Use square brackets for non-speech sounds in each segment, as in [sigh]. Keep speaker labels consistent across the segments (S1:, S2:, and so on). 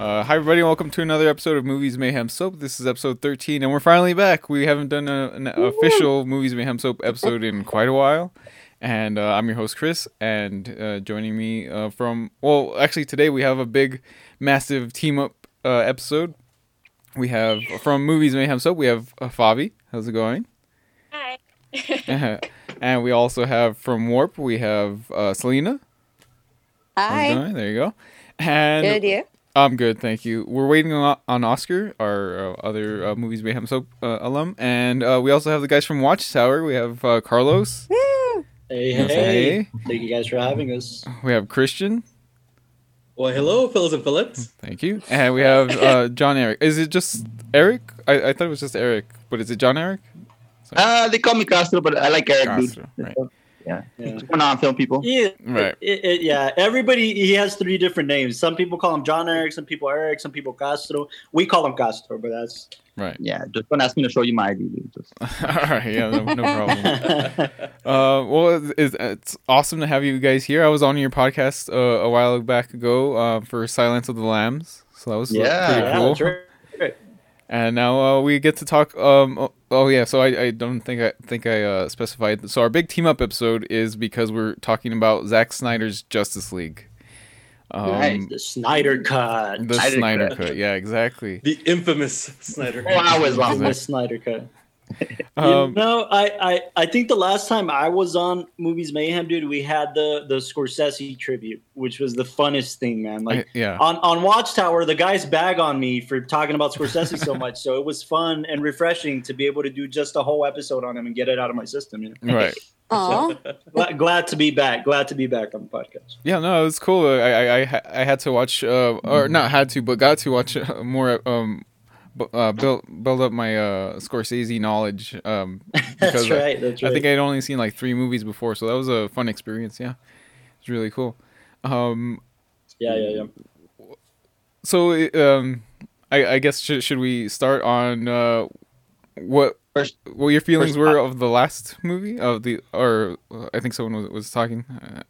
S1: Uh, Hi, everybody. Welcome to another episode of Movies Mayhem Soap. This is episode 13, and we're finally back. We haven't done a, an official Movies Mayhem Soap episode in quite a while. And uh, I'm your host, Chris. And uh, joining me uh, from, well, actually, today we have a big, massive team up uh, episode. We have from Movies Mayhem Soap, we have uh, Fabi. How's it going?
S2: Hi.
S1: [laughs]
S3: [laughs]
S1: and we also have from Warp, we have uh, Selena. How's it
S3: Hi.
S1: going? There you go. And
S3: Good you.
S1: I'm good, thank you. We're waiting on, on Oscar, our uh, other uh, movies Mayhem Soap uh, alum, and uh, we also have the guys from Watchtower. We have uh, Carlos,
S3: Woo.
S4: Hey,
S1: Yes,
S4: hey.
S1: hey.
S4: Thank you guys for having us.
S1: we have Christian,
S4: Well, hello, Phillips and Phillips.
S1: thank you, and we have uh, John Eric. Is it just Eric? I, I thought it was just Eric, but is it John Eric?
S5: Uh, they call me Castro, but I like Eric,
S1: Castro,
S5: dude.
S1: right.
S5: Yeah.
S4: Yeah.
S5: We're not film people.
S4: Yeah,
S1: Right.
S4: it- it- yeah. Everybody, he has three different names. Some people call him John Eric, some people Eric, some people Castro. We call him Castro, but that's [laughs]
S1: Right. [laughs]
S5: Yeah, just don't ask me to show you my ID, dude. Just,
S1: All right. Yeah. No, no [laughs] problem. Uh, well, it's, it's awesome to have you guys here. I was on your podcast uh, a while back ago uh, for Silence of the Lambs, so that was uh,
S5: Yeah.
S1: pretty
S4: yeah,
S1: cool.
S4: that's right.
S1: And now uh, we get to talk. Um, oh, oh yeah, so I, I don't think I think I uh, specified. So our big team up episode is because we're talking about Zack Snyder's Justice League, um,
S5: Nice.
S4: The Snyder Cut.
S1: the
S5: Snyder
S1: Snyder
S5: Cut.
S1: cut. Yeah, exactly.
S6: The infamous Snyder.
S4: Oh,
S5: four hours long.
S4: the Snyder Cut.
S1: Um,
S4: you know, I, I I think the last time I was on Movies Mayhem, dude, we had the the Scorsese tribute, which was the funnest thing, man. Like
S1: I- yeah,
S4: on on Watchtower, the guys bag on me for talking about Scorsese so much, so it was fun and refreshing to be able to do just a whole episode on him and get it out of my system. You know?
S1: right.
S3: Aw.
S4: Glad, glad to be back. Glad to be back on the podcast.
S1: Yeah, no, it was cool. I I, I, ha- I had to watch, uh, or not had to, but got to watch uh, more. Um, bu- uh, build build up my uh, Scorsese knowledge. Um,
S4: [laughs] That's
S1: I-
S4: right. That's right.
S1: I think I'd only seen like three movies before, so that was a fun experience. Yeah, it's really cool. Um,
S4: yeah, yeah, yeah.
S1: so it, um, I, I guess should, should we start on uh, what
S5: First-
S1: what your feelings
S5: first-
S1: were of the last movie of the or uh, I think someone was, was talking. Uh,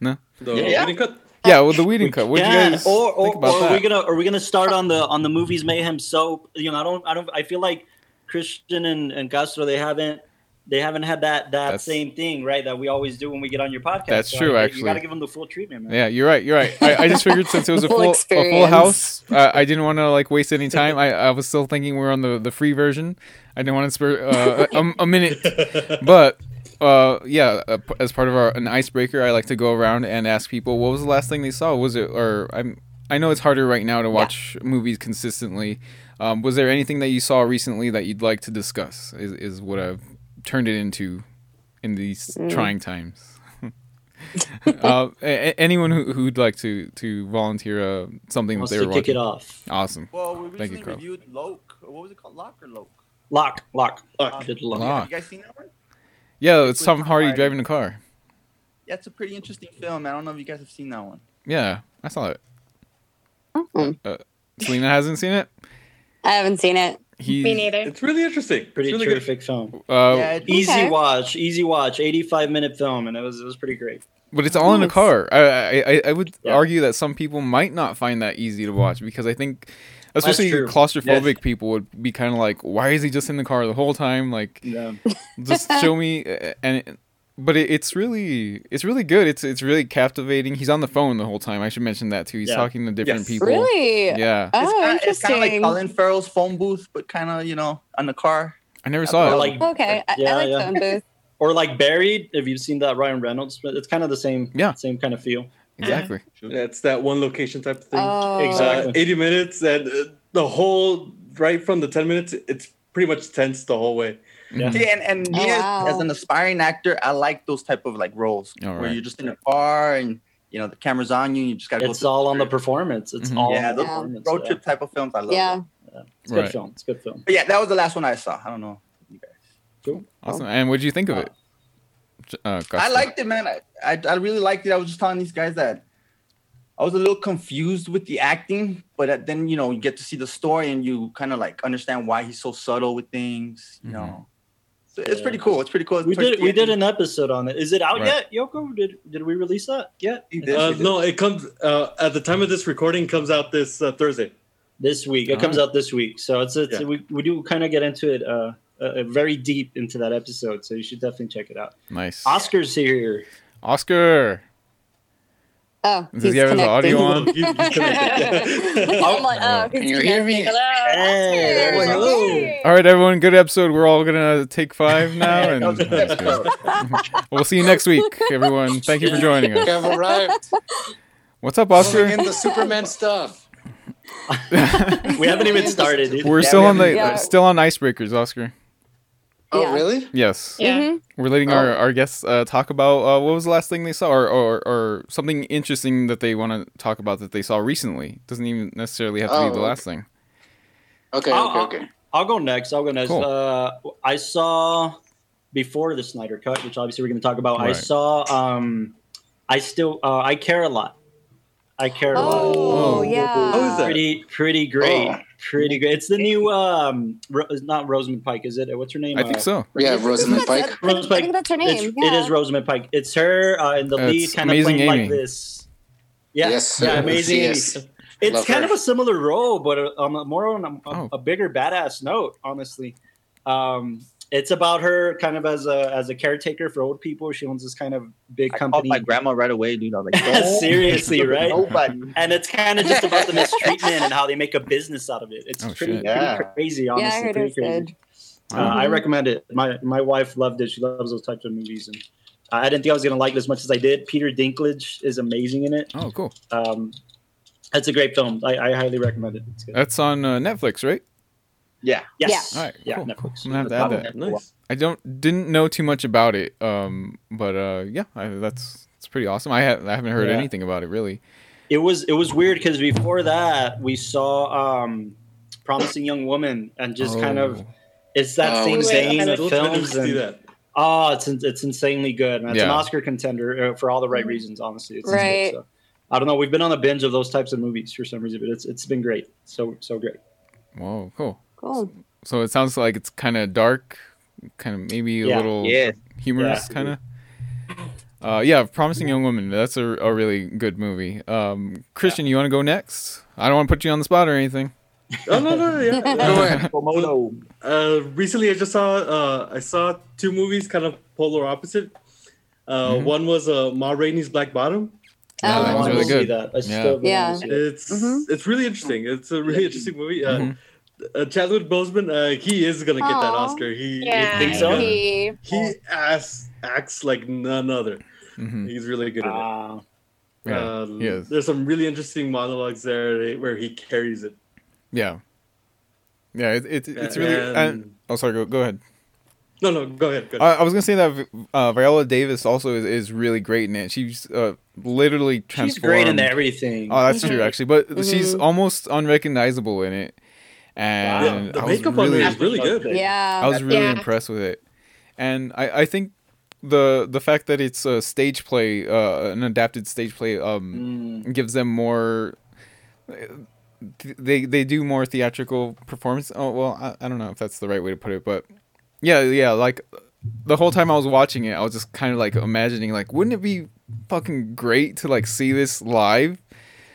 S6: The
S5: Yeah.
S6: Whedon cut.
S1: yeah, well, the Whedon cut. What do you
S4: yeah,
S1: guys
S4: Uh, or, or,
S1: think about
S4: or
S1: that?
S4: are we gonna are we gonna start on the on the movies mayhem soap? You know, I don't I don't I feel like Christian and, and Castro they haven't they haven't had that that
S1: That's-
S4: same thing right that we always do when we get on your podcast.
S1: That's
S4: So I
S1: true,
S4: think
S1: actually.
S4: you gotta give them the full treatment, man.
S1: Yeah, you're right. You're right. I, I just figured since it was a
S3: [laughs] Full
S1: full, a full
S3: experience.
S1: house, uh, I didn't want to like waste any time. I, I was still thinking we were on the, the free version. I didn't want to spare uh, a, a minute, but uh, yeah, uh, p- as part of our an icebreaker, I like to go around and ask people what was the last thing they saw. Was it or I'm I know it's harder right now to watch movies consistently. Um, was there anything that you saw recently that you'd like to discuss? Is is what I've turned it into in these
S3: Mm.
S1: trying times uh, a- a- anyone who, who'd like to to volunteer uh, something that
S4: Wants
S1: they
S4: to
S1: were
S4: kick
S1: watching.
S4: it off.
S1: Awesome.
S7: Well, we
S1: Thank
S7: recently
S1: you, Carl.
S7: reviewed Loke. What was it called? Lock or Loke?
S4: Lock, lock,
S7: Um,
S4: lock. Did lock.
S1: Lock.
S7: Have you guys seen that one?
S1: Yeah, it's
S7: with
S1: Tom
S7: Tom
S1: Hardy
S7: Hardy.
S1: driving a car.
S7: Yeah, it's a pretty interesting film. I don't know if you guys have seen that one.
S1: Yeah, I saw it.
S3: Mm-mm.
S1: Selena hasn't seen it.
S3: Mm-hmm. I haven't seen it.
S1: He,
S2: Me neither.
S6: It's really interesting.
S4: Pretty
S6: it's really good.
S4: terrific film.
S1: Uh,
S7: yeah, it-
S4: Easy
S3: Okay.
S4: watch, easy watch. Eighty-five minute film, and it was it was pretty great.
S1: But it's all in a
S3: Yes.
S1: car. I I, I- I would
S4: Yeah.
S1: argue that some people might not find that easy to watch because I think, especially
S4: true.
S1: claustrophobic people, would be kind of like, "Why is he just in the car the whole time?" Like,
S4: Yeah.
S1: just show me uh, and it- but it, it's really it's really good it's it's really captivating he's on the phone the whole time i should mention that too he's
S4: Yeah.
S1: talking to different
S6: Yes.
S1: people
S3: Really?
S1: yeah
S3: Oh,
S7: it's kinda, It's kind of like
S3: interesting.
S7: Colin Farrell's phone booth, but kind of, you know, on the car.
S1: i never
S4: Or
S1: saw it
S4: like
S3: okay. I,
S4: Yeah,
S3: I like
S4: yeah.
S3: Phone Booth.
S4: or like Buried. Have you seen that Ryan Reynolds? It's kind of the same.
S1: Yeah.
S4: Same kind of feel.
S1: [laughs] exactly
S6: Yeah, it's that one location type of thing.
S3: Oh.
S4: Exactly.
S6: Uh, 80 minutes and uh, the whole, right from the 10 minutes, it's pretty much tense the whole way.
S4: Yeah.
S7: See, and and
S3: Oh,
S7: me as-
S3: wow.
S7: as an aspiring actor, I like those type of like roles
S1: All
S7: where
S1: right.
S7: you're just in a car and you know the camera's on you. And you just gotta
S4: It's
S7: go.
S4: all on the performance. It's
S1: Mhm.
S4: all
S7: Yeah,
S4: on the
S7: those
S4: performance.
S7: road
S4: yeah.
S7: trip type of films. I love.
S3: Yeah.
S4: It's a good
S1: Right.
S4: film. It's a good film.
S7: But yeah, that was the last one I saw. I don't know.
S1: awesome and what did you think of it J- uh,
S7: I
S1: Gustav.
S7: liked it, man. I, I I really liked it. I was just telling these guys that I was a little confused with the acting, but at- then you know you get to see the story and you kind of like understand why he's so subtle with things. You
S1: Mhm.
S5: Mm-hmm.
S7: know, It's
S4: Yeah.
S7: pretty cool. It's pretty cool.
S4: We
S7: Towards
S4: did
S7: the
S4: we
S7: end,
S4: did an episode on it. Is it out
S1: Right.
S4: yet, Yoko? Did did we release that yet?
S7: he did,
S6: Uh,
S7: he did.
S6: no, it comes uh, at the time of this recording comes out this uh, Thursday.
S4: This week. It
S1: Ah.
S4: comes out this week. So it's it's
S6: Yeah.
S4: we, we do kind of get into it uh, uh very deep into that episode. So you should definitely check it out.
S1: Nice.
S4: Oscar's here.
S1: Oscar.
S3: Oh,
S1: Does he have his audio
S3: [laughs]
S6: [laughs]
S1: on?
S6: You- you [laughs] connected.
S3: I'm like, oh,
S2: Can you hear me?
S3: Hello.
S4: Hey,
S3: Oscar.
S4: there's Hello.
S3: Hey.
S1: All right, everyone. Good episode. We're all gonna take five now, and
S7: That was a good episode.
S1: we'll see you next week, everyone. Thank you for joining us.
S2: I've arrived.
S1: What's up,
S2: Oscar.
S1: Oscar?
S2: in the Superman stuff.
S4: We haven't even started.
S1: [laughs]
S4: dude.
S1: We're
S7: Yeah,
S1: still
S7: we
S1: on the
S3: haven't- Yeah.
S1: still on icebreakers, Oscar.
S2: Oh,
S3: Yeah.
S2: really?
S1: Yes,
S8: Yeah.
S3: Mhm.
S1: we're letting our, our guests uh, talk about uh, what was the last thing they saw, or, or or something interesting that they want to talk about that they saw recently. Doesn't even necessarily have to
S2: Oh,
S1: be the
S2: okay.
S1: last thing.
S2: Okay,
S4: I'll-
S2: okay, okay.
S4: I'll go next. I'll go next.
S1: Cool.
S4: Uh, I saw before the Snyder Cut, which obviously we're going to talk about. I
S1: Right.
S4: saw. Um, I still. Uh, I care a lot. I care a lot.
S3: Oh,
S1: Oh.
S3: yeah.
S6: What is that?
S4: Pretty, pretty great.
S2: Oh.
S4: Pretty great. It's the new. Um, Ro- not Rosamund Pike, is it? What's her name?
S1: I think
S4: Uh,
S1: so.
S2: Yeah, Rosamund
S3: Isn't that-
S2: Pike.
S3: I think, I think that's her name.
S4: It's,
S3: yeah.
S4: It is Rosamund Pike. It's her uh, in the
S1: Uh,
S4: lead,
S1: it's
S4: kind of
S1: Amazing
S4: playing like
S1: Amy.
S4: this. Yeah,
S2: Yes,
S4: yeah,
S2: uh,
S4: amazing. Amy.
S2: yes.
S4: It's
S2: Love
S4: kind
S2: her.
S4: of a similar role, but uh, on a more on a,
S1: Oh.
S4: a bigger badass note, honestly. Um, it's about her kind of as a as a caretaker for old people. She owns this kind of big
S5: I called
S4: company. [laughs]
S5: my grandma right away, dude. I was like,
S4: Seriously, right?
S5: Nobody.
S4: And it's kind of just about the mistreatment and how they make a business out of it. It's
S1: Oh,
S4: pretty,
S1: shit.
S4: pretty
S5: Yeah.
S4: crazy, honestly.
S3: Yeah, I heard it
S4: pretty
S3: was
S4: crazy.
S3: good.
S4: Uh, I recommend it. My my wife loved it. She loves those types of movies, and I didn't think I was gonna like it as much as I did. Peter Dinklage is amazing in it.
S1: Oh, cool.
S4: Um, it's a great film. I, I highly recommend it. It's good.
S1: That's on uh, Netflix, right?
S4: Yes.
S1: All right,
S4: Yeah.
S1: cool.
S4: Netflix.
S1: I'm gonna have to
S4: That's
S1: add that.
S6: nice.
S1: I don't didn't know too much about it, um, but uh, yeah, I, that's it's pretty awesome. I, ha- I haven't heard
S4: Yeah.
S1: anything about it really.
S4: It was it was weird because before that we saw um, promising young woman and just kind of
S1: Oh.
S4: it's that
S2: Oh,
S4: same
S2: wait,
S4: vein
S6: I
S4: of
S6: don't
S4: films
S6: see
S4: and
S6: that.
S4: oh it's in- it's insanely good man. it's an
S1: Yeah.
S4: Oscar contender uh, for all the right reasons honestly it's
S3: Right.
S4: so- I don't know we've been on a binge of those types of movies for some reason but it's it's been great so so great
S1: Oh, Whoa, cool.
S3: Cool.
S1: So it sounds like it's kind of dark, kind of maybe a
S4: Yeah.
S1: little
S5: Yes. [laughs]
S1: humorous
S4: Yeah.
S1: kind of. Uh, yeah, promising young woman. That's a, a really good movie. Um, Christian, you want to go next? I don't want to put you on the spot or anything.
S6: Oh no, no, no, yeah.
S2: Go
S1: [laughs]
S6: yeah.
S2: ahead.
S6: Uh, recently, I just saw uh, I saw two movies, kind of polar opposite. Uh,
S1: Mhm.
S6: One was uh, Ma Rainey's Black Bottom.
S1: Yeah,
S4: I
S1: that one's
S4: wanna
S1: really
S4: see
S1: good.
S4: that. I
S1: Yeah.
S4: still really
S3: Yeah.
S4: wanna see that.
S6: It's
S3: Mhm.
S6: it's really interesting. It's a really interesting movie. Uh,
S1: Mhm.
S6: uh, Chadwick Boseman, uh, he is gonna get that
S3: Aw.
S6: Oscar. He, he
S8: Yeah.
S6: thinks so.
S3: He-
S6: He, ass, acts like none other.
S1: hmm
S6: He's really good at it.
S4: Wow.
S1: Yeah,
S6: um,
S1: he is.
S6: There's some really interesting monologues there where he carries it.
S1: yeah, yeah. It, it, it's really.
S6: And-
S1: and- oh, sorry. Go, go ahead.
S6: no, no, go ahead. Go ahead.
S1: I, I was gonna say that uh, Viola Davis also is, is really great in it. She's uh, literally transformed.
S4: she's great in everything
S1: Oh, that's true actually, but she's almost unrecognizable in it. And
S6: Yeah, the
S1: I was
S6: makeup on
S1: really,
S6: there is really good.
S1: I
S3: Yeah.
S1: [laughs] was really
S8: Yeah.
S1: impressed with it, and I, I think the the fact that it's a stage play, uh, an adapted stage play, um,
S4: Mm.
S1: gives them more. They they do more theatrical performance. Oh well, I, I don't know if that's the right way to put it, but yeah, yeah. Like the whole time I was watching it, I was just kind of like imagining, like, wouldn't it be fucking great to like see this live?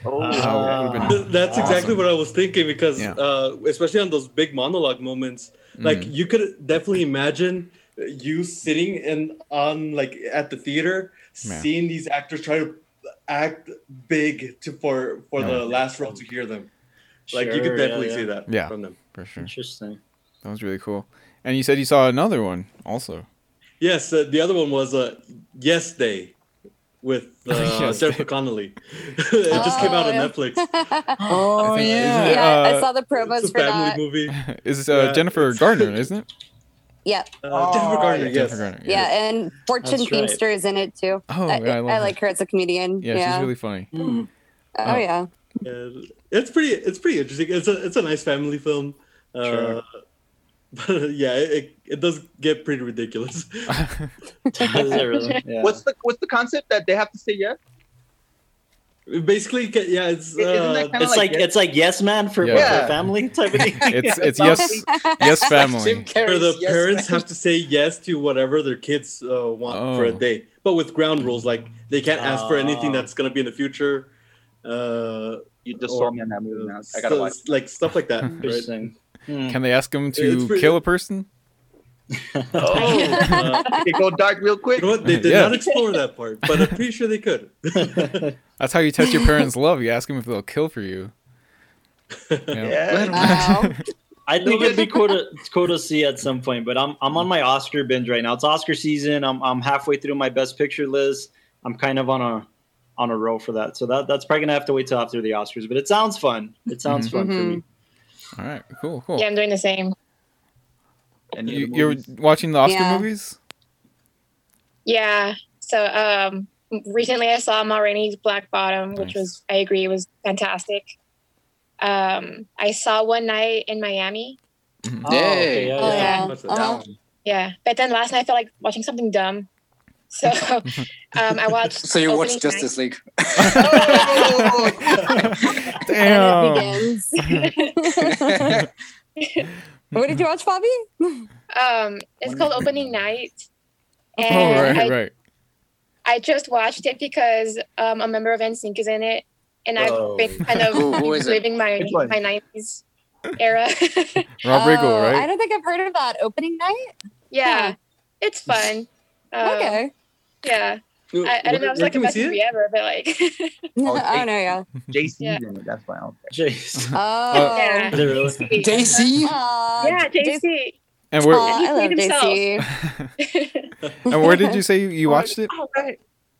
S7: Oh,
S4: Ah.
S1: would've
S6: Th- That's
S4: Awesome.
S6: exactly what I was thinking because,
S1: Yeah. Mm-hmm.
S6: uh, especially on those big monologue moments, like you could definitely imagine you sitting in on like at the theater,
S1: Yeah.
S6: seeing these actors try to act big to for for the last row to hear them. Like you
S4: Sure,
S6: could
S4: yeah,
S6: definitely
S4: yeah.
S6: see that
S1: Yeah.
S6: from them.
S1: for sure.
S4: Interesting.
S1: That was really cool. And you said you saw another one
S3: [gasps]
S1: also.
S6: Yes, uh, the other one was uh, Yes Day
S1: [laughs]
S6: with uh,
S1: Yes
S6: Jennifer Connelly. [laughs] it just came out
S3: Oh,
S6: on
S3: yeah. [laughs]
S6: Netflix.
S2: Oh,
S1: think- isn't
S2: yeah.
S1: it-
S3: yeah, I
S1: Uh,
S3: saw the promos
S6: It's a
S3: for
S6: family
S3: that.
S6: movie. Uh,
S1: Is uh,
S6: Yeah,
S1: Jennifer
S6: it's-
S1: Gardner, isn't it?
S3: Yeah.
S6: Uh, Jennifer
S7: Oh,
S6: Garner,
S7: yeah,
S6: yes.
S1: Jennifer Garner.
S3: Yeah, and Fortune
S4: That's right.
S3: Teamster is in it too.
S1: Oh,
S3: I,
S1: yeah, I
S3: I,
S1: love her.
S3: like her as a comedian.
S1: Yeah,
S3: Yeah.
S1: she's really
S3: [laughs]
S1: funny. [laughs]
S4: Hmm. [laughs]
S3: oh, yeah. [laughs]
S6: And it's pretty it's pretty interesting it's a it's a nice family film uh
S4: Sure.
S6: [laughs] but yeah it, it does get pretty ridiculous
S4: Is it really? Yeah.
S5: What's the what's the concept that they have to say yes?
S6: Basically, ca- yeah, it's
S7: Isn't that
S6: uh,
S7: kinda
S4: It's like,
S7: yes-
S4: it's like yes man for,
S1: Yeah.
S4: for family type
S1: [laughs]
S4: of thing.
S1: It's it's yes
S3: [laughs]
S1: yes
S2: Jim
S1: family.
S2: Carrey's
S6: where the
S2: Yes
S6: parents
S2: Man.
S6: have to say yes to whatever their kids uh, want for a
S1: Oh.
S6: day, but with ground rules like they can't ask for anything
S4: Oh.
S6: that's gonna be in the future. Uh,
S5: You just
S6: Or-
S5: saw me on that movie. Now. I
S6: so-
S5: gotta watch.
S6: like stuff like that.
S4: [laughs]
S6: right?
S4: Interesting.
S7: Mm.
S5: Mm.
S1: Can they ask him
S6: It's
S1: to
S6: pretty-
S1: kill a person?
S6: Oh, [laughs] uh,
S5: It go dark real quick.
S6: you know what? They did
S1: Yeah.
S6: not explore that part, but I'm pretty sure they could. [laughs]
S1: That's how you test your parents' love. You ask them if they'll kill for you.
S5: Yeah.
S3: Wow.
S4: I think
S5: No,
S4: it'd be cool to, it's cool to see at some point, but I'm I'm on my Oscar binge right now. It's Oscar season. I'm I'm halfway through my best picture list. I'm kind of on a on a roll for that. So that that's probably gonna have to wait till after the Oscars. But it sounds fun. It sounds
S1: Mm-hmm.
S4: fun for me.
S1: [laughs] All right. Cool. Cool.
S8: Yeah, I'm doing the same.
S5: Any
S1: You,
S5: other
S1: you're
S5: [laughs] movies?
S1: watching the Oscar
S3: Yeah. [laughs]
S1: movies?
S8: Yeah. So um, recently I saw Ma Rainey's Black Bottom, which
S1: Nice.
S8: was I agree was fantastic. Um, I saw one night in Miami.
S4: Oh, okay,
S2: Yay.
S4: yeah,
S3: Oh,
S4: yeah.
S3: yeah.
S6: Watch that.
S3: Uh-huh.
S8: Yeah, but then last night I felt like watching something dumb,
S1: [laughs]
S8: so um, I watched.
S2: So you watch
S8: Opening
S2: Justice League.
S3: Oh.
S1: [laughs]
S3: And
S1: Damn.
S3: it
S1: [laughs]
S3: begins. [laughs] what did you watch, Bobby?
S8: Night. Um, it's called Opening Night.
S1: [laughs] Oh,
S8: And I
S1: right, right.
S8: I just watched it because um, a member of NSYNC is in it, and I've
S4: Whoa.
S8: been kind
S2: [laughs]
S8: of
S2: Who- who is it?
S8: living my
S5: Which one?
S8: my '90s era. [laughs]
S1: Rob
S3: Oh,
S1: Riggle,
S3: I
S1: right?
S3: don't think I've heard of that opening night.
S8: yeah, it's fun. Um,
S3: okay.
S8: Yeah,
S6: No,
S8: I, I
S6: where-
S8: don't know. It's
S6: where
S8: like the
S6: can we
S8: best
S6: see
S8: movie
S6: it?
S8: ever, but like, [laughs]
S3: [laughs] Oh,
S5: okay.
S1: [laughs]
S3: no, yeah.
S5: JC's
S8: Yeah.
S5: in it. That's why. Okay.
S4: Jeez.
S3: Oh.
S8: yeah,
S4: Is it really?
S8: JC.
S2: JC?
S3: Aw,
S8: Yeah,
S3: Jason-
S8: JC.
S1: And where
S3: Aw,
S8: He
S3: I love
S8: played himself.
S3: JC.
S1: [laughs] and where did you say you, you
S3: [laughs]
S1: watched it?
S8: Oh, right.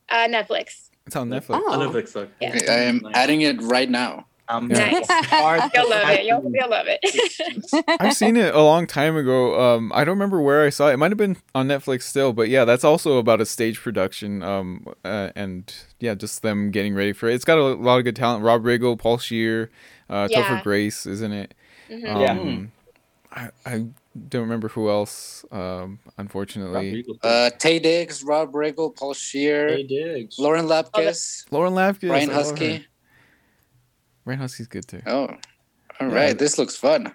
S8: Uh, Netflix.
S1: It's on Netflix.
S6: I
S3: Oh. [laughs]
S6: love it, suck.
S8: Yeah.
S2: Okay, I am adding it right now.
S5: Um,
S1: Yeah.
S8: Nice. You'll love it. You'll, you'll love it. [laughs]
S1: I've seen it a long time ago. Um, I don't remember where I saw it. It might have been on Netflix still, but yeah, that's also about a stage production. Um, uh, and yeah, just them getting ready for it. It's got a lot of good talent. Rob Riggle, Paul Shear, uh,
S8: Yeah.
S1: Topher Grace, isn't it?
S8: Mhm.
S1: Um,
S4: Yeah.
S1: I, I don't remember who else. Um, unfortunately,
S2: Uh, Tay Diggs, Rob Riggle, Paul Shear,
S4: Hey, Diggs.
S2: Lauren Lapkus,
S1: Lauren Lapkus,
S2: Brian
S1: I love her.
S2: Husky.
S1: Brian Husky's good too.
S2: Oh, all right.
S1: Yeah.
S2: This looks fun.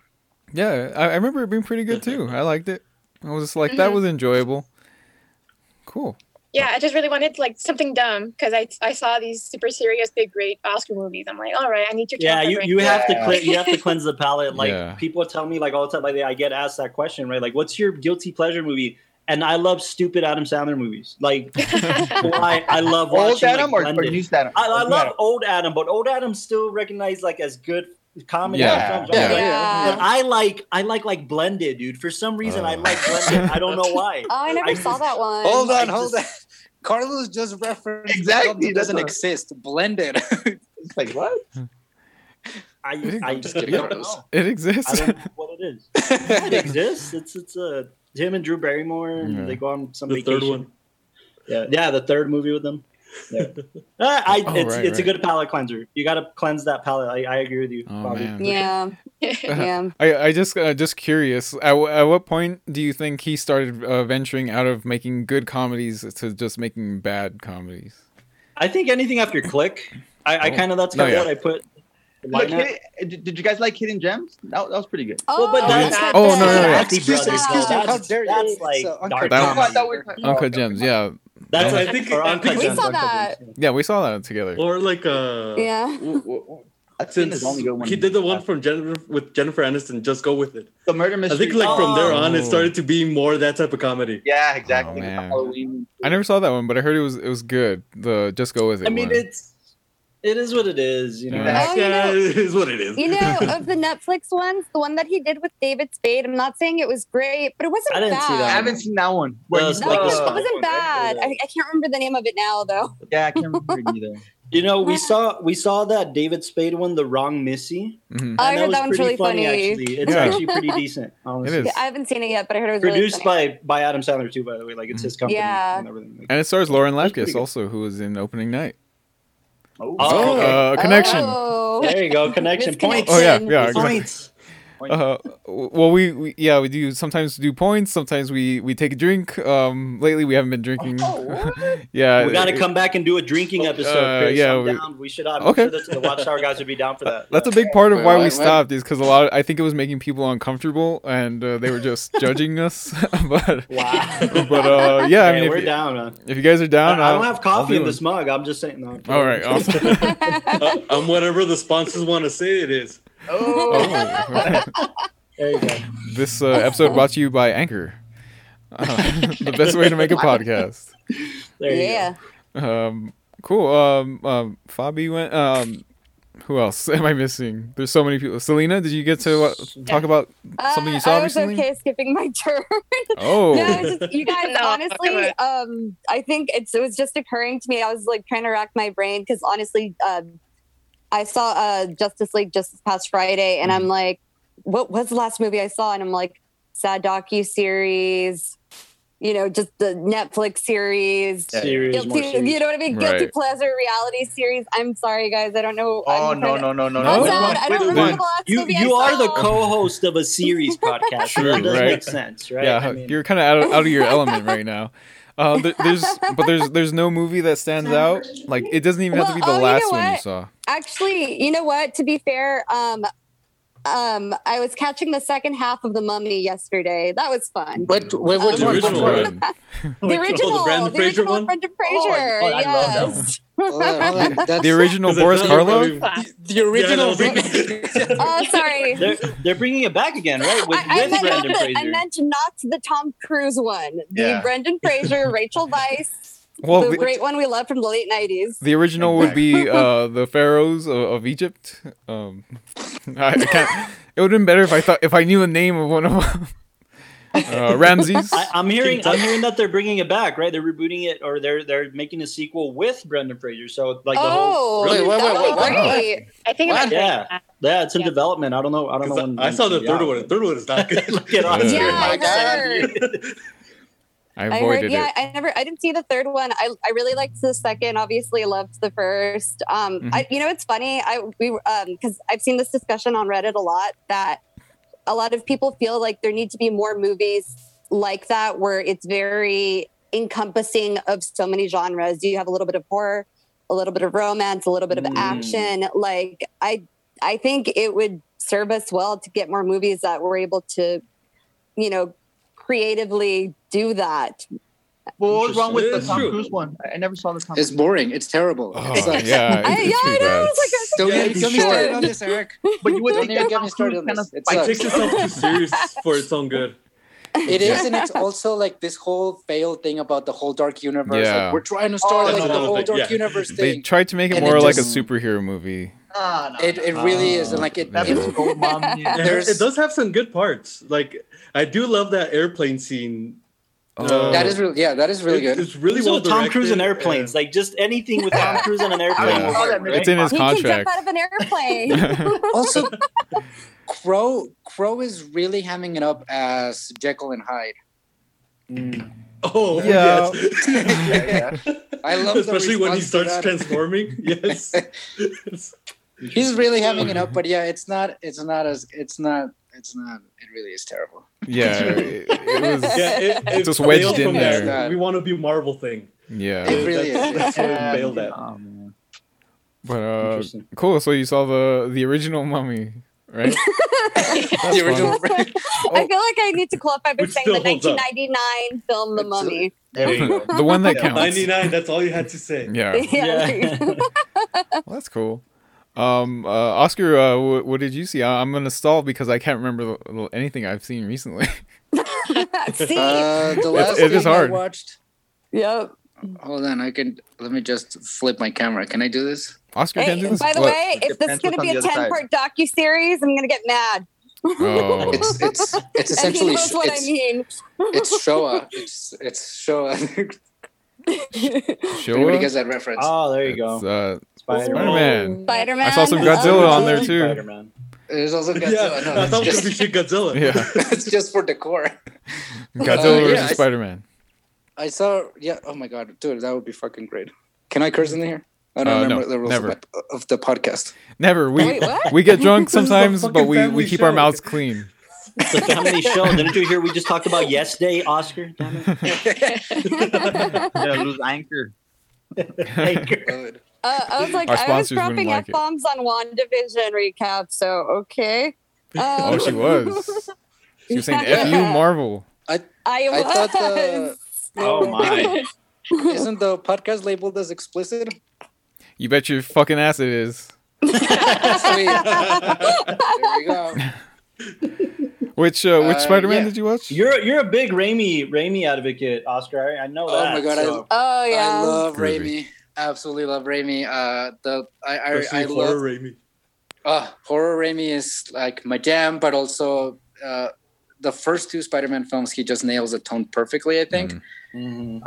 S1: Yeah, I, I remember it being pretty good too. I liked it. I was just like, that was enjoyable. Cool.
S8: Yeah, I just really wanted like something dumb because I I saw these super serious, big, great Oscar movies. I'm like, all right, I need to.
S4: yeah, you, you have to
S5: Yeah.
S4: clean you have
S5: [laughs]
S4: to cleanse the palate. Like
S1: Yeah.
S4: people tell me like all the time, like I get asked that question, right? Like, what's your guilty pleasure movie? And I love stupid Adam Sandler movies.
S5: [laughs]
S4: Like why I love
S5: Old
S4: watching.
S5: Adam
S4: like,
S5: or, or
S4: Blended.
S5: new Adam?
S4: I, I
S5: New
S4: love
S5: Adam.
S4: old Adam, but old Adam's still recognized like as good comedy.
S1: Yeah.
S4: Sometimes I'm
S2: Yeah.
S4: like,
S3: Yeah.
S4: But I like I like like blended, dude. For some reason, I
S1: Oh.
S4: like blended. I don't know why.
S3: [laughs]
S5: [laughs]
S3: Oh, I never
S4: I
S3: saw
S4: just-
S3: that one.
S2: Hold
S4: I
S2: on, hold on.
S4: just-
S2: Carlos just referenced a
S5: Exactly,
S2: club that
S5: that's
S2: doesn't
S5: what-
S2: exist. Blended.
S5: It's like what?
S4: I I just don't
S2: kidding.
S4: know.
S1: [laughs] It
S4: I
S1: exists.
S4: don't know what it is.
S2: [laughs]
S4: It exists. It's it's uh, him and Drew Barrymore. and
S1: Yeah.
S4: They go on some
S6: The
S4: vacation.
S6: third one.
S4: Yeah, yeah, the third movie with them.
S1: [laughs]
S4: Yeah. Uh, I,
S1: Oh,
S4: it's
S1: right, right.
S4: it's a good palate cleanser. You got to cleanse that palate. I, I agree with you.
S1: Oh,
S4: Bobby.
S1: man.
S3: Yeah,
S1: [laughs]
S3: yeah.
S1: I, I just uh, just curious. At, w- at what point do you think he started uh, venturing out of making good comedies to just making bad comedies?
S4: I think anything after Click, I, I
S1: Oh.
S4: kind of that's
S1: No,
S4: kind of
S1: yeah.
S4: what I put. Why
S5: Look,
S4: not?
S5: hit, did, did you guys like Hidden Gems? That, that was pretty good.
S3: Oh,
S4: Well, but that's-
S3: that's
S1: Oh, no, no, no.
S3: good.
S4: Nasty
S2: Excuse-
S4: Brothers,
S2: excuse me,
S4: though.
S2: how
S4: That's-
S2: dare you.
S4: that's like
S2: So
S4: dark
S2: uncut-
S1: That
S5: I
S4: comedy.
S5: thought that was-
S1: Uncut Gems, yeah,
S4: That's
S1: Yeah.
S4: I think
S6: We
S4: or Uncut
S6: saw
S4: Gems.
S3: that.
S1: yeah, we saw that together.
S6: Or like uh,
S3: Yeah.
S5: Ooh, ooh, ooh. That's
S6: since
S5: his only good one.
S6: he did the one from Jennifer with Jennifer Aniston, just go with it.
S5: the murder
S6: I
S5: mystery.
S6: think like from there on,
S1: Oh.
S6: it started to be more that type of comedy.
S5: yeah, exactly.
S1: Oh, man.
S5: Halloween.
S1: I never saw that one, but I heard it was it was good. The just go with it.
S4: I mean,
S1: one.
S4: it's it is what it is, you know.
S3: Yeah. Oh, you
S6: yeah,
S3: know-
S6: [laughs] it is what it is.
S3: You know,
S6: [laughs]
S3: uh, of the Netflix ones, the one that he did with David Spade, I'm not saying it was great, but it wasn't
S4: I didn't
S3: bad.
S4: see
S5: I
S4: that. Oh.
S5: haven't seen that one.
S4: No,
S5: you
S4: it's
S3: No,
S4: like
S5: saw-
S4: a
S3: it
S4: spy
S3: wasn't
S4: one, right?
S3: bad. I, I can't remember the name of it now, though.
S5: uh, Yeah, I can't remember it either.
S4: You know, we saw we saw that David Spade one, the wrong Missy.
S1: Mhm.
S3: Oh, I
S4: and
S3: heard that one's really funny.
S4: Actually, it's
S1: Yeah.
S4: actually pretty decent.
S1: [laughs]
S4: Honestly.
S1: It is.
S3: Yeah, I haven't seen it yet, but I heard it was
S4: Produced
S3: really funny.
S4: by by Adam Sandler too, by the way. Like it's his company
S3: Yeah.
S4: and everything. Like,
S1: and it stars Lauren
S4: That's pretty
S1: Lapkus
S4: good.
S1: also, who was in opening night.
S5: Oh,
S4: Oh,
S1: uh, connection.
S3: Oh.
S4: there you go, connection
S3: [laughs]
S4: points.
S1: Oh yeah,
S3: Connection.
S1: yeah. I got- [laughs]
S4: Points.
S1: Uh, well, we, we yeah we do sometimes do points. Sometimes we we take a drink. Um, lately we haven't been drinking. [laughs] yeah,
S4: Oh, we got to
S1: it-
S4: come back and do a drinking episode.
S1: Uh,
S4: Chris.
S1: yeah,
S4: I'm
S1: we-
S4: down. we should. I'm
S1: Okay.
S4: sure that the Watchtower guys would be down
S3: [laughs]
S4: for that.
S1: That's a big part of
S2: Wait,
S1: why
S2: wait,
S1: we
S2: wait.
S1: stopped is because a lot. Of, I think it was making people uncomfortable, and uh, they were
S4: [laughs]
S1: just judging us. [laughs] but
S4: wow.
S1: but uh, yeah, I mean,
S4: Hey, we're
S1: if, you,
S4: down. Man.
S1: if you guys are
S4: I,
S1: down,
S4: I don't
S1: I'll-
S4: have coffee
S1: I'll
S4: in
S1: do
S4: this
S1: it.
S4: mug. I'm just saying. No,
S1: [laughs] All right, awesome.
S3: [laughs]
S6: I- I'm Uh, um, whatever the sponsors want to say it is.
S1: Oh.
S4: there you go.
S1: [laughs] this uh, episode brought to you by Anchor, [laughs] uh, [laughs] the best way to
S4: [laughs]
S1: make a podcast.
S4: [laughs] There
S3: [laughs]
S4: you
S3: yeah.
S1: Um, cool. Um, um, Fabi went. Um, who else [laughs] am I missing? There's so many people. Selena, did you get to uh, talk about something you
S3: Uh,
S1: saw
S3: I was
S1: recently?
S3: okay skipping my [laughs] turn.
S1: Oh,
S3: No, it's just, you guys,
S8: No,
S3: honestly,
S8: okay.
S3: um, I think it's it was just occurring to me. I was like trying to rack my brain because honestly, um, I saw uh, Justice League just this past Friday, and I'm like, what was the last movie I saw? And I'm like, sad docu series, you know, just the Netflix series.
S4: go. Serious, more
S3: Guilty,
S4: serious.
S3: you know what I mean? Guilty
S1: Right.
S3: pleasure reality series. I'm sorry, guys. I don't know.
S5: Oh
S3: I'm
S5: no
S3: trying to-
S5: no no no
S1: No?
S3: I'm
S5: no!
S3: sad. I don't remember
S1: Dude,
S3: the last
S4: You
S3: movie I
S4: you are the
S3: saw.
S4: co-host of
S3: [laughs]
S4: a series podcast.
S1: True,
S4: that does
S1: right.
S4: make sense, right?
S1: yeah,
S4: I mean,
S1: you're kind of out of, out of your element right
S4: [laughs]
S1: now. Uh, there, there's but there's there's no movie that stands out. Like it doesn't even have to be the
S3: Well, oh, you
S1: last
S3: know
S1: one you
S3: what?
S1: saw.
S3: actually, you know what? To be fair, um, um, I was catching the second half of the Mummy yesterday. That was fun.
S2: What? What? What?
S3: The
S2: what-
S6: original
S3: [laughs]
S2: what-
S6: one.
S3: The original,
S6: the Brandon
S3: the
S6: Fraser
S3: original
S6: one?
S3: Brendan
S5: Oh,
S3: Fraser.
S5: I- oh, I love that
S3: yes.
S2: Hold on, hold on. That's-
S1: The original
S6: There's
S1: Boris
S6: another
S1: Karloff.
S6: movie-
S8: Fuck.
S2: The original.
S6: Yeah,
S1: [laughs]
S6: no,
S3: oh,
S4: [laughs]
S3: sorry.
S4: they're they're bringing it back again, right? With,
S3: I, I,
S4: with
S3: meant not
S4: Brandon
S3: the, I
S4: Fraser.
S3: meant not the Tom Cruise one. The
S5: Yeah.
S3: Brendan Fraser, Rachel Weisz,
S2: [laughs]
S1: Well,
S3: the
S1: the,
S3: great one we love from the late nineties.
S1: the original would
S3: [laughs]
S1: be uh, the pharaohs of, of Egypt. Um, [laughs] I, I can't. It would have been better if I thought if I knew the name of one of them. [laughs] Uh,
S3: [laughs]
S1: Ramses.
S4: I, I'm hearing I'm hearing that they're bringing it back, right? They're rebooting it, or they're they're making a sequel with Brendan Fraser. So like the whole
S3: oh,
S2: Wait, wait,
S3: that
S2: wait,
S3: would
S2: wait,
S3: be
S2: wait.
S3: great.
S8: [laughs] I think
S2: What?
S8: about
S4: yeah yeah it's in
S8: Yeah.
S4: development. I don't know I don't know when.
S6: I saw the third one. The third one is not
S5: [laughs]
S6: good.
S4: Look at
S6: [laughs]
S4: Oscar.
S1: Yeah,
S3: I
S1: I
S3: I heard,
S1: avoided
S3: yeah,
S1: it.
S3: I never, I didn't see the third one. I, I really liked the second. Obviously, loved the first. Um,
S1: Mhm.
S3: I, you know, it's funny. I we um because I've seen this discussion on Reddit a lot that a lot of people feel like there need to be more movies like that where it's very encompassing of so many genres. You have a little bit of horror, a little bit of romance, a little bit of
S4: Mm.
S3: action. Like I, I think it would serve us well to get more movies that were able to, you know, creatively do that
S5: Well, what was wrong with the
S6: It's
S5: Tom
S6: true.
S5: Cruise one? I I never saw the Tom.
S2: It's
S5: Cruise.
S2: boring. It's terrible.
S3: [laughs]
S1: Oh,
S2: It sucks.
S1: yeah,
S3: I,
S1: it's
S3: yeah,
S1: too
S3: I know. I
S1: bad.
S3: was like, that's
S2: Don't
S6: Yeah,
S2: even
S6: you
S2: get me
S6: should.
S2: started on this, Eric.
S5: But you would
S2: Don't
S5: think
S2: even
S5: that
S2: get
S5: Tom
S2: me started
S5: Cruise
S2: on
S5: kind of
S2: this. It
S5: spikes
S6: It
S2: sucks.
S6: takes itself too serious for its own good.
S2: It is, and it's also like this whole failed thing about the whole dark universe.
S1: Yeah.
S2: Like, we're trying to start
S5: Oh,
S2: like the
S6: that's
S2: whole
S6: another thing,
S2: dark
S6: yeah.
S2: universe
S1: They
S2: thing.
S1: tried to make it
S2: And it
S1: more like a
S2: just-
S1: superhero movie.
S5: Ah, no,
S2: It,
S5: no,
S2: it
S5: no.
S2: really
S4: Ah.
S2: is, and like it,
S1: That
S5: That
S2: it
S5: was so mom.
S6: It-
S2: There's-
S6: it does have some good parts. Like I do love that airplane scene. Uh,
S1: Oh.
S2: that is really yeah, that is really
S6: It's-
S2: good.
S6: [laughs] It's really
S4: So
S6: well
S4: Tom Cruise and
S6: directed
S4: airplanes, like just anything with Tom Cruise and an airplane.
S1: Yeah.
S4: will
S3: Oh,
S4: work, right?
S1: It's in his
S3: he can
S1: contract.
S3: jump out of
S1: [laughs]
S3: an [laughs] airplane.
S2: Also, Crow Crow is really hamming it up as Jekyll and Hyde.
S6: [laughs] Oh
S1: Yeah.
S6: yes.
S2: [laughs] I love the
S6: especially when he
S2: response to
S6: starts
S2: that. [laughs]
S6: transforming. Yes.
S2: He's really hamming it up, but yeah, it's not. It's not as. It's not. It's not. It really is terrible. [laughs]
S1: yeah, it, it was.
S6: [laughs] yeah, it, it
S1: Just wedged
S6: failed
S1: in
S6: from
S1: there.
S2: Yeah.
S6: We want to be Marvel thing.
S1: Yeah,
S2: It really
S6: that's,
S2: is.
S6: That's where we
S5: Yeah.
S6: failed at.
S5: Oh, man.
S1: but uh,
S4: Oh, Interesting.
S1: cool. So you saw the the original Mummy, right? That's
S2: the original.
S3: I feel like I need to qualify by
S6: Which
S3: saying the
S6: still holds up.
S3: 1999 film The
S2: It's-
S3: Mummy.
S5: There you go.
S1: the one that
S6: Yeah,
S1: counts.
S6: 99. That's all you had to say.
S1: Yeah,
S3: [laughs]
S6: [laughs]
S3: Yeah.
S4: Yeah.
S1: well, that's cool. Um, uh, Oscar, uh, wh- what did you see? I- I'm gonna stall because I can't remember the- the- anything I've seen recently. [laughs]
S3: See?
S2: [laughs] Uh, the last
S1: it is
S2: thing
S1: hard.
S2: I watched.
S3: yep.
S2: Hold on, I can. Let me just flip my camera. Can I do this?
S1: Oscar
S3: Hey,
S1: can do this.
S3: by the
S1: What?
S3: way, if this is
S5: Depends
S3: going to
S5: what's
S3: be
S5: on
S3: a
S5: the other
S3: 10 part docu series, I'm going to get mad. [laughs]
S1: Oh.
S2: It's it's it's
S3: And he
S2: essentially
S3: knows what I
S2: it's,
S3: mean.
S2: [laughs] it's
S3: [laughs]
S2: Showa. It's it's Showa. [laughs] Everybody
S1: Showa?
S2: gets that reference.
S6: Ah.
S4: Oh, there you
S1: It's,
S4: go.
S1: uh,
S4: Spider
S1: Spider-Man.
S3: Spider Man.
S1: I saw some Godzilla on there too.
S4: Spider-Man.
S2: There's also
S6: Yeah,
S2: Godzilla. no,
S6: I
S2: that's
S6: thought it was
S2: just,
S6: gonna be
S2: [laughs]
S6: shit Godzilla.
S1: [laughs] Yeah,
S2: it's just for decor.
S1: Godzilla
S2: Uh, yeah,
S1: versus
S2: I-
S1: Spider-Man.
S2: I saw. Yeah. Oh my god, dude, that would be fucking great. Can I curse in here? I don't
S1: Uh,
S2: remember
S1: no,
S2: the rules
S1: never.
S2: of, my- of the
S3: [laughs]
S2: podcast.
S1: Never. We
S3: Wait, what?
S1: we get drunk
S6: This is a
S1: sometimes, but
S6: fucking
S1: we, we
S6: family
S1: keep our
S6: show.
S1: mouths clean.
S4: It's a family show. Didn't you hear we just talked about yes day, Oscar? Damn it.
S5: Gotta lose anchor.
S4: Thank you.
S2: Good.
S3: [laughs] Uh, I was like,
S1: Our
S3: I was
S1: sponsors wouldn't
S3: dropping
S1: like
S3: F
S1: it.
S3: bombs on WandaVision recap, so okay. Um,
S1: Oh,
S2: [laughs]
S1: she
S3: [laughs]
S1: was. She was saying "F you,
S3: Yeah.
S1: Marvel."
S3: I
S2: I
S3: was.
S2: thought the-
S4: Oh my.
S2: Isn't the podcast labeled as explicit?
S1: You bet your fucking ass it is.
S2: Sweet. there we
S3: [laughs]
S2: go.
S1: Which uh, which
S2: Uh,
S1: Spider-Man
S2: yeah.
S1: did you watch?
S4: You're you're a big Raimi Raimi advocate, Oscar. I, I know
S2: Oh
S4: that.
S2: my God, I-
S4: so-
S3: [laughs] oh
S2: I
S3: yeah.
S2: love
S1: Groovy.
S2: Raimi. Absolutely love Raimi. Uh, the I I,
S6: Especially
S2: I
S6: horror
S2: love
S6: Raimi.
S2: uh, horror Raimi is like my jam, but also uh, the first two Spider-Man films he just nails the tone perfectly. I think.
S1: Mm.
S4: Mhm.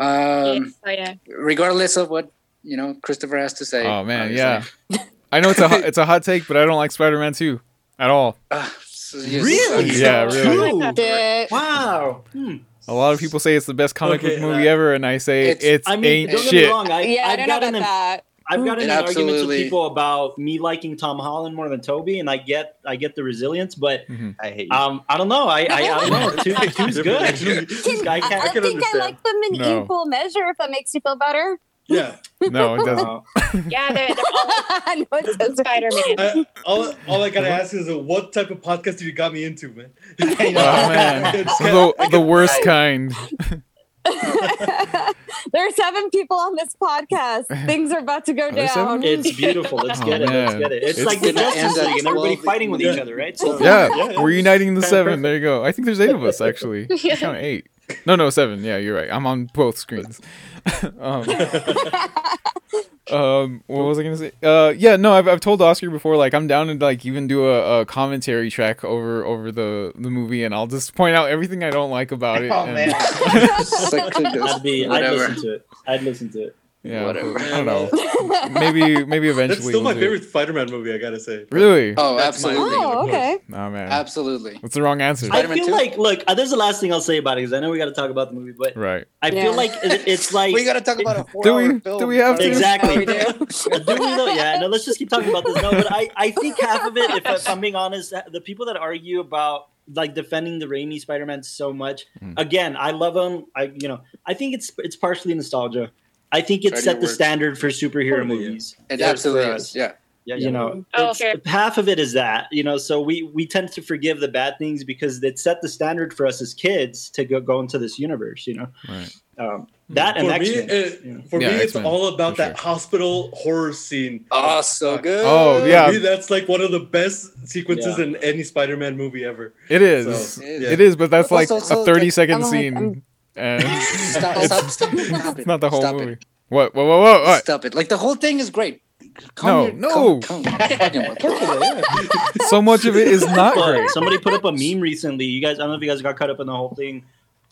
S2: Um,
S8: oh yeah.
S2: regardless of what you know Christopher has to say.
S1: Oh man,
S2: obviously.
S1: yeah. I know it's a hot, it's a hot take, but I don't like Spider-Man 2 at all.
S2: Ah, so yes.
S4: Really?
S1: Yeah, really.
S4: Ooh.
S3: Dick.
S4: Wow. Hmm.
S1: A lot of people say it's the best comic
S6: Okay,
S1: book movie
S6: uh,
S1: ever, and I say it's,
S2: it's-
S4: I mean,
S1: ain't
S4: don't get me
S1: shit.
S4: wrong. I,
S3: yeah, I
S4: I've
S3: don't know
S4: gotten
S3: about
S4: in,
S3: that.
S4: I've gotten
S2: It
S4: in arguments with
S2: absolutely-
S4: people about me liking Tom Holland more than Toby, and I get I get the resilience, but
S5: I hate you.
S4: um, I don't know. I I, I don't know.
S6: [laughs]
S2: [laughs]
S4: Two, two's good.
S3: Can-
S4: I
S3: I,
S4: can- I
S3: I
S4: can
S3: think I
S6: understand.
S3: like them in
S1: No.
S3: equal measure. If that makes you feel better.
S2: [laughs]
S3: [laughs]
S6: Yeah.
S1: No, it
S4: [laughs]
S1: doesn't.
S4: Uh,
S8: Yeah, they're, they're
S3: I know it
S8: all
S3: [laughs] doesn't.
S8: [laughs] Spider-Man.
S6: I, all, all I gotta ask is uh, what type of podcast have you got me into, man? [laughs]
S1: Oh
S4: [laughs]
S1: man, the, the worst kind.
S3: there are seven people on this
S1: [laughs]
S3: podcast. Things are about to go
S1: Are there seven?
S3: down.
S4: it's beautiful. Let's
S1: Oh,
S4: get it. Let's
S1: man.
S4: get it. It's,
S1: It's
S4: like the
S2: gonna
S4: Justice
S2: end at
S4: League, and everybody
S2: 12.
S4: fighting with
S6: Yeah.
S4: each other,
S1: [laughs]
S4: right? So
S1: Yeah,
S6: Yeah.
S1: we're uniting the
S6: Kinda
S1: seven.
S6: perfect.
S1: There you go. I think there's eight of us actually. I Count eight. No, no, seven. Yeah, you're right. I'm on both screens. [laughs] um, um, what was I gonna say? Uh, yeah, no, I've, I've told Oscar before. Like, I'm down to like even do a, a commentary track over over the the movie, and I'll just point out everything I don't like about it.
S5: oh
S1: and-
S5: man.
S4: [laughs]
S2: Suck to this.
S4: I'd be. I'd
S2: Whatever.
S4: listen to it. I'd listen to it.
S1: [laughs] Yeah,
S2: Whatever.
S1: I don't know.
S3: [laughs]
S1: Maybe maybe eventually.
S6: That's
S1: we'll
S6: still my
S1: do it.
S6: favorite Spider-Man movie. I gotta say.
S1: Really?
S2: Oh,
S6: That's my-
S2: absolutely.
S3: oh, okay.
S1: Oh man,
S2: Absolutely.
S1: that's the wrong answer.
S4: I
S2: Spider-Man
S4: feel
S2: two?
S4: like look. Uh, there's the last thing I'll say about it because I know we got to talk about the movie, but
S1: Right.
S4: I
S3: Yeah.
S4: feel like it- it's like
S2: [laughs] We gotta talk about a
S1: Do we-
S2: four-hour
S1: do
S2: film.
S1: we have to?
S4: Exactly.
S3: Oh, we do.
S4: Do we know? Yeah, no, let's just keep talking about this. No, but I, I think half of it, if, if I'm being honest, the people that argue about like defending the Raimi Spider-Man so much,
S1: Mm.
S4: again, I love him. I, you know, I think it's it's partially nostalgia. I think it
S2: Try to
S4: set
S2: get
S4: the
S2: work.
S4: standard for superhero
S6: Totally, yeah.
S4: movies.
S2: It
S4: for- for
S2: absolutely
S4: us.
S2: is. Yeah.
S5: Yeah,
S4: You know,
S8: Oh,
S4: it's-
S8: fair.
S4: half of it is that you know. So we we tend to forgive the bad things because it set the standard for us as kids to go go into this universe. You know,
S1: Right.
S4: um, that and
S6: for me,
S4: X-Men.
S6: it,
S4: Yeah.
S6: for
S1: Yeah,
S6: me, it's
S1: X-Men,
S6: all about
S1: for
S6: that hospital horror scene.
S2: Oh, so good.
S1: Oh,
S6: For
S1: yeah.
S6: me, that's like one of the best sequences
S4: Yeah.
S6: in any Spider-Man movie ever.
S1: It is.
S6: So,
S2: It
S6: yeah.
S1: It is, but that's like
S2: Also, so,
S1: a thirty
S2: like,
S1: second
S3: I'm like,
S1: scene,
S3: I'm-
S1: and
S2: Stop,
S1: it's
S2: stop, stop, it, stop
S1: [laughs]
S2: it.
S1: not the whole
S2: stop
S1: movie.
S2: It.
S1: What? Whoa, whoa, whoa! What?
S2: Stop it. Like the whole thing is great.
S1: No,
S2: here,
S1: no.
S2: Come, [laughs] come, fucking work.
S1: So much of it is not
S4: Look,
S1: great.
S4: Somebody put up a meme recently. You guys, I don't know if you guys got caught up in the whole thing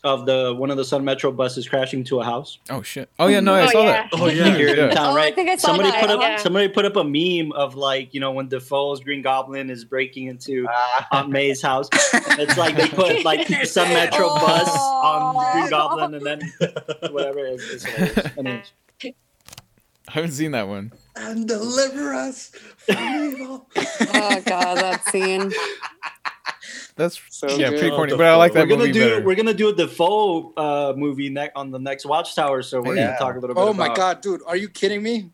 S4: of the one of the Sun Metro buses crashing to a house
S1: Oh shit! Oh yeah, no, I
S8: Oh,
S1: saw
S8: yeah.
S1: that.
S6: Oh
S4: here
S6: yeah.
S1: Yeah.
S4: in town,
S3: Oh, I
S4: right?
S3: think I saw
S4: somebody
S3: that.
S4: put up
S8: Yeah.
S4: somebody put up a meme of like you know when Defoe's Green Goblin is breaking into
S1: Ah.
S4: Aunt May's house. It's like they
S3: [laughs]
S4: put like the Sun Metro
S3: Oh.
S4: bus on Green Goblin and
S3: [laughs]
S4: then
S1: [laughs]
S4: whatever it is. It's hilarious. Anyways.
S1: I haven't seen that one.
S6: and deliver us from
S2: [laughs]
S6: evil.
S3: oh god, that
S1: [laughs]
S3: scene.
S1: That's
S2: So
S1: yeah,
S2: good.
S1: pretty corny,
S6: Oh,
S1: but I like
S4: We're
S1: that
S4: gonna
S1: movie
S4: do
S1: better.
S4: we're gonna do a Defoe uh, movie ne- on the next Watchtower, so we're
S1: Hey.
S4: gonna talk a little bit.
S2: Oh my
S4: about-
S2: god, dude, are you kidding me?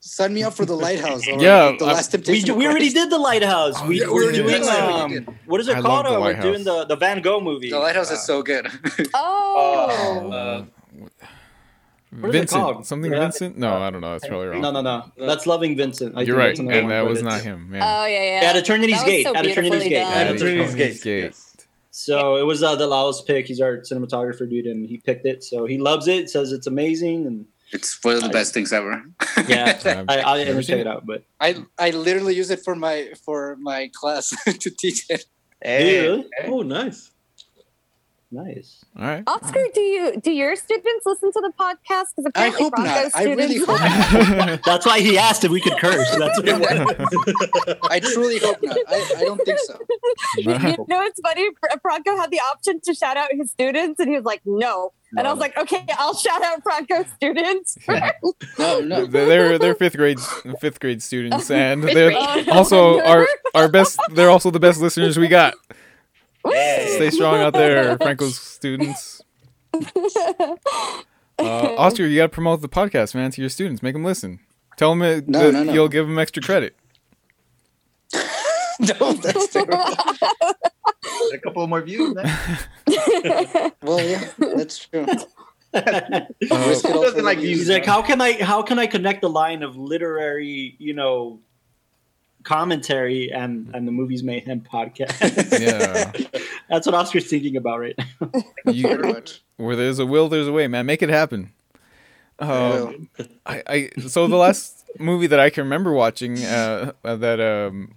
S2: Sign me up for the lighthouse. or
S1: Yeah,
S2: the
S1: I-
S2: last
S4: We,
S2: temptation.
S4: ju-
S2: of
S4: we already
S2: Christ.
S4: did the lighthouse.
S1: Oh,
S4: [laughs] we,
S1: yeah,
S4: we're
S1: we did.
S4: doing
S1: That's
S2: right, we
S4: um,
S2: did.
S4: what is it
S1: I love
S4: called?
S1: the
S4: Uh, we're
S1: lighthouse.
S4: doing the, the Van Gogh movie.
S2: The lighthouse is
S4: Uh,
S2: so good. [laughs]
S3: Oh,
S1: Uh,
S4: what is it
S1: Vincent,
S4: called?
S1: something
S4: Yeah.
S1: Vincent? No, I don't know. That's probably wrong.
S4: No, no, no.
S2: Uh,
S4: That's loving Vincent. I
S1: You're
S4: think
S1: right,
S4: that's another
S1: and
S4: one,
S1: that
S4: but
S1: was
S4: it's-
S1: not him. Yeah.
S3: oh yeah, yeah.
S4: At Eternity's
S3: That was
S4: Gate.
S3: so
S4: At Eternity's
S3: beautifully
S4: Gate.
S3: done.
S1: At
S6: At Eternity's Gate, yes.
S4: So it was uh, the Laos pick. He's our cinematographer dude, and he picked it. So he loves it. Says it's
S3: [laughs]
S4: amazing, and
S2: It's one of the best things ever.
S4: yeah,
S1: I've
S4: I, I, I
S1: never
S4: check
S1: seen
S4: it
S1: it.
S4: out. But
S2: I I literally use it for my for my class [laughs] to teach it.
S7: Eh,
S5: Hey,
S4: Dude,
S6: Oh, nice.
S1: [laughs]
S4: nice. [laughs]
S1: All
S3: [laughs]
S1: right.
S3: Oscar, do you do your students listen to the podcast? Because
S2: I
S3: apparently
S2: hope not.
S3: Bronco's
S2: I really
S3: students. [laughs]
S2: hope not.
S4: That's why he asked if we could curse.
S5: [laughs]
S4: That's what it was.
S2: I truly hope not. I, I don't think so.
S1: [laughs]
S3: you know, it's funny. Br- Bronco had the option to shout out his students, and he was like, "No, and I was like, okay, I'll shout out Bronco students.
S2: No, no.
S1: Th- They're they're fifth grade fifth grade students, and
S8: Fifth
S1: they're
S3: Oh,
S1: [laughs]
S3: [laughs]
S8: grade.
S1: also our our best. They're also the best listeners we got. Stay strong out
S3: [laughs]
S1: there, Franco's students.
S3: Oh,
S2: Oh,
S1: Uh, Oscar, you got to promote the podcast, man, to your students. Make them listen. Tell them it,
S2: No,
S1: that
S2: no, no.
S1: you'll give them extra credit.
S2: [laughs] [laughs] no, that's terrible.
S5: a couple more views. man.
S2: Well, yeah, that's [laughs] true.
S1: Uh,
S2: Risk it all for
S5: Doesn't
S2: the
S5: like
S2: views.
S5: you.
S4: He's like, how can I how can I connect the line of literary, you know, commentary and and the movies mayhem podcast? [laughs]
S1: yeah,
S4: That's what Oscar's thinking about right now.
S1: You-
S2: Pretty much.
S1: where there's a will, there's a way, man. Make it happen. Um, I, I so the last [laughs] movie that I can remember watching uh, that um,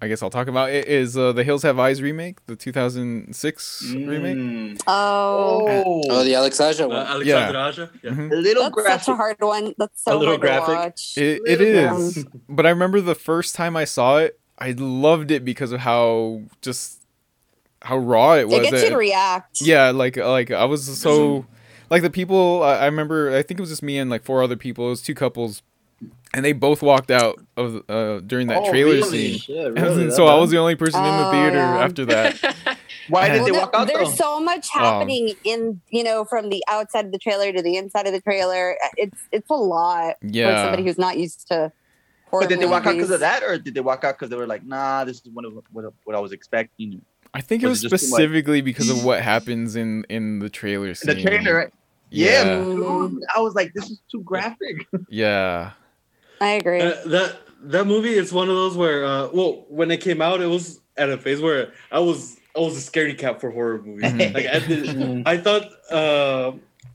S1: I guess I'll talk about i- is uh, the Hills Have Eyes remake, the 2006 remake.
S4: Mm.
S3: oh,
S2: Oh, the Alex Aja
S6: Uh,
S2: one.
S6: Alexander Aja? Yeah.
S1: Mhm.
S5: A little
S3: that's
S5: graphic.
S3: such a hard one. That's so
S4: A little
S3: hard to
S4: graphic.
S3: watch.
S1: It, it
S3: Yeah.
S1: is, [laughs] but I remember the first time I saw it, I loved it because of how just how raw it was.
S3: it gets
S1: It-
S3: you to react.
S1: yeah like like i was
S3: [clears throat]
S1: so like the people I, I remember i think it was just me and like four other people it was two couples and they both walked out of uh during that
S5: Oh,
S1: trailer
S5: really?
S1: scene
S4: Yeah,
S1: And
S4: really,
S1: so
S4: that
S1: i was the only person in the
S3: Oh,
S1: theater
S3: yeah.
S1: after
S3: [laughs]
S8: [laughs]
S1: that
S5: Why did
S1: Well,
S5: they
S3: Well,
S5: walk
S3: there-
S5: out though?
S3: there's so much happening in you know from the outside of the trailer to the inside of the trailer. Uh, It's it's a lot for
S1: yeah
S3: somebody who's not used to. horror
S5: But did they walk out because
S3: movies.
S5: of that, or did they walk out because they were like, "Nah, this is one of what, what I was expecting."
S1: i think it was
S5: Was it just too much?
S1: specifically because
S3: [laughs]
S1: of what happens in in the trailer scene.
S5: The trailer, right?
S1: yeah
S3: Mm,
S5: I was like, "This is too graphic."
S1: yeah
S3: I agree.
S6: Uh, that that movie is one of those where uh well when it came out it was at a phase where I was I was a scaredy cat for horror movies.
S1: Mhm.
S6: like I,
S4: Mm.
S6: did, I thought uh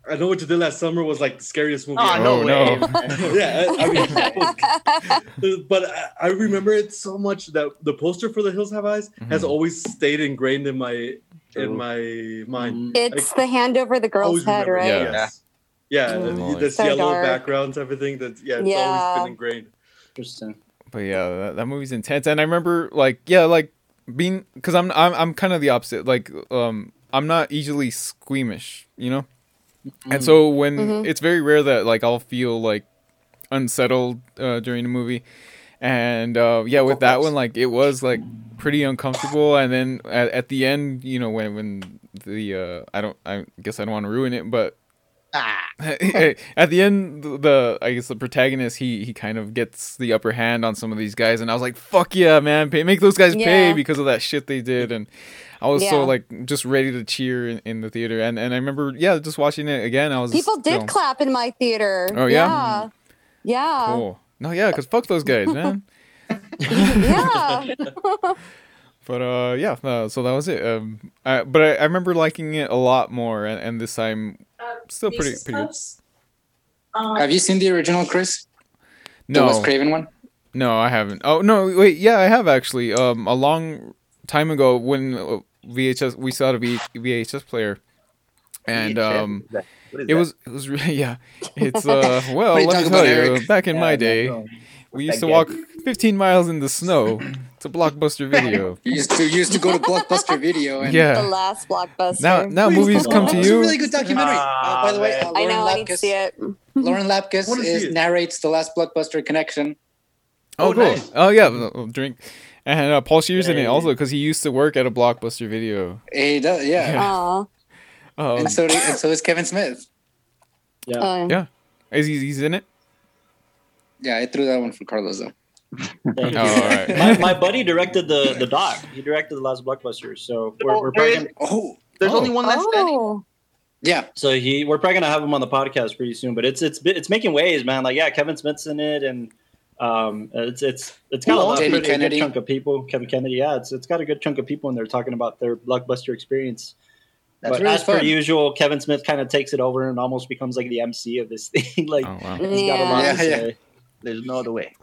S6: I know what you did last summer was like the scariest movie.
S5: Oh,
S6: ever.
S5: no
S1: Oh,
S5: way!
S1: no.
S5: man.
S6: [laughs] yeah, I, I
S3: [laughs]
S6: mean, [laughs] but I, I remember it so much that the poster for The Hills Have Eyes has
S1: Mhm.
S6: always stayed ingrained in my
S5: True.
S6: in my mind.
S3: it's the hand over the Mm-hmm. girl's
S6: Always
S3: head,
S6: remember it,
S3: right?
S1: Yeah.
S6: Yes. Yeah,
S3: Mm.
S6: the-
S1: Lord.
S6: this
S3: So
S6: yellow
S3: dark.
S6: backgrounds, everything. That yeah, it's always
S3: Yeah.
S6: been ingrained.
S4: Interesting.
S1: but yeah that, that movie's intense and i remember like yeah like being because i'm i'm, I'm kind of the opposite like um i'm not easily squeamish you know and so when
S3: Mhm.
S1: it's very rare that like i'll feel like unsettled uh, during a movie and uh, yeah with that one like it was like pretty uncomfortable and then at, at the end you know when when the uh i don't i guess i don't want to ruin it but
S3: Ah.
S1: [laughs] at the end the, the i guess the protagonist he he kind of gets the upper hand on some of these guys and i was like fuck yeah man pay, make those guys pay
S3: Yeah.
S1: because of that shit they did and i was
S3: Yeah.
S1: so like just ready to cheer in, in the theater and and i remember yeah just watching it again i was
S3: People did
S1: still-
S3: clap in my theater.
S1: Oh, yeah?
S3: yeah, yeah,
S1: cool no yeah because fuck those
S3: [laughs]
S1: guys man
S3: yeah.
S1: But uh, yeah, uh, so that was it. Um, I, but I, I remember liking it a lot more, and, and this time still pretty pretty. Good.
S4: Uh,
S2: Have you seen the original, Chris? The Wes
S1: No,
S2: Craven one?
S1: no, I haven't. Oh no, wait, yeah, I have actually. Um, a long time ago when uh, VHS we saw a v- VHS player, and um,
S5: What is
S1: it
S5: that?
S1: was it was [laughs] really yeah. It's uh well
S2: What are
S1: let me
S2: you talking
S1: tell
S2: about,
S1: you,
S2: Eric?
S1: back in
S5: Yeah,
S1: my
S5: I
S1: day,
S5: know.
S1: we used to
S5: that gag?
S1: walk 15 miles in the snow to Blockbuster Video.
S2: You used to you used to [laughs] go to Blockbuster Video
S1: [laughs]
S2: and
S1: yeah.
S3: The last blockbuster.
S1: Now now
S6: Please
S1: movies
S6: look
S1: come
S6: up.
S1: to
S2: It's Oh, a
S1: you.
S2: really good documentary.
S5: Ah,
S2: Uh, by the way,
S5: man.
S2: uh,
S3: I
S2: Lauren
S3: know. I need to
S2: Lapkus,
S3: see it.
S2: Lauren Lapkus
S6: What is
S2: is,
S6: it?
S2: narrates the last Blockbuster connection.
S1: Oh,
S6: Oh,
S1: cool.
S6: nice.
S1: Oh, yeah. we'll- we'll drink. And uh, Paul Shear's in it
S4: Hey.
S1: also because he used to work at a Blockbuster video.
S2: He does, yeah.
S3: Oh,
S1: Oh,
S2: And so do- and so is Kevin Smith.
S4: Yeah.
S3: uh,
S1: Yeah. is he, he's
S4: [laughs]
S1: in it?
S2: Yeah, I threw that one for Carlos though.
S4: Thank
S1: Oh,
S4: you.
S1: all right.
S4: [laughs] my, my buddy directed the the doc. He directed the last blockbuster. So we're, we're probably gonna,
S2: Oh,
S5: There's
S1: Oh.
S5: only one left standing.
S3: oh,
S2: yeah.
S4: so he we're probably gonna have him on the podcast pretty soon. But it's it's bi- it's making waves, man. Like yeah, Kevin Smith's in it, and um, it's it's it's got
S2: Who
S4: a,
S2: else?
S4: lot,
S2: J.D.
S4: pretty- a good
S2: Kennedy.
S4: chunk of people. Kevin Kennedy, yeah, it's it's got a good chunk of people in there talking about their blockbuster experience.
S5: That's
S4: but
S2: really
S4: as per
S2: fun.
S4: usual, Kevin Smith kind of takes it over and almost becomes like the MC of this [laughs] thing. like
S1: Oh, wow.
S4: he's got a lot
S3: yeah.
S2: Yeah,
S4: to
S2: yeah.
S4: say.
S5: There's no other way.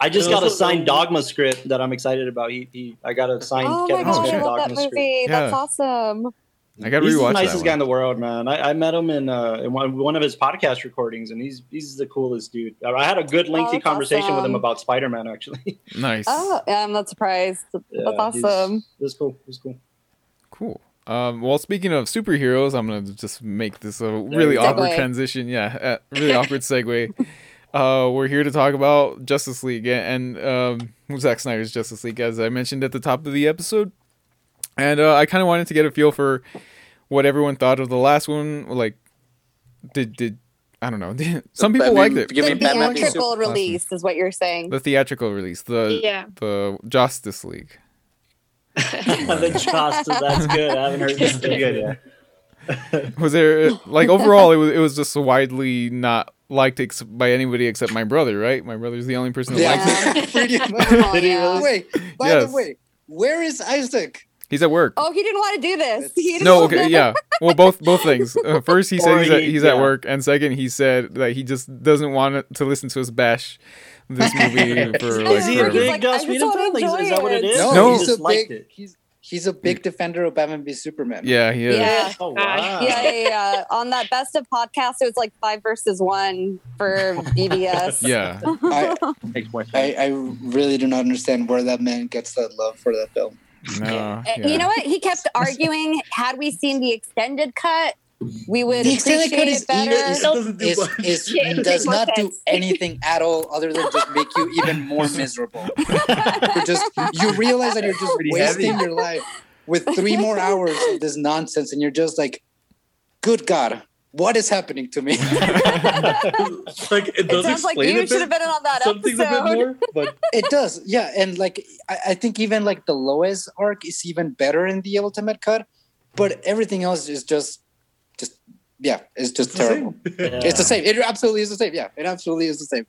S4: I just
S6: Yeah,
S4: got a
S6: also-
S4: signed Dogma script that I'm excited about. He, he I got a signed
S3: Oh my
S4: Kevin
S3: god,
S4: Smith
S3: I love that
S4: Dogma script.
S3: movie. That's
S1: Yeah.
S3: awesome.
S1: I got to
S4: he's the
S1: rewatch
S4: nicest guy
S1: that. One.
S4: in the world, man. I, I met him in uh, in one, one of his podcast recordings, and he's he's the coolest dude. I had a good lengthy
S3: that's
S4: conversation with him
S3: awesome.
S4: about Spider Man, actually. [laughs]
S1: Nice.
S3: Oh, yeah, I'm not surprised. That's
S4: Yeah, he's-
S3: awesome.
S4: It was cool. It was cool.
S1: Cool. Um, well, speaking of superheroes, I'm gonna just make this a really
S3: Segue.
S1: awkward transition. Yeah, uh, really awkward segue. Uh, we're here to talk about Justice League and um, Zack Snyder's Justice League, as I mentioned at the top of the episode. And uh, I kind of wanted to get a feel for what everyone thought of the last one. Like, did did I don't know? [laughs] Some people
S2: Batman-
S1: liked it.
S2: You mean
S3: the
S2: Batman v
S3: theatrical
S1: Superman?
S3: release is what you're saying.
S1: The theatrical release, the
S8: Yeah.
S1: the Justice League.
S4: the Justice, that's good. I haven't heard this
S5: Pretty good, yeah.
S1: was there like overall it was it was just widely not liked ex- by anybody except my brother right my brother's the only person who
S2: Yeah.
S1: liked it
S2: [laughs] Pretty much.
S3: [laughs] Oh,
S5: Did he
S3: yeah.
S5: really?
S2: Wait, by
S1: Yes.
S2: the way, where is Isaac?
S1: he's at work
S3: Oh, he didn't want to do this. [laughs] He didn't
S1: no
S3: want
S1: okay
S3: to-
S1: yeah well both both things uh, first he said
S4: Or
S1: he's, at,
S4: he-
S1: he's at
S4: yeah.
S1: work and second he said that he just doesn't want to listen to us bash this movie for like
S3: [laughs]
S4: [laughs] Is he a
S1: forever.
S4: big
S3: Like, I
S4: Joss
S3: just
S4: Whedon
S3: wanna
S4: fan? Like, is- is
S3: enjoy
S4: that what it
S3: it.
S4: is?
S2: No,
S1: No.
S4: He
S2: he's a
S4: just liked
S2: big
S4: it.
S2: he's he's a big defender of Batman v Superman.
S1: yeah he is
S3: Yeah.
S4: Oh wow.
S8: Gosh.
S3: yeah, yeah, yeah. On that best of podcast, it was like five versus one for BBS.
S1: yeah,
S3: Oh.
S2: I,
S5: Makes more sense.
S2: I, I really do not understand where that man gets that love for that film.
S1: no yeah.
S3: And Eh, You know what? He kept arguing. Had we seen the extended cut, we would
S2: The extended
S3: appreciate
S2: cut is
S3: it better.
S2: even- is-
S6: doesn't do
S2: Is,
S6: much.
S3: [laughs]
S2: is
S8: Yeah, it
S2: does
S8: makes more
S2: not do
S8: sense.
S2: anything at all other than just make you even more miserable. you're just you realize that you're just
S5: Pretty
S2: wasting your life with three more hours of this nonsense, and you're just like, "Good God, what is happening
S6: [laughs]
S2: to me?"
S6: like it
S3: it
S6: does
S3: sounds like
S6: explain
S3: you
S6: a
S3: should
S6: bit.
S3: have been on that
S6: Something's a bit
S3: episode. [laughs]
S6: more, but
S2: it does, yeah. And like I, I think even like the Lois arc is even better in the Ultimate Cut, but everything else is just, just yeah, it's just
S6: it's the
S2: terrible.
S6: same.
S2: It's the same. It absolutely is the same. Yeah, it absolutely is the same.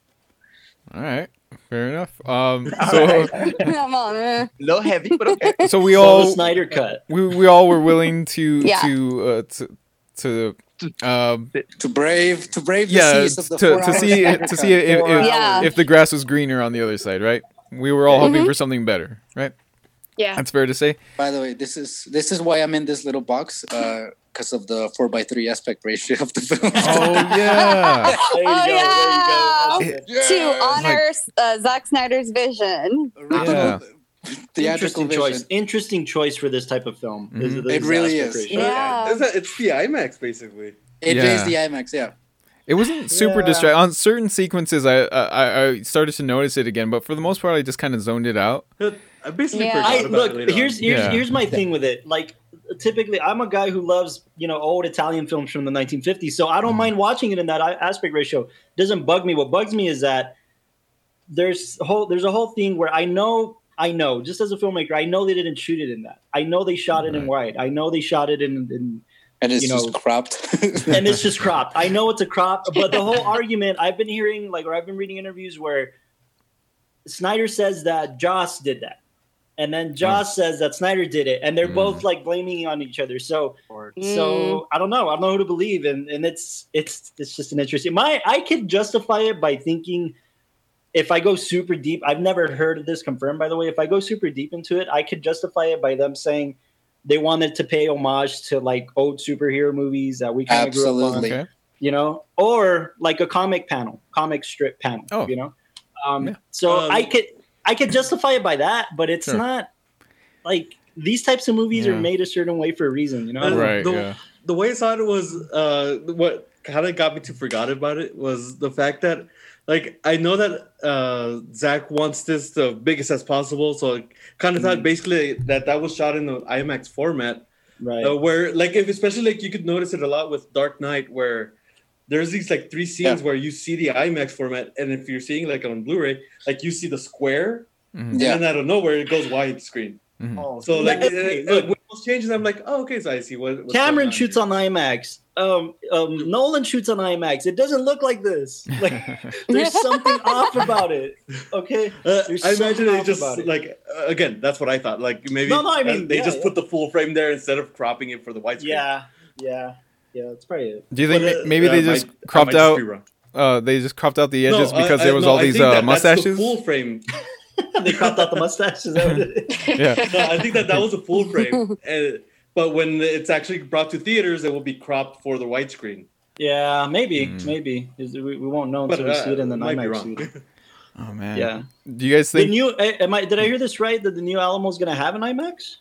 S1: all right fair enough
S4: [laughs]
S1: um
S5: All
S1: so
S5: right.
S3: [laughs] Come on, eh.
S5: Low heavy, but okay.
S1: so we
S4: So
S1: all
S4: the Snyder cut.
S1: we, we all were willing to
S3: Yeah.
S1: to uh, to to um,
S2: To brave, to brave the
S1: yeah,
S2: seas
S1: to,
S2: of the
S1: to
S2: four
S1: see
S2: hours
S1: to see if,
S2: [laughs]
S6: Four
S1: if,
S3: Yeah.
S1: if the grass was greener on the other side, right? We were all hoping for something better, right?
S8: Yeah.
S1: That's fair to say.
S2: By the way, this is this is why I'm in this little box because of the four by three aspect ratio of the film.
S1: [laughs] Oh yeah,
S4: There you
S2: [laughs]
S3: Oh, yeah.
S4: go. There you go. That's it.
S3: to honor uh, Zack Snyder's vision.
S2: Original
S1: Yeah.
S2: theatrical
S4: Interesting
S2: vision.
S4: choice. Interesting choice for this type of film. Is
S1: Mhm.
S4: the
S2: It really
S4: disaster
S2: is.
S4: ratio.
S3: Yeah.
S6: It's, a- it's the IMAX basically.
S2: It is
S1: Yeah.
S2: the IMAX. Yeah,
S1: it wasn't super
S6: Yeah.
S1: distracting. On certain sequences, I, I I started to notice it again, but for the most part, I just kind of zoned it out.
S6: I basically
S3: Yeah.
S6: forgot
S4: I
S6: about
S4: look.
S6: it later on.
S4: Here's here's
S1: Yeah.
S4: here's my thing with it. Like typically, I'm a guy who loves you know old Italian films from the 1950s, so I don't mind watching it in that a- aspect ratio. Doesn't bug me. What bugs me is that there's whole there's a whole thing where I know I know just as a filmmaker I know they didn't shoot it in that. I know they shot it in wide. I know they shot it in, in
S2: and it's
S4: You
S2: just
S4: know,
S2: cropped.
S4: and it's just cropped. I know it's a crop, but the whole argument I've been hearing, like, or I've been reading interviews where Snyder says that Joss did that, and then Joss says that Snyder did it, and they're
S1: Mm.
S4: both like blaming on each other. So,
S3: Mm.
S4: so I don't know. I don't know who to believe, and and it's it's it's just an interesting. My I could justify it by thinking. If I go super deep, I've never heard of this confirmed, by the way. If I go super deep into it, I could justify it by them saying they wanted to pay homage to like old superhero movies that we kind of grew up on
S2: Absolutely.
S1: Okay,
S4: you know, or like a comic panel, comic strip panel,
S1: Oh.
S4: you know. Um,
S1: Yeah.
S4: So
S6: Um,
S4: I could I could justify it by that, but it's
S1: Sure.
S4: not like these types of movies
S1: Yeah.
S4: are made a certain way for a reason, you know.
S6: Uh,
S1: right,
S6: the-
S1: yeah,
S6: the way I saw it was uh, what kind of got me to forgot about it was the fact that like I know that uh, Zach wants this the biggest as possible, so I kind of
S4: Mm-hmm.
S6: thought basically that that was shot in the IMAX format,
S4: Right.
S6: uh, where like if especially like you could notice it a lot with Dark Knight where. There's these like three scenes where you see the IMAX format, and if you're seeing like on Blu-ray, like you see the square,
S1: Mhm.
S2: Yeah.
S6: and then out of nowhere it goes widescreen. [laughs]
S1: Mhm.
S5: Oh,
S6: So like,
S4: Yes.
S6: it, it, like with those changes, I'm like, oh okay, so I see what. what's going
S4: Cameron
S6: on
S4: shoots
S6: here.
S4: on IMAX. Um, um, Nolan shoots on IMAX. It doesn't look like
S1: [laughs]
S4: this. Like there's something off about it. Okay.
S6: Uh,
S4: There's
S6: I imagine
S4: something
S6: they
S4: off
S6: just
S4: about it.
S6: like uh, again. That's what I thought. Like maybe
S4: No, no, I
S6: uh,
S4: mean,
S6: they
S4: yeah,
S6: just
S4: yeah.
S6: put the full frame there instead of cropping it for the widescreen.
S4: Yeah. Yeah. Yeah. That's probably
S6: [laughs]
S4: it.
S1: Do you think
S6: But,
S1: ma-
S6: uh,
S1: maybe
S6: yeah, I
S1: they just
S6: might- I might
S1: cropped
S6: just
S1: out?
S6: be wrong.
S1: Uh, they just cropped out the edges
S6: No, I-
S1: because
S6: I-
S1: there was
S6: no,
S1: all
S6: I
S1: these
S6: think
S1: uh,
S6: that that's the
S1: mustaches.
S6: full frame.
S4: they cropped out the mustaches.
S6: [laughs]
S1: Yeah,
S8: [laughs]
S6: No, I think that that was a full
S1: [laughs]
S6: frame. Uh, but when it's actually brought to theaters, it will be cropped for the widescreen.
S4: Yeah, maybe,
S1: Mm.
S4: maybe. Is- We, we won't know
S6: But
S4: until
S6: uh,
S4: we see it in the
S6: might be
S4: IMAX.
S6: wrong.
S4: theater.
S1: oh man,
S4: Yeah.
S1: Do you guys
S4: The
S1: think?
S4: new. eh, Am I? Did I hear this right? That the new Alamo's going to have an IMAX?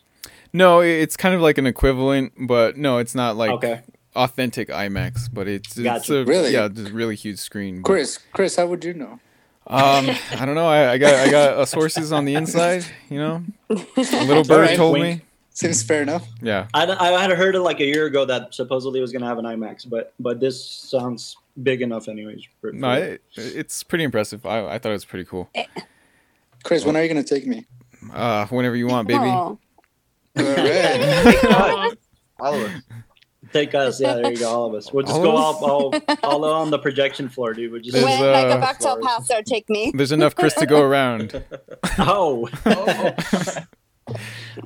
S1: No, i- it's kind of like an equivalent, but no, it's not like
S4: okay.
S1: authentic IMAX, but it's, it's
S4: Gotcha.
S1: a
S2: Really?
S1: yeah, just really huge screen. but-
S2: [laughs] Chris, Chris, how would you know?
S1: Um, I don't know. I, I got I got uh, sources on the inside. You know, a little bird
S2: Alright.
S1: told
S4: Wink.
S1: me.
S2: Seems fair enough.
S1: Yeah,
S4: I, I had heard it like a year ago that supposedly it was going to have an IMAX, but but this sounds big enough, anyways. for-
S1: no,
S4: for-
S1: it, it's pretty impressive. I, I thought it was pretty cool.
S2: Chris, when are you gonna
S4: [laughs]
S2: take me?
S1: Uh, whenever you want, baby.
S3: Oh.
S2: All right.
S5: All of us.
S4: [laughs] Take us, yeah, there you go, all of us. We'll just
S1: All
S4: go
S1: of
S4: all, all, all on the projection floor, dude. We'll just
S1: There's,
S3: when I
S1: uh,
S3: go back to El Paso,
S1: [laughs]
S3: take me. [laughs]
S1: There's enough Chris to go around.
S4: oh, I don't
S3: Why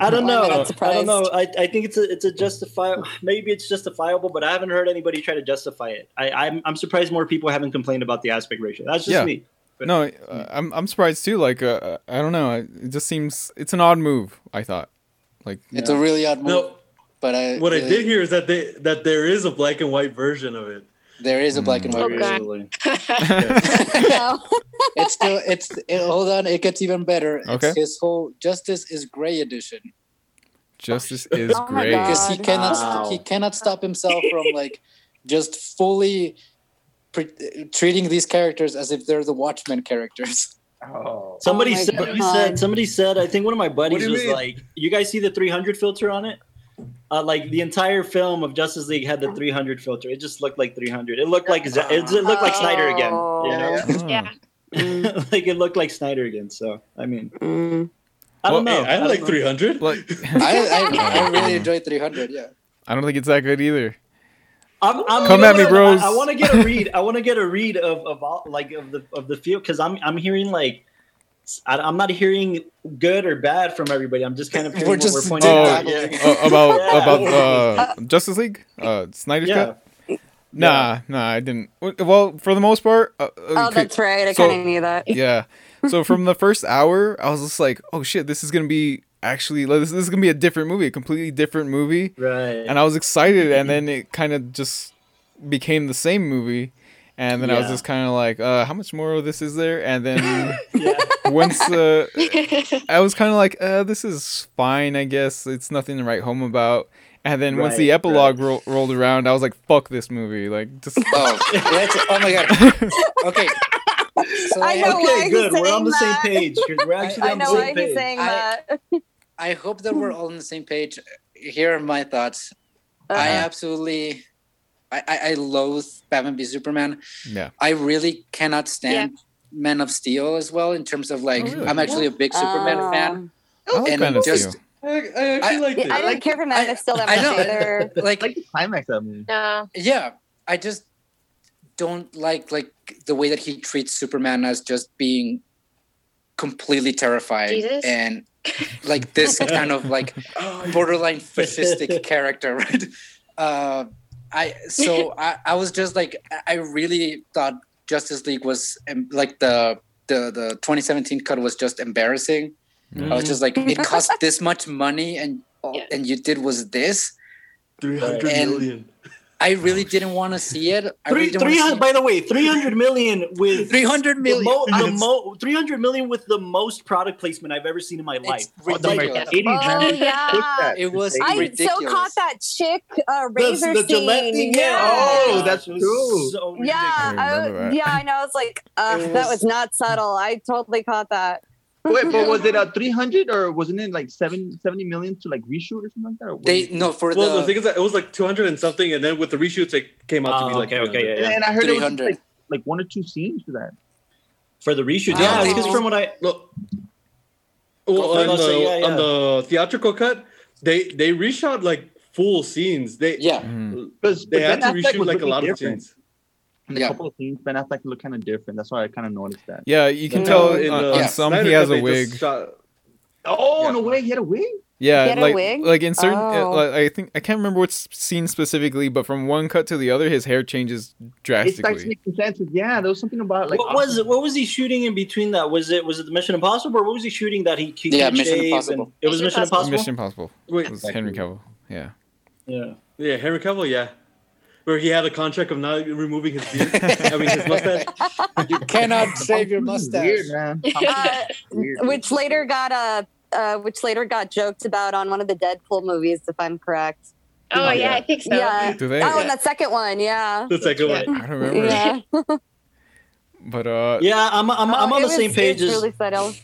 S3: am I
S4: know.
S3: not
S4: I don't
S3: surprised?
S4: know. I, I think it's a it's a justifiable. Maybe it's justifiable, but I haven't heard anybody try to justify it. I, I'm I'm surprised more people haven't complained about the aspect ratio. That's just
S1: Yeah.
S4: me.
S1: No, uh, I'm I'm surprised too. Like, uh, I don't know. It just seems it's an odd move. I thought. Like,
S2: It's a really odd move,
S6: [laughs] No,
S2: but I uh,
S6: what I
S2: really-
S6: did hear is that they that there is a black and white version of it.
S2: there is a black and white.
S8: Oh,
S2: version.
S8: God.
S3: No.
S2: [laughs] It's still it's it, hold on, it gets even better.
S1: Okay.
S2: It's his whole Justice is Gray edition.
S1: [laughs] justice is
S3: Oh my
S1: great.
S3: God.
S2: because he cannot
S4: Wow.
S2: he cannot stop himself
S1: [laughs]
S2: from like just fully pre- treating these characters as if they're the
S1: [laughs]
S2: Watchmen characters.
S5: Oh.
S4: Somebody
S3: Oh my
S4: said somebody
S3: God.
S4: said somebody said I think one of my buddies
S6: What do you
S4: was
S6: mean?
S4: like, "You guys see the 300 filter on it?" Uh, like the entire film of Justice League had the 300 filter. It just looked like 300. It looked like Z- it it looked like Snyder again. You know?
S1: Oh.
S8: yeah.
S3: Oh.
S4: [laughs] like it looked like Snyder again. So I mean,
S3: Mm.
S4: I don't
S1: Well,
S4: know.
S6: I
S4: don't
S6: like
S4: know.
S1: [laughs]
S6: 300.
S1: Like,
S2: I, I, I really enjoyed 300. Yeah,
S1: [laughs] I don't think it's that good either.
S4: I'm, I'm,
S1: Come
S4: you
S1: at
S4: know
S1: me,
S4: what?
S1: bros.
S4: I, I want to get a read. I want to get a read of of all, like of the of the field because I'm I'm hearing like. I, I'm not hearing good or bad from everybody. I'm just
S3: [laughs]
S4: kind of hearing
S2: We're
S4: what
S2: just
S4: we're pointing
S1: Oh,
S4: out.
S2: yeah.
S1: Uh, about
S4: Yeah.
S1: about uh, Justice League, uh, Snyder's
S4: Yeah.
S1: cut. Nah, nah, I didn't. Well, for the most part, uh, uh,
S3: Oh,
S1: cre-
S3: that's right. I
S1: So-
S3: kind of knew that.
S1: yeah. So from the first hour, I was just like, "Oh shit, this is gonna be actually like, this, this is gonna be a different movie, a completely different movie,"
S4: Right.
S1: and I was excited. And then it kind of just became the same movie, and then I was
S4: Yeah.
S1: just kind of like, uh, "How much more of this is there?" And then
S4: yeah.
S1: once uh, I was kind of like, uh, "This is fine, I guess. It's nothing to write home about." And then once the
S4: Right,
S1: epilogue ro- rolled around, I was like, "Fuck this movie!" Like just
S2: Oh, that's, oh my god. Okay. So
S3: I
S2: I,
S3: know.
S2: hope,
S3: why
S4: Okay,
S3: he's
S4: good. We're
S3: saying
S4: on the same
S3: that.
S4: page. 'cause We're actually
S3: I
S4: on
S3: know
S4: the
S3: why
S4: same
S3: he's
S4: page.
S3: saying
S2: I-
S3: that.
S2: I hope that we're all on the same page. Here are my thoughts. I
S3: Uh,
S2: absolutely, I, I, I loathe Batman v Superman.
S1: [laughs] yeah,
S2: I really cannot stand Men of Steel as well. In terms of like,
S1: Oh, really?
S2: I'm actually a big Superman
S3: uh,
S2: fan.
S1: I like
S2: And
S1: Man of
S2: just-
S1: Steel.
S6: I, I actually
S2: I-
S6: like
S3: yeah,
S6: it.
S3: I didn't care for Man
S2: I-
S3: of Steel that
S2: I
S3: much
S2: know. [laughs]
S3: either.
S5: I
S2: Like,
S5: like the climax of that movie.
S8: [laughs] no.
S2: yeah i just don't like like the way that he treats superman as just being completely terrified
S8: Jesus.
S2: and like
S8: [laughs]
S2: this kind of like borderline fascistic character right uh i so i i was just like I- i really thought justice league was em- like the the the 2017 cut was just embarrassing i was just like it
S8: [laughs]
S2: cost this much money and all
S8: Yeah.
S2: and you did was this
S6: 300
S2: And-
S6: million.
S2: i really didn't want to see it i really
S4: Three,
S2: didn't wanna see
S4: 300,
S2: it.
S4: by the way, 300 million with
S2: 300
S4: the
S2: million.
S4: mo- the mo- 300 million with the most product placement I've ever seen in my life.
S2: It's
S5: Oh, the
S2: ridiculous.
S5: Mercedes, man.
S3: Oh,
S5: Push that.
S3: yeah.
S2: It was
S5: Mercedes.
S3: I so
S2: ridiculous.
S3: caught that chick uh, razor
S4: the
S3: scene.
S4: Gillette thing, Oh,
S3: yeah.
S5: Oh,
S4: my
S5: that's
S4: gosh, it was
S5: true.
S4: So
S3: yeah,
S1: I
S3: I,
S1: remember that.
S3: yeah, I know. I was like, uh,
S2: It
S3: that
S2: was-
S3: was not subtle. I totally caught that.
S5: Wait, but was it a 300 or wasn't it like seven, 70 million to like reshoot or something like that? Or was
S2: They
S5: it-
S2: no for
S6: Well, the,
S2: the,
S6: thing is that it was like 200 and something, and then with the reshoots, it came out to be
S2: Ah,
S4: Oh,
S6: like
S4: okay,
S6: 300.
S4: okay,
S5: and,
S4: yeah, yeah.
S5: and I heard it was just,
S2: 300.
S5: like, like one or two scenes to that.
S4: For the reshoot,
S3: Wow.
S4: yeah, because from what I
S6: Look, well,
S4: for it,
S6: on,
S4: so
S6: the,
S4: yeah, yeah.
S6: on the theatrical cut, they they reshot like full scenes. They
S1: [laughs]
S2: yeah.
S1: Mm.
S5: Because
S6: they had to
S5: Ben Affleck
S6: reshoot
S5: was
S6: like a
S5: looking
S6: lot of
S5: different.
S6: scenes.
S5: And a
S2: Yeah.
S5: couple of scenes, Ben Affleck looked kind of different. That's why I kind of noticed that.
S1: Yeah, you can
S3: No,
S1: tell
S6: in
S1: on,
S6: the
S1: on
S2: yeah.
S1: some
S6: Snyder
S1: he has
S6: Cut,
S1: a
S6: they just
S1: wig.
S6: shot-
S5: Oh
S6: Yeah.
S5: no way! He had a wig.
S1: Yeah,
S3: Get a
S1: like
S3: wig?
S1: like in certain uh,
S3: Oh.
S1: like, I think I can't remember which scene specifically, but from one cut to the other, his hair changes
S5: It starts
S1: drastically.
S5: making sense. Yeah, there was something about like
S4: what
S5: [laughs]
S4: was it? What was he shooting in between that? Was it was it the Mission Impossible or what was he shooting that he, he
S2: Yeah,
S4: couldn't
S2: Mission
S4: shave and-
S2: Impossible.
S4: It was
S8: Mission
S4: Mission Impossible.
S1: Mission Impossible.
S6: Wait,
S1: It was Henry Cavill. Yeah.
S4: Yeah.
S6: yeah, Henry Cavill, yeah, where he had a contract of not removing his beard. I mean, his mustache.
S2: you cannot save your
S5: [laughs] Something
S2: mustache.
S5: Weird, man. Something
S3: Uh,
S5: [laughs] weird.
S3: Which later got uh, uh, which later got joked about on one of the Deadpool movies, if I'm correct.
S8: Oh,
S6: Oh,
S8: yeah,
S6: yeah.
S8: I think so.
S3: Yeah.
S1: Do they?
S3: Oh, and that second one, yeah.
S6: The second
S4: right.
S6: one.
S1: I don't remember.
S3: Yeah.
S1: But uh,
S4: Yeah, I'm I'm, I'm
S3: Oh, it
S4: on the
S3: was-
S4: same page
S3: It was
S4: as
S3: really subtle.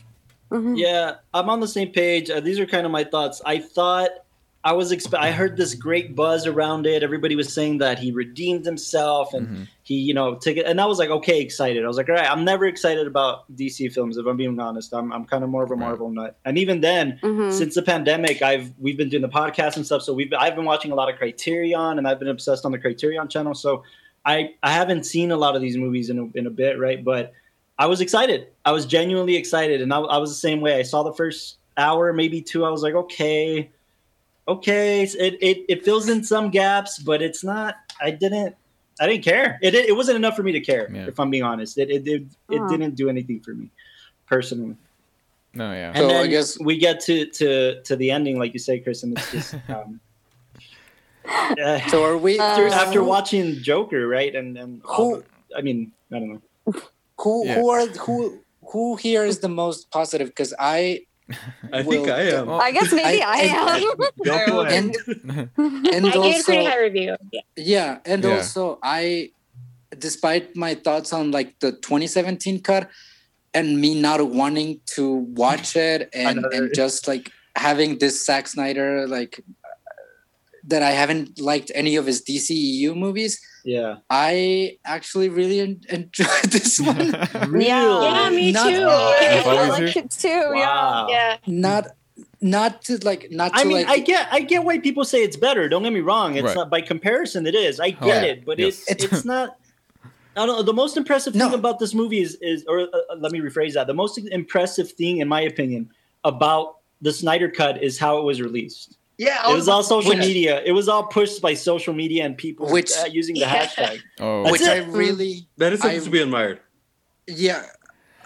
S3: Mhm.
S4: yeah i'm on the same page uh, these are kind of my thoughts i thought i was exp- i heard this great buzz around it everybody was saying that he redeemed himself and
S1: Mhm.
S4: he you know took it and i was like okay excited i was like all right i'm never excited about dc films if i'm being honest i'm, I'm kind of more of a
S1: Right.
S4: marvel nut and even then
S3: Mhm.
S4: since the pandemic i've we've been doing the podcast and stuff so we've i've been watching a lot of criterion and i've been obsessed on the criterion channel so i i haven't seen a lot of these movies in a, in a bit right but i was excited i was genuinely excited and I, I was the same way i saw the first hour maybe two i was like okay okay it's- it it, it fills in some gaps but it's not i didn't i didn't care it, it wasn't enough for me to care
S1: Yeah.
S4: if i'm being honest it it, it, it
S3: Huh.
S4: didn't do anything for me personally
S1: no, yeah.
S3: [laughs]
S1: [laughs]
S4: and
S2: So I
S4: then
S2: guess-
S4: we get to to to the ending, like you say, Chris, and it's
S2: [laughs]
S4: just um, uh,
S2: So are we?
S3: Uh,
S4: after, after watching Joker, right? And and all
S2: Who-
S4: the- I mean, I don't know.
S2: who
S1: Yeah.
S2: who are who who here is the most positive? Because I
S6: I think
S2: Well,
S6: I am.
S1: well,
S3: I guess maybe I,
S2: I-
S3: [laughs] am.
S5: Go for it.
S2: and and
S8: I gave it a pretty
S2: also
S8: high review. Yeah.
S2: yeah, and
S1: Yeah.
S2: also I, despite my thoughts on like the 2017 cut, and me not wanting to watch it, and
S6: Another-
S2: and just like having this Zack Snyder like that I haven't liked any of his DCEU movies.
S4: Yeah,
S2: I actually really en- enjoyed [laughs] this one.
S4: [laughs] Really?
S8: Yeah, me
S2: Not- uh,
S8: too.
S1: You
S3: I
S1: follow me
S3: like
S1: too?
S3: it too. Yeah.
S4: Wow.
S8: Yeah.
S2: not not to like not to
S4: I mean,
S2: like
S4: I get, I get why people say it's better. Don't get me wrong; it's
S1: Right.
S4: not by comparison. It is. I get
S1: Oh, yeah.
S4: it, but
S1: Yes.
S4: it's
S2: [laughs]
S4: it's not. I don't know. The most impressive
S2: No.
S4: thing about this movie is is, or uh, uh, let me rephrase that. The most impressive thing, in my opinion, about the Snyder Cut is how it was released.
S5: Yeah, I
S4: It was all social
S2: Which-
S4: media. It was all pushed by social media and people
S2: Which-
S4: uh, using
S2: [laughs]
S4: the
S8: Yeah.
S4: hashtag.
S1: Oh,
S4: That's
S2: which
S4: it.
S2: I really
S6: That is something
S2: I-
S6: to be admired.
S2: yeah.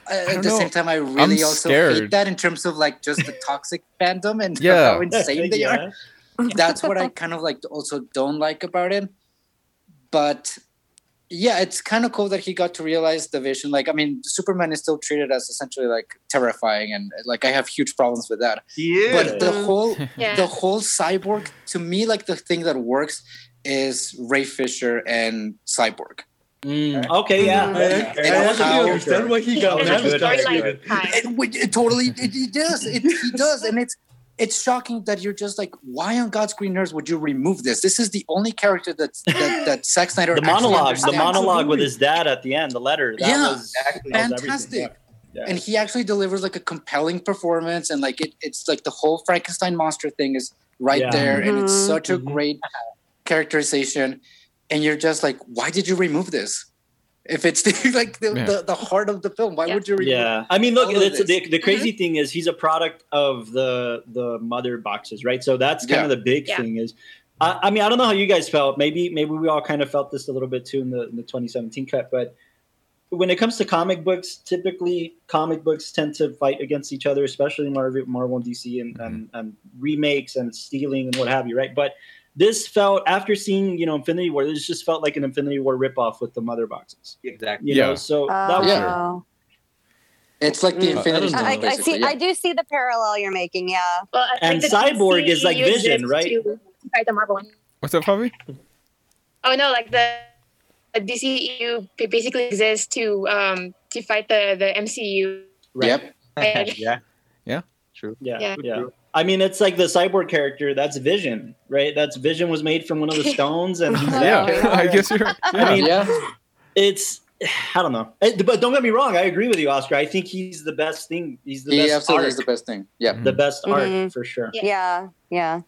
S2: uh,
S1: don't
S2: At the
S1: know.
S2: same time, I really
S1: I'm
S2: also hate
S1: scared.
S2: that in terms of like just the
S1: [laughs]
S2: toxic fandom and
S1: Yeah.
S2: how insane they
S4: Yeah.
S2: are. That's what I kind of like also don't like about it. But yeah, it's kind of cool that he got to realize the vision. Like, I mean, Superman is still treated as essentially like terrifying, and like I have huge problems with that.
S5: yeah.
S2: But the whole
S8: Yeah.
S2: the whole cyborg to me like the thing that works is ray fisher and cyborg
S4: Mm, okay, yeah.
S6: I, I,
S2: Mm-hmm. And
S6: I actually
S2: how-
S6: understand why he got
S4: That was a
S6: mad
S4: good
S6: at that.
S8: storyline time.
S2: it, it, it totally it, it does it, it does and it's it's shocking that you're just like why on god's green earth would you remove this this is the only character that's that, that Zack snyder
S4: The
S2: actually
S4: monologue, the
S2: understands.
S4: monologue with his dad at the end, the letter. That
S2: Yeah.
S4: was
S5: Exactly.
S4: that was everything.
S2: fantastic
S4: Yeah.
S2: and he actually delivers like a compelling performance and like it, it's like the whole frankenstein monster thing is right
S4: Yeah. Mm-hmm.
S2: there and it's
S3: Mhm.
S2: such a
S6: Mhm.
S2: great characterization and you're just like why did you remove this if it's [laughs] the, like the,
S1: Yeah.
S2: the, the heart of the film why
S8: Yeah.
S2: would you remove
S4: Yeah, I mean, look,
S2: all of
S4: that's, the,
S2: this. Mm-hmm.
S4: the crazy thing is he's a product of the the mother boxes, right? So that's kind of the big
S8: Yeah.
S4: thing is. I, I mean, I don't know how you guys felt. Maybe maybe we all kind of felt this a little bit too in the in the 2017 cut, but when it comes to comic books, typically comic books tend to fight against each other, especially Marvel, Marvel and DC, and, and, and remakes and stealing and what have you, right? But this felt after seeing you know Infinity War, this just felt like an Infinity War ripoff with the mother boxes,
S5: Exactly.
S4: you
S1: Yeah.
S4: know. So that
S3: Oh.
S4: was
S2: Yeah. it's like the
S4: Mm, I
S2: infinity
S6: don't
S2: Stone,
S6: know.
S3: I, I
S2: basically,
S3: see.
S2: yeah.
S3: I do see the parallel you're making. Yeah.
S8: Well, I
S4: And
S8: think the
S4: Cyborg is like
S8: DCEU
S4: Vision,
S8: exists
S4: right?
S8: To fight the Marvel one.
S1: what's up,
S4: [laughs]
S1: Fabi?
S8: Oh no, like the, the DCEU ba- basically exists to um to fight the the MCU.
S4: right.
S2: yep
S8: Right.
S5: yeah.
S1: Yeah.
S5: True.
S4: Yeah, yeah.
S8: Yeah.
S4: I mean, it's like the cyborg character. That's Vision, right? That's Vision was made from one
S3: [laughs]
S4: of the stones, and he's that
S1: Yeah, [laughs] I
S4: character.
S1: guess you're. Yeah.
S4: I mean,
S2: yeah
S4: it's [sighs] I don't know, It- but don't get me wrong. I agree with you, Oscar. I think he's the best thing. He's the
S2: he
S4: best
S2: absolutely
S4: art.
S2: is the best thing yeah
S4: The Mm-hmm. best art
S3: Mhm.
S4: for sure.
S8: Yeah.
S3: Yeah. Yeah.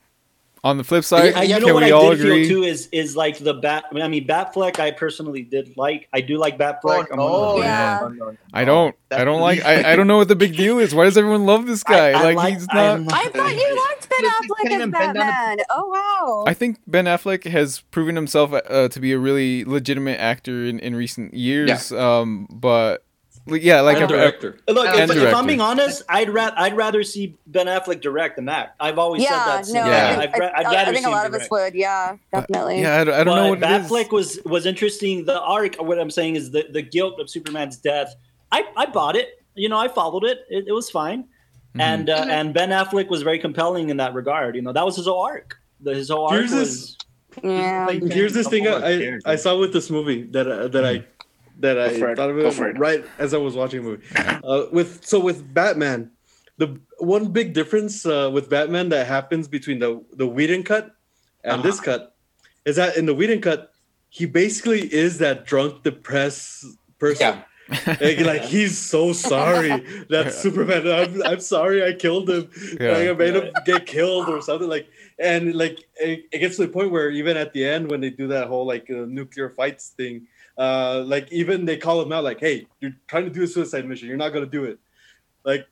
S1: On the flip side,
S4: I- you
S2: yeah,
S4: know
S1: can
S4: what
S1: we
S4: I
S1: all
S4: did
S1: agree?
S4: feel too is is like the bat. I mean, Batfleck. I personally did like. I do like Batfleck. I'm one of the
S5: Oh, no.
S4: big-
S3: Yeah.
S5: No, no, no.
S1: I don't. I don't like. I, I don't know what the big deal is. Why does everyone love this guy?
S4: I- I
S1: like, he's not.
S4: I'm
S3: I thought you liked Ben
S5: Listen, you can't
S3: Affleck
S5: even
S3: as
S5: bend down
S3: Batman. Oh wow.
S1: I think Ben Affleck has proven himself uh, to be a really legitimate actor in, in recent years. Um, but like, yeah, like
S6: and
S1: I- I-
S6: director.
S4: Look,
S1: And
S4: if, if
S1: director.
S4: I'm being honest, I'd ra- I'd rather see Ben Affleck direct than act. I've always
S3: yeah.
S4: said that.
S3: No.
S4: since-
S1: Yeah.
S3: I think,
S4: I'd, ra- I'd
S3: I,
S4: rather
S3: I think
S4: see
S3: a
S4: him
S3: lot of
S4: direct.
S3: us would. Yeah. Definitely.
S1: yeah, I don't, I don't know what
S4: But
S1: it is.
S4: Batfleck was was interesting. The arc, what I'm saying is
S1: Mhm.
S4: the, the guilt of Superman's death. I, I bought it. You know, I followed it. It, it was fine. and uh, and Ben Affleck was very compelling in that regard. You know, that was his whole arc. The, his whole arc
S6: Here's
S4: was
S6: this-
S3: Yeah.
S6: Here's this thing
S4: Couple of
S6: I,
S4: characters.
S6: I saw with this movie that uh, that I that I
S2: Hmm. Go for it.
S6: thought of
S2: Go for it.
S6: right as I was watching the movie. Uh, with so with Batman, the one big difference uh, with Batman that happens between the the Whedon cut and this
S2: Uh-huh.
S6: cut is that in the Whedon cut, he basically is that drunk, depressed person. Like, like, he's so
S2: [laughs]
S6: sorry that Superman. I'm, I'm sorry I killed him.
S1: Yeah.
S6: Like I made him get killed or something. Like and like it, it gets to the point where even at the end when they do that whole like uh, nuclear fights thing, uh, like even they call him out like, "Hey, you're trying to do a suicide mission. You're not gonna do it." Like,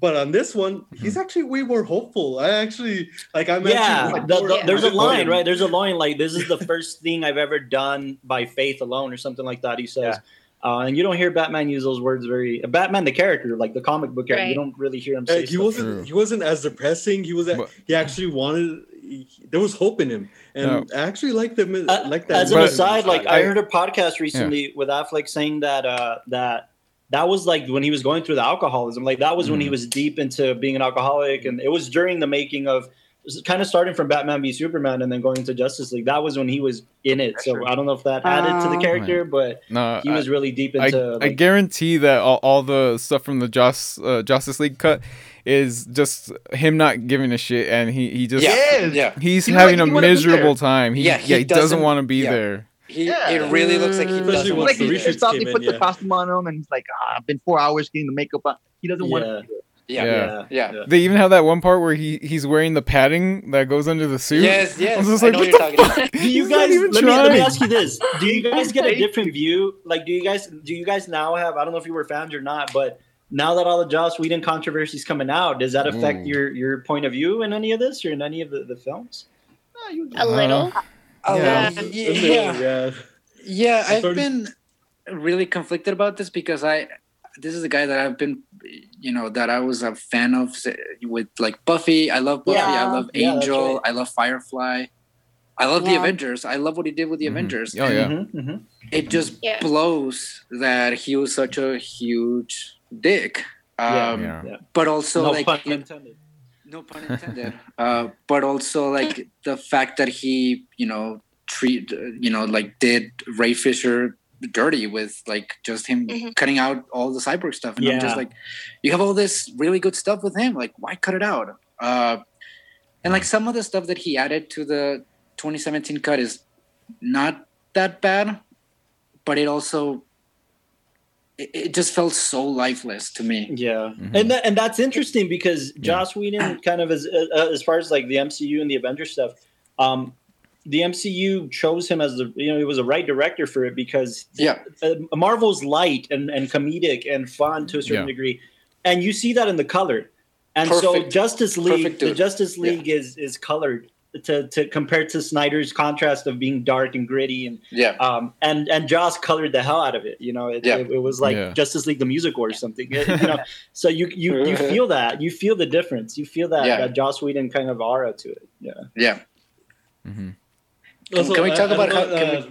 S6: but on this one, he's
S1: Hmm.
S6: actually way more hopeful. I actually like I'm
S4: yeah,
S6: actually, like,
S4: the-
S6: more-
S4: the- there's a
S6: I'm
S4: line
S6: more-
S4: right there's a line like this
S6: [laughs]
S4: is the first thing i've ever done by faith alone or something like that he says uh, and you don't hear batman use those words very batman the character like the comic book character you
S8: Right.
S4: don't really hear him say
S6: Like, Uh, he
S4: stuff.
S6: wasn't
S1: True.
S6: he wasn't as depressing. He was a-
S1: But-
S6: he actually wanted he- there was hope in him, and
S1: No.
S6: I actually liked him
S4: Uh,
S6: like that.
S4: as an
S1: But-
S4: aside like
S1: I-
S4: i heard a podcast recently with affleck saying that uh that that was like when he was going through the alcoholism like that was when he
S1: Mm.
S4: was deep into being an alcoholic and it was during the making of kind of starting from batman v superman and then going to justice league that was when he was in it so i don't know if that added to the
S3: Oh.
S4: character but
S1: Mm-hmm. No,
S4: he
S1: I-
S4: was really deep
S1: I,
S4: into.
S1: I
S4: like,
S1: guarantee that all, all the stuff from the Joss, uh, Justice League cut is just him not giving a shit, and he he just
S5: Yes.
S2: yeah.
S1: he's
S5: He
S1: having
S5: wa- he
S1: a
S5: wanna be
S1: miserable
S5: there.
S1: time. He, yeah,
S2: Yeah,
S1: he
S2: he
S1: doesn't,
S2: doesn't-
S1: want to be
S2: yeah.
S1: there.
S2: He,
S5: Yeah.
S2: It really looks like he
S3: Mm.
S2: doesn't
S6: Especially
S2: want
S5: like
S6: the
S5: he,
S2: to
S6: reshoots
S5: he stopped, they
S6: came in,
S5: put the
S6: yeah.
S5: costume on him, and he's like, ah, I've been four hours getting the makeup on. He doesn't want.
S4: Yeah.
S5: to
S2: Yeah.
S1: Yeah.
S2: Yeah.
S1: They even have that one part where he he's wearing the padding that goes under the suit. [laughs]
S2: Yes,
S1: I
S2: yes.
S1: was just
S2: I
S1: like,
S2: know
S1: what
S2: what
S1: the [laughs]
S2: you're talking
S1: fuck?
S4: Do you
S1: He's not
S4: guys
S1: even
S4: let me, let me
S1: trying.
S4: ask you this. Do you guys get a different view? Like do you guys do you guys now have I don't know if you were fans or not, but now that all the Joss Whedon controversies coming out, does that affect
S1: Mm.
S4: your your point of view in any of this or in any of the, the films?
S5: Ah, you-
S8: A little.
S1: Uh-huh.
S2: Oh,
S1: Yeah.
S2: [laughs] yeah.
S6: yeah. [laughs] yeah.
S2: Yeah,
S6: I
S2: I've
S6: started-
S2: been really conflicted about this because I this is a guy that I've been you know that I was a fan of s- with like Buffy. I love Buffy.
S3: Yeah.
S2: I love
S4: Yeah, that's
S2: Angel.
S4: right.
S2: I love Firefly. I love the
S3: Yeah.
S2: Avengers. I love what he did with the
S1: Mhm.
S2: Avengers.
S1: Oh, yeah.
S4: Mhm, mhm.
S2: It just
S8: Yeah.
S2: blows that he was such a huge dick.
S4: Yeah.
S2: Um,
S1: Yeah.
S2: But also,
S4: no
S2: like,
S4: pun
S2: it-
S4: intended.
S2: no [laughs] pun intended. uh, but also like the fact that he, you know, treat, you know, like did Ray Fisher dirty with like just him
S8: Mhm.
S2: cutting out all the cyborg stuff, and I'm
S4: Yeah.
S2: just like, you have all this really good stuff with him. Like, why cut it out? Uh, and like some of the stuff that he added to the 2017 cut is not that bad, but it also it, it just felt so lifeless to me.
S4: Yeah,
S1: Mhm.
S4: and that, and that's interesting because Joss Whedon kind of as uh, as far as like the MCU and the Avengers stuff, um, the MCU chose him as the you know he was the right director for it because
S2: Yeah.
S4: uh, Marvel's light and and comedic and fun to a certain
S1: Yeah.
S4: degree, and you see that in the color, and so
S2: Perfect.
S4: Justice League
S2: Perfect
S4: the
S2: dude.
S4: Justice League is is colored to to compared to Snyder's contrast of being dark and gritty and
S2: Yeah,
S4: um, and and Joss colored the hell out of it. You know, it,
S2: Yeah.
S4: it, it was like
S1: Yeah.
S4: Justice League the musical or something. It-
S2: [laughs]
S4: you know, so you you you feel that you feel the difference. You feel that,
S2: Mm-hmm. Yeah.
S4: that Joss Whedon kind of aura to it. Yeah,
S2: yeah.
S1: Mhm.
S6: Also,
S2: can we
S6: I-
S2: talk
S6: I
S2: about
S6: don't
S2: how-
S6: know, uh,
S2: can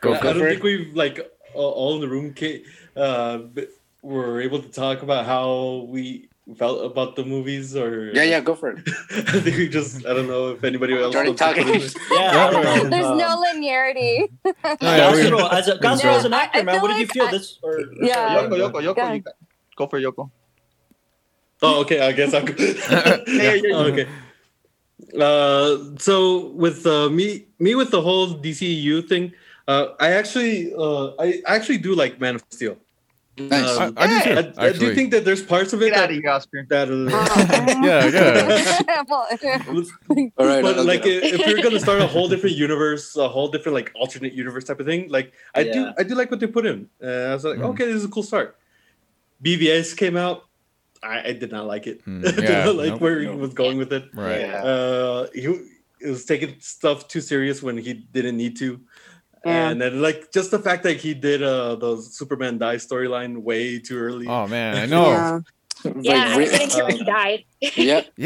S1: Go
S6: I-
S1: for
S6: I
S1: it.
S6: don't think we've like a- all in the room ca- uh, b- were able to talk about how we felt about the movies or
S2: Yeah, yeah, go for it.
S6: [laughs] I think we just I don't know if anybody else
S2: [laughs] Dirty
S6: wants to put in
S2: talking.
S6: this.
S4: yeah. I don't know.
S3: [laughs] There's
S4: Um,
S3: no linearity.
S1: Oh, yeah, we-
S4: Joss, you [laughs] know, as a, Joss
S1: go.
S4: as an actor,
S3: I- I
S4: man, what
S3: feel
S4: did you
S3: like
S4: feel?
S3: I-
S4: this or, or-
S3: Yeah.
S4: sorry,
S5: Yoko, Yoko,
S3: Go
S5: Yoko, you
S3: ahead.
S5: got- go for it, Yoko.
S6: Oh, okay. I guess I'll go.
S5: yeah, yeah.
S6: Okay. Uh, so with uh, me, me with the whole DCU thing, uh, I actually, uh, I actually do like Man of Steel.
S2: Nice.
S1: I, I do
S5: Yeah,
S1: too,
S6: I, I do
S1: actually.
S6: think that there's parts of it
S5: Get out
S6: that,
S5: of here, Oscar.
S6: that uh,
S1: [laughs] yeah, yeah.
S3: [laughs] Well, [laughs]
S6: [laughs]
S2: All right,
S6: but
S2: I'll
S6: like
S2: get
S6: i- if you're gonna start a whole different universe, a whole different like alternate universe type of thing, like I do,
S4: Yeah.
S6: I do like what they put in. Uh, I was like,
S1: Mm.
S6: okay, this is a cool start. BVS came out. I, I did not like it.
S1: Mm,
S6: [laughs] I did
S1: yeah,
S6: not like
S1: nope.
S6: where he was going with it.
S1: Right.
S4: Yeah.
S6: Uh, he, he was taking stuff too serious when he didn't need to.
S3: Yeah.
S6: And then, like, just the fact that he did uh, the Superman die storyline way too early.
S1: Oh man, I know. Yeah,
S3: yeah.
S8: yeah, I
S2: re-
S8: didn't care he died.
S2: yeah,
S1: he
S3: Yeah.
S1: Didn't,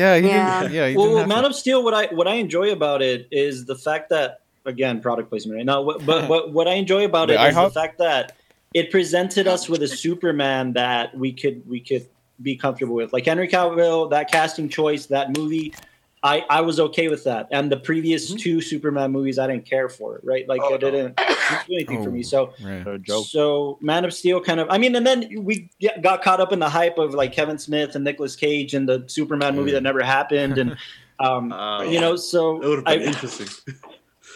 S1: yeah he
S4: well,
S1: didn't have
S4: Man
S1: to-
S4: of Steel, what I what I enjoy about it is the fact that again, product placement right now.
S1: [laughs]
S4: What, but what what I enjoy about
S1: The
S4: it is
S1: IHOP?
S4: the fact that it presented us with a Superman that we could we could be comfortable with. Like Henry Cavill, that casting choice, that movie, I I was okay with that. And the previous
S1: Mm-hmm.
S4: two Superman movies, I didn't care for it. Right, like
S5: Oh,
S4: I didn't, didn't do anything for
S1: Oh.
S4: me. So
S1: Right.
S5: Or joke.
S4: so Man of Steel kind of I mean and then we get- got caught up in the hype of like Kevin Smith and Nicolas Cage and the Superman movie
S1: Mm.
S4: that never happened
S6: [laughs]
S4: and um
S6: Uh,
S4: you know
S6: it would
S4: so
S6: have been
S4: I,
S6: interesting.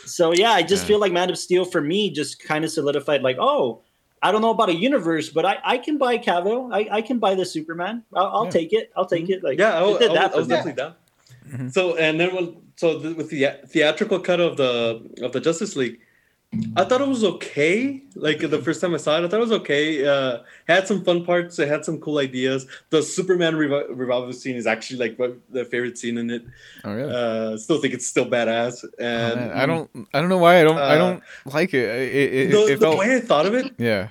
S4: so yeah I just
S1: Yeah.
S4: feel like Man of Steel for me just kind of solidified like oh I don't know about a universe but I I can buy Cavill I I can buy the Superman I'll, I'll
S1: Yeah.
S4: take it I'll take it like
S6: Mm-hmm. yeah, I,
S4: it
S6: was-
S4: did
S6: I was-
S4: that
S6: I
S4: for
S6: was
S4: me.
S6: definitely down.
S1: Mhm.
S6: So and then when, so the, with the theatrical cut of the of the Justice League, I thought it was okay. Like the first time I saw it, I thought it was okay. Uh, had some fun parts. It had some cool ideas. The Superman revi- revival scene is actually like my the favorite scene in it.
S1: Oh really?
S6: Uh, still think it's still badass.
S1: Oh,
S6: And
S1: man, I don't. I don't know why I don't. I
S6: Um, uh,
S1: don't like it. It, it,
S6: the,
S1: it
S6: the
S1: felt.
S6: way I thought of it.
S1: yeah.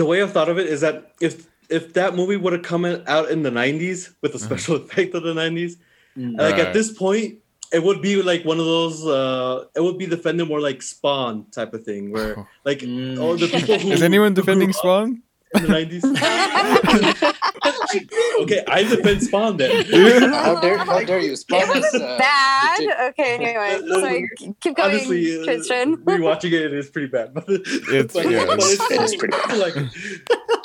S6: the way I've thought of it is that if if that movie would have come out in the '90s with the special [laughs] effect of the '90s,
S4: Mm.
S6: like
S1: Right.
S6: at this point, it would be like one of those. Uh, it would be defended more like Spawn type of thing, where like
S4: Mm.
S6: all the people who
S1: Is anyone
S6: who grew
S1: defending
S6: up
S1: Spawn?
S6: in the '90s. [laughs] okay, I defend Spawn then.
S2: How dare, how dare you? Spawn
S3: It
S2: is,
S3: was
S2: uh,
S3: bad.
S2: legit-
S3: Okay, anyway.
S6: Uh,
S3: Sorry, keep going,
S6: Honestly, uh,
S3: Christian.
S6: rewatching it is pretty bad. [laughs] But,
S1: It's- yeah, it's-
S2: it is pretty
S6: bad. Like,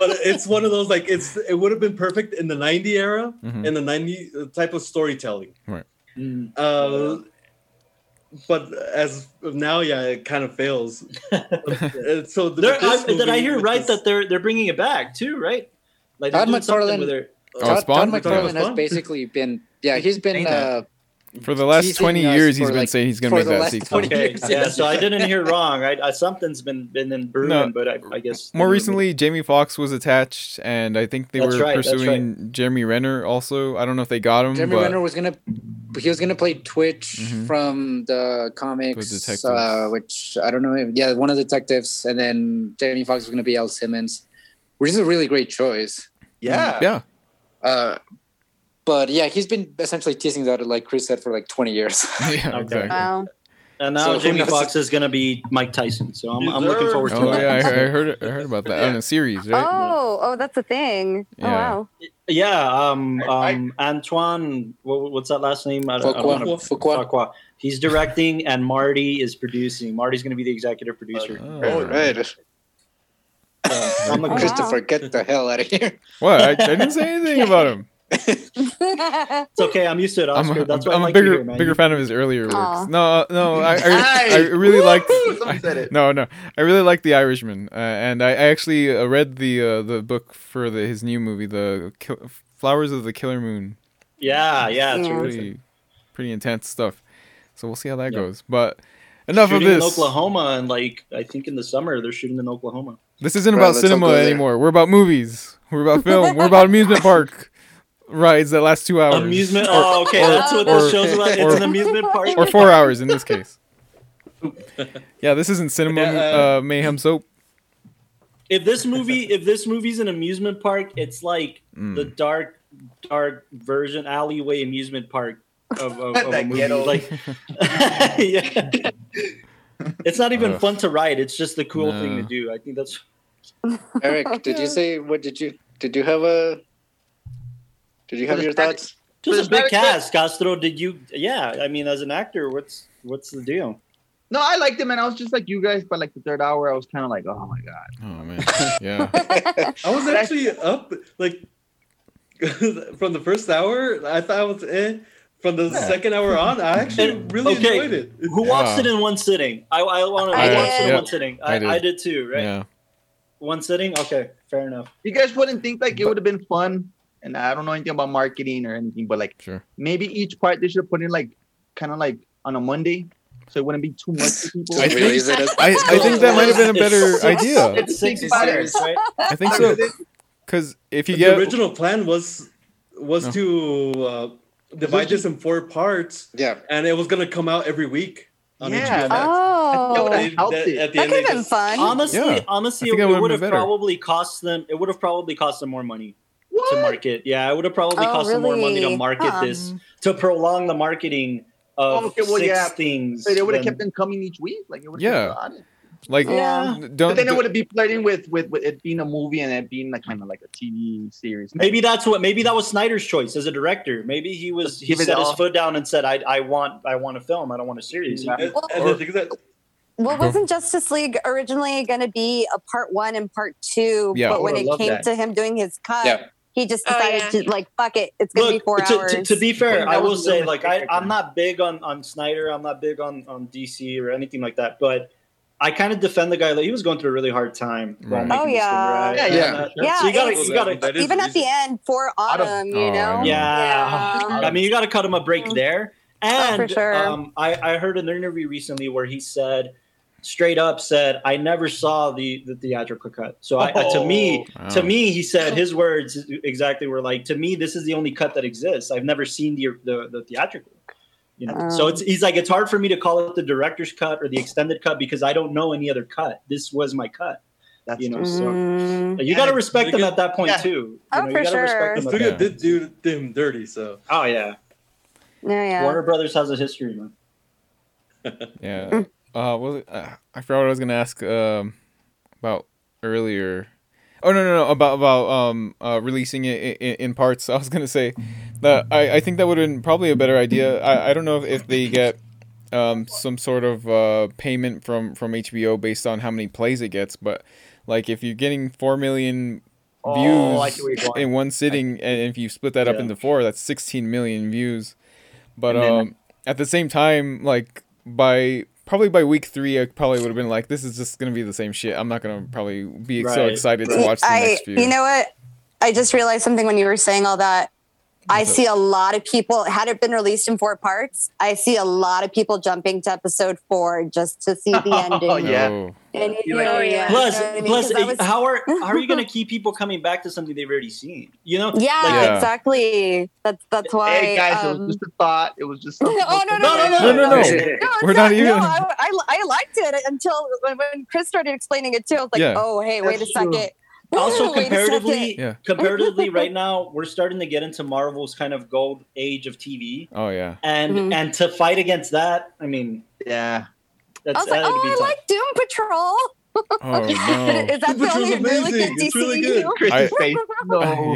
S6: but it's one of those like it's it would have been perfect in the '90 era.
S4: Mm-hmm.
S1: Mhm.
S6: in the 90 type of storytelling.
S4: Mm.
S6: Uh, but as of now, yeah, it kind
S4: [laughs]
S6: of fails. Uh, so the,
S4: There- I-
S6: this
S4: did I
S6: movie
S4: hear
S6: with
S4: right
S6: this-
S4: that they're they're bringing it back too right like they're
S2: Todd
S4: doing something
S2: McFarlane-
S4: with their-
S1: Oh,
S2: Todd,
S1: Spawn?
S2: Todd
S1: We're talking
S2: McFarlane
S6: about
S2: has
S6: Spawn?
S2: basically been, yeah, he's been,
S4: Saying
S2: uh,
S4: that.
S1: For the last
S2: teasing
S1: twenty
S2: us
S1: years,
S2: for,
S1: he's been
S2: like,
S1: saying he's gonna
S2: for
S1: make
S2: the
S1: that
S2: last
S1: sequel.
S2: 20
S4: Okay,
S2: years.
S4: yeah. So I didn't hear wrong. I, I something's been been in brewing,
S1: No.
S4: but I, I guess
S1: More recently, Jamie Foxx was attached, and I think they
S4: That's
S1: were
S4: right, that's
S1: pursuing Jeremy Renner. Also, I don't know if they got him,
S2: Jeremy
S1: but
S2: Renner was gonna he was gonna play Twitch
S1: Mhm.
S2: from the
S1: The
S2: comics,
S1: detectives.
S2: uh, which I don't know. if- Yeah, one of the detectives, and then Jamie Foxx was gonna be Al Simmons, which is a really great choice.
S7: Yeah.
S1: yeah,
S2: Uh, but yeah, he's been essentially teasing that, like Chris said, for like twenty years.
S1: [laughs] yeah,
S4: Okay. Uh,
S1: exactly.
S3: [laughs] Wow.
S4: and now
S2: So who
S4: Jamie
S2: knows?
S4: Fox is gonna be Mike Tyson. So I'm, I'm looking forward to
S1: Oh
S4: that. [laughs]
S1: yeah, I, I heard I heard about that on a series, right?
S3: Oh, oh, that's a thing.
S1: Yeah.
S3: Oh wow.
S4: Yeah, um,
S5: I-
S4: um, Antoine, what, what's that last name? I don't, I don't know.
S2: Fuqua, Fuqua.
S4: Fuqua. He's directing, and Marty is producing. Marty's gonna be the executive producer.
S1: Oh.
S7: Oh,
S2: All [laughs] right,
S4: Uh, I'm
S3: wow.
S4: looking-
S2: Christopher, get the hell out of here.
S1: What? I, I didn't say anything about
S4: [laughs]
S1: him.
S4: it's okay. I'm used to it,
S1: I'm
S4: Oscar.
S1: a,
S4: That's why
S1: I'm
S4: I
S1: a
S4: like you
S1: bigger
S4: here, man.
S1: bigger fan of his earlier works.
S3: Aw.
S1: No, uh, no, I I, I
S7: Hey!
S1: really liked.
S7: Woo-hoo! Somebody said it.
S1: No, no, I really liked The Irishman, uh, and I, I actually uh, read the uh, the book for the, his new movie, The Kill- Flowers of the Killer Moon.
S4: yeah, [laughs] yeah. It's
S3: Yeah.
S4: really
S1: Pretty, pretty intense stuff. So we'll see how that
S4: Yeah.
S1: goes. But enough
S4: shooting
S1: of
S4: in
S1: this.
S4: Oklahoma, and like I think in the summer they're shooting in Oklahoma.
S1: This isn't
S2: Right,
S1: about
S2: let's not
S1: cinema
S2: go there.
S1: anymore. We're about movies. We're about film. We're about amusement
S4: [laughs]
S1: park rides that last two hours.
S4: Amusement. oh, okay.
S1: or-
S4: That's what this
S1: or-
S4: show's about. It's
S1: or-
S4: an amusement park.
S1: or four hours in this
S4: [laughs]
S1: case. [laughs] Yeah, this isn't cinema
S6: Yeah,
S1: uh, mayhem soap.
S4: if this movie, if this movie's an amusement park, it's like
S1: Mm.
S7: Hmm.
S4: the dark, dark version alleyway amusement park of, of, of a
S7: [laughs] That
S4: movie.
S7: ghetto.
S4: Like, [laughs] yeah. It's not even
S1: Ugh.
S4: fun to ride. It's just the cool thing to
S1: No.
S4: do. I think that's
S2: Eric, did you say what did you did you have a did you have your thoughts?
S4: just a
S7: Just
S4: big
S7: very quick.
S4: cast. Castro, did you? Yeah, I mean, as an actor, what's what's the deal?
S7: No, I liked him, and I was just like you guys. By like the third hour, I was kind of like, oh my god.
S1: Oh
S4: [laughs]
S1: man, yeah.
S6: I was actually up like [laughs] from the first hour. I thought I was eh. From the
S1: Yeah.
S6: second hour
S4: [laughs]
S6: on, I actually
S4: And-
S6: really
S4: okay.
S6: enjoyed it.
S4: Who watched
S1: Yeah.
S4: it in one sitting? I, I want to
S3: I
S4: I watched it
S3: did.
S4: in
S1: Yeah.
S4: one sitting.
S1: I
S4: I, I,
S1: did.
S4: did. too, right?
S1: Yeah.
S4: One sitting. Okay, fair enough.
S7: You guys wouldn't think like it would have been fun, and I don't know anything about marketing or anything, but like
S1: Sure.
S7: maybe each part they should have put in like kind of like on a Monday, so it wouldn't be too much for people.
S1: I
S2: Just
S1: think-
S2: release it as-
S1: I, I think that might have been
S4: [laughs]
S1: a better
S4: It's- it's-
S1: idea.
S4: It's six
S7: Think
S2: about it.
S4: series, right?
S1: I think so. Because if you
S6: the
S1: get
S6: original plan was was
S1: No.
S6: to uh, divide this in four parts,
S2: Yeah.
S6: and it was gonna come out every week on
S7: Yeah.
S6: HBO Max.
S3: Oh,
S7: I-
S3: that
S6: They-
S7: helped
S6: that-
S7: it.
S6: at
S3: could
S6: the
S3: have
S6: end, they
S3: been
S6: just-
S3: fun.
S4: Honestly,
S1: Yeah. I
S4: honestly,
S1: think that
S4: it
S1: would've
S4: would have
S1: been better.
S4: probably cost them. It would have probably cost them more money to
S7: What?
S4: market. Yeah, it would have probably
S3: Oh,
S4: cost them more money to
S3: really? Um.
S4: market
S3: Huh.
S4: this to prolong the marketing of
S7: Okay, well,
S4: six
S7: yeah.
S4: things.
S7: So they would have
S4: than-
S7: kept them coming each week. Like it would.
S1: Yeah.
S7: Kept,
S1: Like,
S3: Yeah.
S1: don't.
S5: but then it would be flirting with, with with it being a movie and it being like kind of like a TV series.
S4: Maybe that's what. Maybe that was Snyder's choice as a director. Maybe he was he
S5: Give it
S4: set his
S5: all.
S4: foot down and said, "I, I want, I want a film. I don't want a series."
S5: Yeah.
S6: And-
S3: Well-
S6: and the thing is that
S3: Well, wasn't Justice League originally going to be a part one and part two?
S1: Yeah.
S3: But when
S5: Oh, I
S3: it
S5: love
S3: came
S5: that.
S3: to him doing his cut,
S2: Yeah.
S3: he just
S8: Oh,
S3: decided
S8: yeah.
S3: to like, fuck it, it's going to be four
S4: to,
S3: hours.
S4: To, to be fair,
S5: That
S4: I will
S5: was
S4: say
S5: really
S4: like I,
S5: good.
S4: I'm not big on, on Snyder. I'm not big on, on DC or anything like that. But I kind of defend the guy. Like, he was going through a really hard time. while
S1: Right.
S4: making
S3: Oh,
S4: this thing,
S3: yeah.
S4: right?
S5: Yeah,
S2: yeah.
S4: And, uh,
S3: yeah,
S4: So you gotta-
S3: it's-
S4: you gotta-
S6: that is
S3: even at the
S6: reason.
S3: end for
S5: don't-
S3: autumn, you
S1: Oh,
S3: know?
S1: I know.
S4: Yeah.
S3: Yeah.
S4: I mean, you got to cut him a break
S3: Mm.
S4: there.
S3: Oh,
S4: And
S3: for sure.
S4: um, I, I heard an interview recently where he said, straight up said, I never saw the, the theatrical cut. So I, uh, to me,
S1: Oh.
S4: to me, he said his words exactly were like, to me, this is the only cut that exists. I've never seen the the, the theatrical. You know, so
S3: Oh.
S4: it's he's like it's hard for me to call it the director's cut or the extended cut because I don't know any other cut. This was my cut.
S5: That's
S4: You know,
S3: Mm.
S4: You got to
S6: Yeah,
S4: respect them
S6: because-
S4: at that point
S5: yeah.
S4: too. You
S3: Oh,
S4: know, you
S3: for
S4: gotta
S3: sure.
S4: respect
S6: The
S4: them at
S6: studio
S1: Yeah.
S6: did do them dirty, so
S4: that- Oh yeah.
S3: Yeah, yeah.
S4: Warner Brothers has a history, man.
S1: Yeah. Uh, well, uh, I forgot what I was gonna ask um, about earlier. Oh no, no, no, about about um uh, releasing it in, in parts. [laughs] I was gonna say that I, I think that would have been probably a better idea. I, I don't know if, if they get um some sort of uh payment from from HBO based on how many plays it gets, but like if you're getting four million
S4: Oh, I see where
S1: views
S4: you're going.
S1: in one sitting, and if you split that up
S4: Yeah.
S1: into four, that's 16 million views. But
S4: And then-
S1: um, at the same time, like by probably by week three, I probably would have been like, this is just gonna be the same shit. I'm not gonna probably be so
S4: Right.
S1: excited to watch the
S3: I,
S1: next few.
S3: You know what? I just realized something when you were saying all that. I
S1: What's up?
S3: see a lot of people. Had it been released in four parts, I see a lot of people jumping to episode four just to
S1: [laughs]
S3: see the ending.
S5: Oh, yeah.
S1: Oh.
S3: And you
S5: You're
S3: know,
S8: like-
S3: yeah,
S4: Plus,
S3: you know what I mean?
S4: plus, eh,
S3: 'Cause I was-
S4: how are how are you
S3: [laughs]
S4: going to keep people coming back to something they've already seen? You know?
S3: yeah,
S4: Like,
S1: Yeah.
S3: exactly. That's that's why.
S5: Hey guys, it
S3: um,
S5: was just a thought. It was just something.
S3: [laughs] Oh, no,
S4: no, no, no,
S1: No, no, no.
S3: no, it's
S1: We're not even-
S3: No, I, I, I liked it until when, when Chris started explaining it too. I was like,
S1: Yeah.
S3: oh, hey, wait a
S5: That's
S3: second.
S5: true.
S3: [laughs] Wait
S4: also
S3: a second.
S4: comparatively,
S1: Yeah.
S4: comparatively, right now we're starting to get into Marvel's kind of gold age of TV,
S1: Oh
S3: [laughs]
S1: yeah.
S4: and
S3: Mhm.
S4: and to fight against that, I mean,
S5: Yeah.
S4: that's
S3: I was like,
S4: that'd be
S3: oh, I
S4: tough.
S3: like Doom Patrol.
S1: Oh no.
S3: [laughs] Is that the
S6: Which was
S3: only really good
S6: amazing.
S3: DC
S6: It's really good.
S5: Chris's
S1: I-
S3: [laughs]
S5: face. No.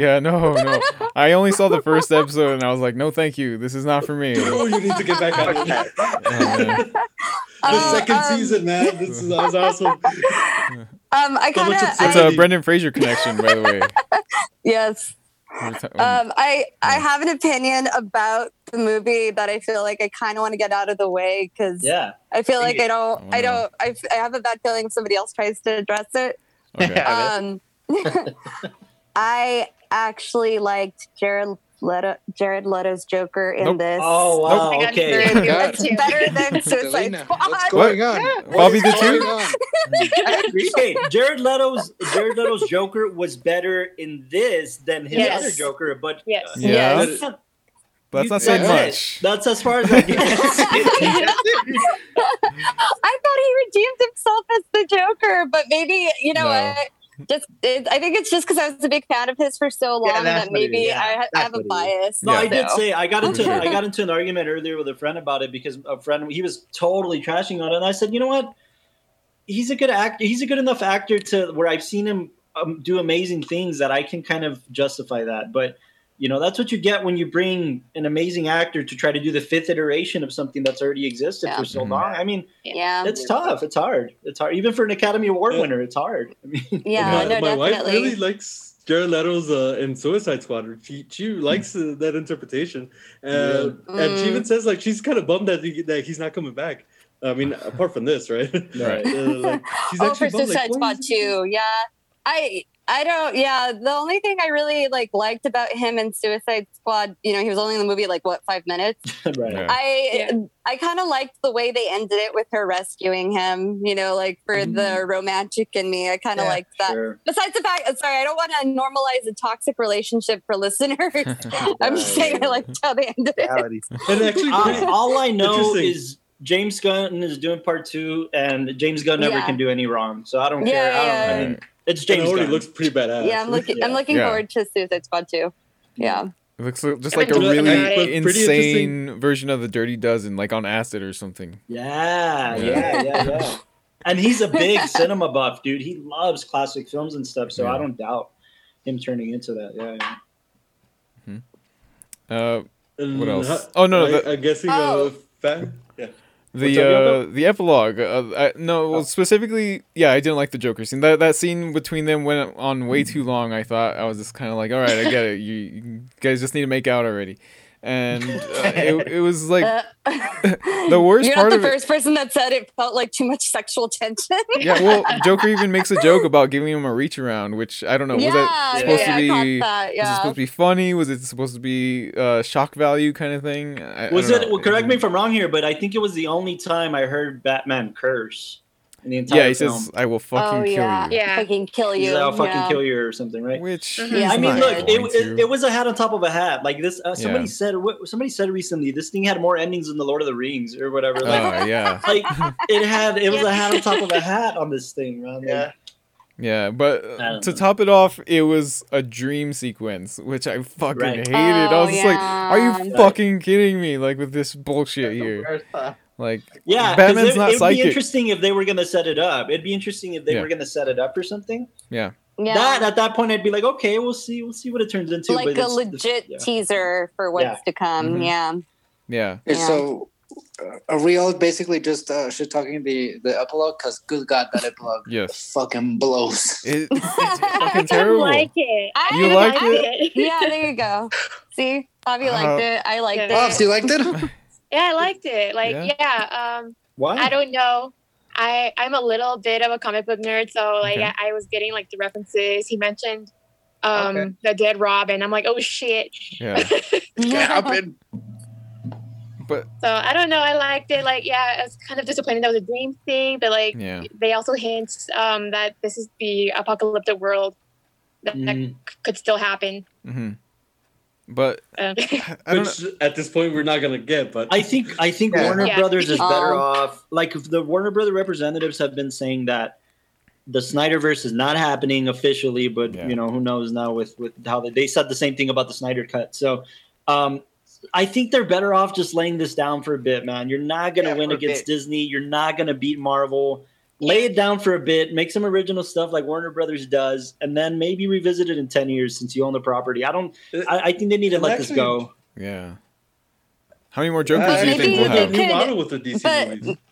S1: [laughs] yeah, no, no. I only saw the first episode and I was like, no, thank you. This is not for
S3: [laughs]
S1: me.
S6: oh, you need to get back out.
S5: Okay.
S6: [laughs] The Uh-huh.
S1: Yeah.
S3: Um,
S6: second
S3: um,
S6: season, man. This is that was awesome.
S3: Um, I
S6: So
S3: kind
S6: much
S3: of,
S1: It's
S3: I,
S1: a Brendan Fraser connection, by the
S3: [laughs]
S1: way.
S3: yes.
S1: We're ta- oh,
S3: Um, I, I
S1: Yeah.
S3: have an opinion about the movie that I feel like I kind of want to get out of the way because
S4: yeah,
S3: I feel like I don't,
S1: Oh,
S3: I
S1: no.
S3: don't, I, f- I have a bad feeling if somebody else tries to address it.
S1: okay.
S3: Um, [laughs] I actually liked Jared Leto, Jared Leto's Joker in
S1: Nope.
S3: this.
S4: oh wow,
S8: I got
S4: okay, [laughs]
S8: very good
S2: God.
S3: It's
S8: too.
S3: better than Suicide
S2: Delina,
S3: Squad.
S2: what's going on? What
S1: Bobby
S2: is
S1: the
S2: going
S1: Tooth?
S2: on?
S4: I agree. Okay, Jared Leto's Jared Leto's Joker was better in this than his
S8: Yes.
S4: other Joker, but
S8: Yes.
S1: Yeah.
S4: that's not,
S1: But that's not
S4: that's
S1: saying
S4: it.
S1: much.
S4: That's as far as
S3: [laughs]
S4: I get.
S3: I thought he redeemed himself as the Joker, but maybe you know
S1: No.
S3: what? Just it, I think it's just because I was a big fan of his for so long
S5: that's
S3: that
S5: what it is.
S3: maybe
S5: Yeah,
S3: I, I
S5: that's
S3: have a
S5: what it is.
S3: bias.
S4: No, I
S1: Yeah.
S4: did
S3: So-
S4: say I got into
S1: For sure.
S4: I got into an argument earlier with a friend about it because a friend he was totally trashing on it, and I said, you know what, he's a good actor. He's a good enough actor to where I've seen him um, do amazing things that I can kind of justify that. But you know, that's what you get when you bring an amazing actor to try to do the fifth iteration of something that's already existed
S3: Yeah.
S4: for so
S1: Mhm.
S4: long. I mean,
S3: yeah,
S4: it's tough. It's hard. It's hard, even for an Academy Award
S6: Yeah.
S4: winner. It's hard. I mean,
S3: yeah,
S6: my,
S3: no,
S6: my wife
S3: definitely.
S6: really likes Jared Leto's uh, in Suicide Squad. She, she likes uh, that interpretation, uh, and
S3: Mm.
S6: she even says like she's kind of bummed that he, that he's not coming back. I mean, apart from this, right? [laughs]
S1: Right.
S6: Uh, like, she's
S3: oh, for
S6: actually bummed,
S3: Suicide
S6: like, why
S3: Squad
S6: is he-
S3: too. Yeah, I I don't. Yeah, the only thing I really like liked about him in Suicide Squad, you know, he was only in the movie like what five minutes.
S4: [laughs] right.
S1: Yeah.
S3: I
S8: Yeah.
S3: I kind of liked the way they ended it with her rescuing him. You know, like for the romantic in me, I kind of
S5: Yeah,
S3: liked that.
S4: Mm-hmm. Sure.
S3: besides the fact, sorry, I don't want to normalize a toxic relationship for listeners.
S1: [laughs]
S3: I'm just saying I liked how they ended it.
S5: Reality.
S6: And actually,
S1: [laughs]
S3: Ah.
S4: I, Uh, all I know
S6: Interesting.
S4: is James Gunn is doing part two, and James Gunn never
S3: Yeah.
S4: can do any wrong. So I don't
S3: Yeah,
S4: care. I,
S3: yeah,
S4: don't, I
S3: yeah.
S4: mean, it's
S6: James
S4: James
S6: already
S4: Gunn.
S6: looks pretty badass.
S3: Yeah, I'm looking. I'm looking
S1: Yeah.
S3: forward to Suicide Squad too. Yeah.
S1: It looks li- just
S8: I
S1: like a
S8: haven't
S6: looked
S1: really
S8: at it.
S6: Pretty
S1: insane version of the Dirty Dozen, like on acid or something. Yeah.
S4: yeah,
S1: [laughs]
S4: yeah, yeah, yeah. and he's a big cinema buff, dude. He loves classic films and stuff. So I don't doubt him turning into that. Yeah. yeah.
S1: Uh,
S6: And
S1: What else?
S6: ho-
S1: Oh, no,
S6: I,
S1: the-
S6: I'm guessing
S3: Oh.
S6: uh, fa- yeah.
S1: the
S6: up,
S1: uh, the epilogue. Uh, I, no, well, specifically, yeah, I didn't like the Joker scene. That that scene between them went on way too long. I thought I was just kind of like, all right, I get it. You, you guys just need to make out already, and uh, it, it was
S3: [laughs]
S1: like
S3: Uh,
S1: [laughs] the worst
S3: [laughs] You're
S1: part
S3: not
S1: of
S3: the
S1: it-
S3: first person that said it felt like too much sexual tension.
S1: yeah. Well, Joker even makes a joke about giving him a reach around, which I don't know. was that
S3: yeah,
S1: supposed
S3: yeah,
S1: to
S3: I
S1: be?
S3: caught that.
S1: Was it
S3: Yeah.
S1: supposed to be funny? Was it supposed to be uh, shock value kind of thing? I, I
S4: Was
S1: don't
S4: it?
S1: know.
S4: Well, correct me if I'm wrong here, but I think it was the only time I heard Batman curse in the entire
S1: Yeah, he
S4: film.
S1: says, "I will fucking
S3: oh
S1: kill
S3: yeah. Mm-hmm.
S1: you."
S8: Yeah.
S3: Fucking kill
S4: He's
S3: you.
S4: like, I'll fucking
S3: yeah.
S4: kill you or something, right?
S1: Which
S8: Mhm.
S1: he's
S4: I
S1: not
S4: mean, look, it,
S1: going to.
S4: it, it was a hat on top of a hat. Like this, uh, somebody
S1: Yeah.
S4: said. What, somebody said recently, this thing had more endings than the Lord of the Rings or whatever. Like,
S1: Oh
S4: [laughs]
S1: yeah,
S4: like
S3: [laughs]
S4: it had, it was a
S8: Yeah.
S4: hat on top of a hat on this thing, man. Like,
S6: Yeah.
S1: yeah. But
S4: I
S1: uh,
S4: don't
S1: to
S4: know.
S1: top it off, it was a dream sequence, which I fucking
S4: Right.
S1: hated. I
S3: Oh,
S1: was just like, "Are you
S3: yeah.
S1: fucking kidding me?" Like with this bullshit here. Like
S4: Yeah, 'cause
S1: Batman's
S4: it,
S1: not
S4: it'd
S1: psychic.
S4: be interesting if they were gonna set it up. It'd be interesting if they
S1: Yeah.
S4: were gonna set it up or something.
S3: Yeah.
S4: That at that point, I'd be like, okay, we'll see, we'll see what it turns into.
S3: like
S4: but
S3: a
S4: it's- it's-
S3: legit
S4: yeah.
S3: teaser for what's
S4: Yeah. Mm-hmm.
S3: to come.
S1: Mhm.
S3: Yeah.
S1: yeah,
S2: Okay,
S3: Yeah.
S2: So uh, Ariel basically just uh, shit talking the the epilogue because good god that epilogue
S1: yes.
S2: fucking
S6: [laughs]
S2: blows.
S3: [laughs]
S1: It, it's fucking terrible.
S8: [laughs] I like it.
S3: I
S1: You
S8: I
S1: liked
S8: it.
S3: yeah, there
S1: [laughs]
S3: you go. See,
S1: Uh,
S3: Bobby liked it. I liked
S8: Yeah.
S2: Oh,
S3: it.
S2: so you [laughs] liked it?
S8: yeah, I liked it. Like,
S1: Yeah?
S8: yeah. um,
S4: Why?
S8: I don't know. I I'm a little bit of a comic book nerd, so like
S1: Okay.
S8: I, I was getting like the references he mentioned. Um,
S5: Okay.
S8: the dead Robin. I'm like, oh shit.
S1: Yeah,
S2: Get up and
S1: but
S8: So I don't know. I liked it. Like, yeah, it's kind of disappointing that was a dream thing, but like
S1: yeah,
S8: they also hint um, that this is the apocalyptic world that, that
S4: Mm.
S8: could still happen.
S1: hmm but
S8: [laughs] Um,
S1: I, I don't.
S6: Which at this point we're not gonna get, but
S4: I think I think
S2: Yeah.
S4: Warner
S8: Yeah.
S4: Brothers is
S3: Um,
S4: better off. Like if the Warner Brother representatives have been saying that the Snyderverse is not happening officially, but
S1: Yeah.
S4: you know who knows now with with how they, they said the same thing about the Snyder Cut. So um, I think they're better off just laying this down for a bit, man. You're not gonna
S5: Yeah,
S4: win
S5: for a
S4: against
S5: bit.
S4: Disney. You're not gonna beat Marvel. Lay it down for a bit, make some original stuff like Warner Brothers does, and then maybe revisit it in ten years since you own the property. I don't. I, I think they need to
S6: And
S4: let this
S6: actually-
S4: go.
S1: Yeah. How many more
S6: I
S1: jokers do you
S6: actually
S1: think
S3: maybe
S1: we'll
S6: they
S1: have?
S3: could-
S6: move on with the DC
S3: but-
S6: movies.
S3: [laughs]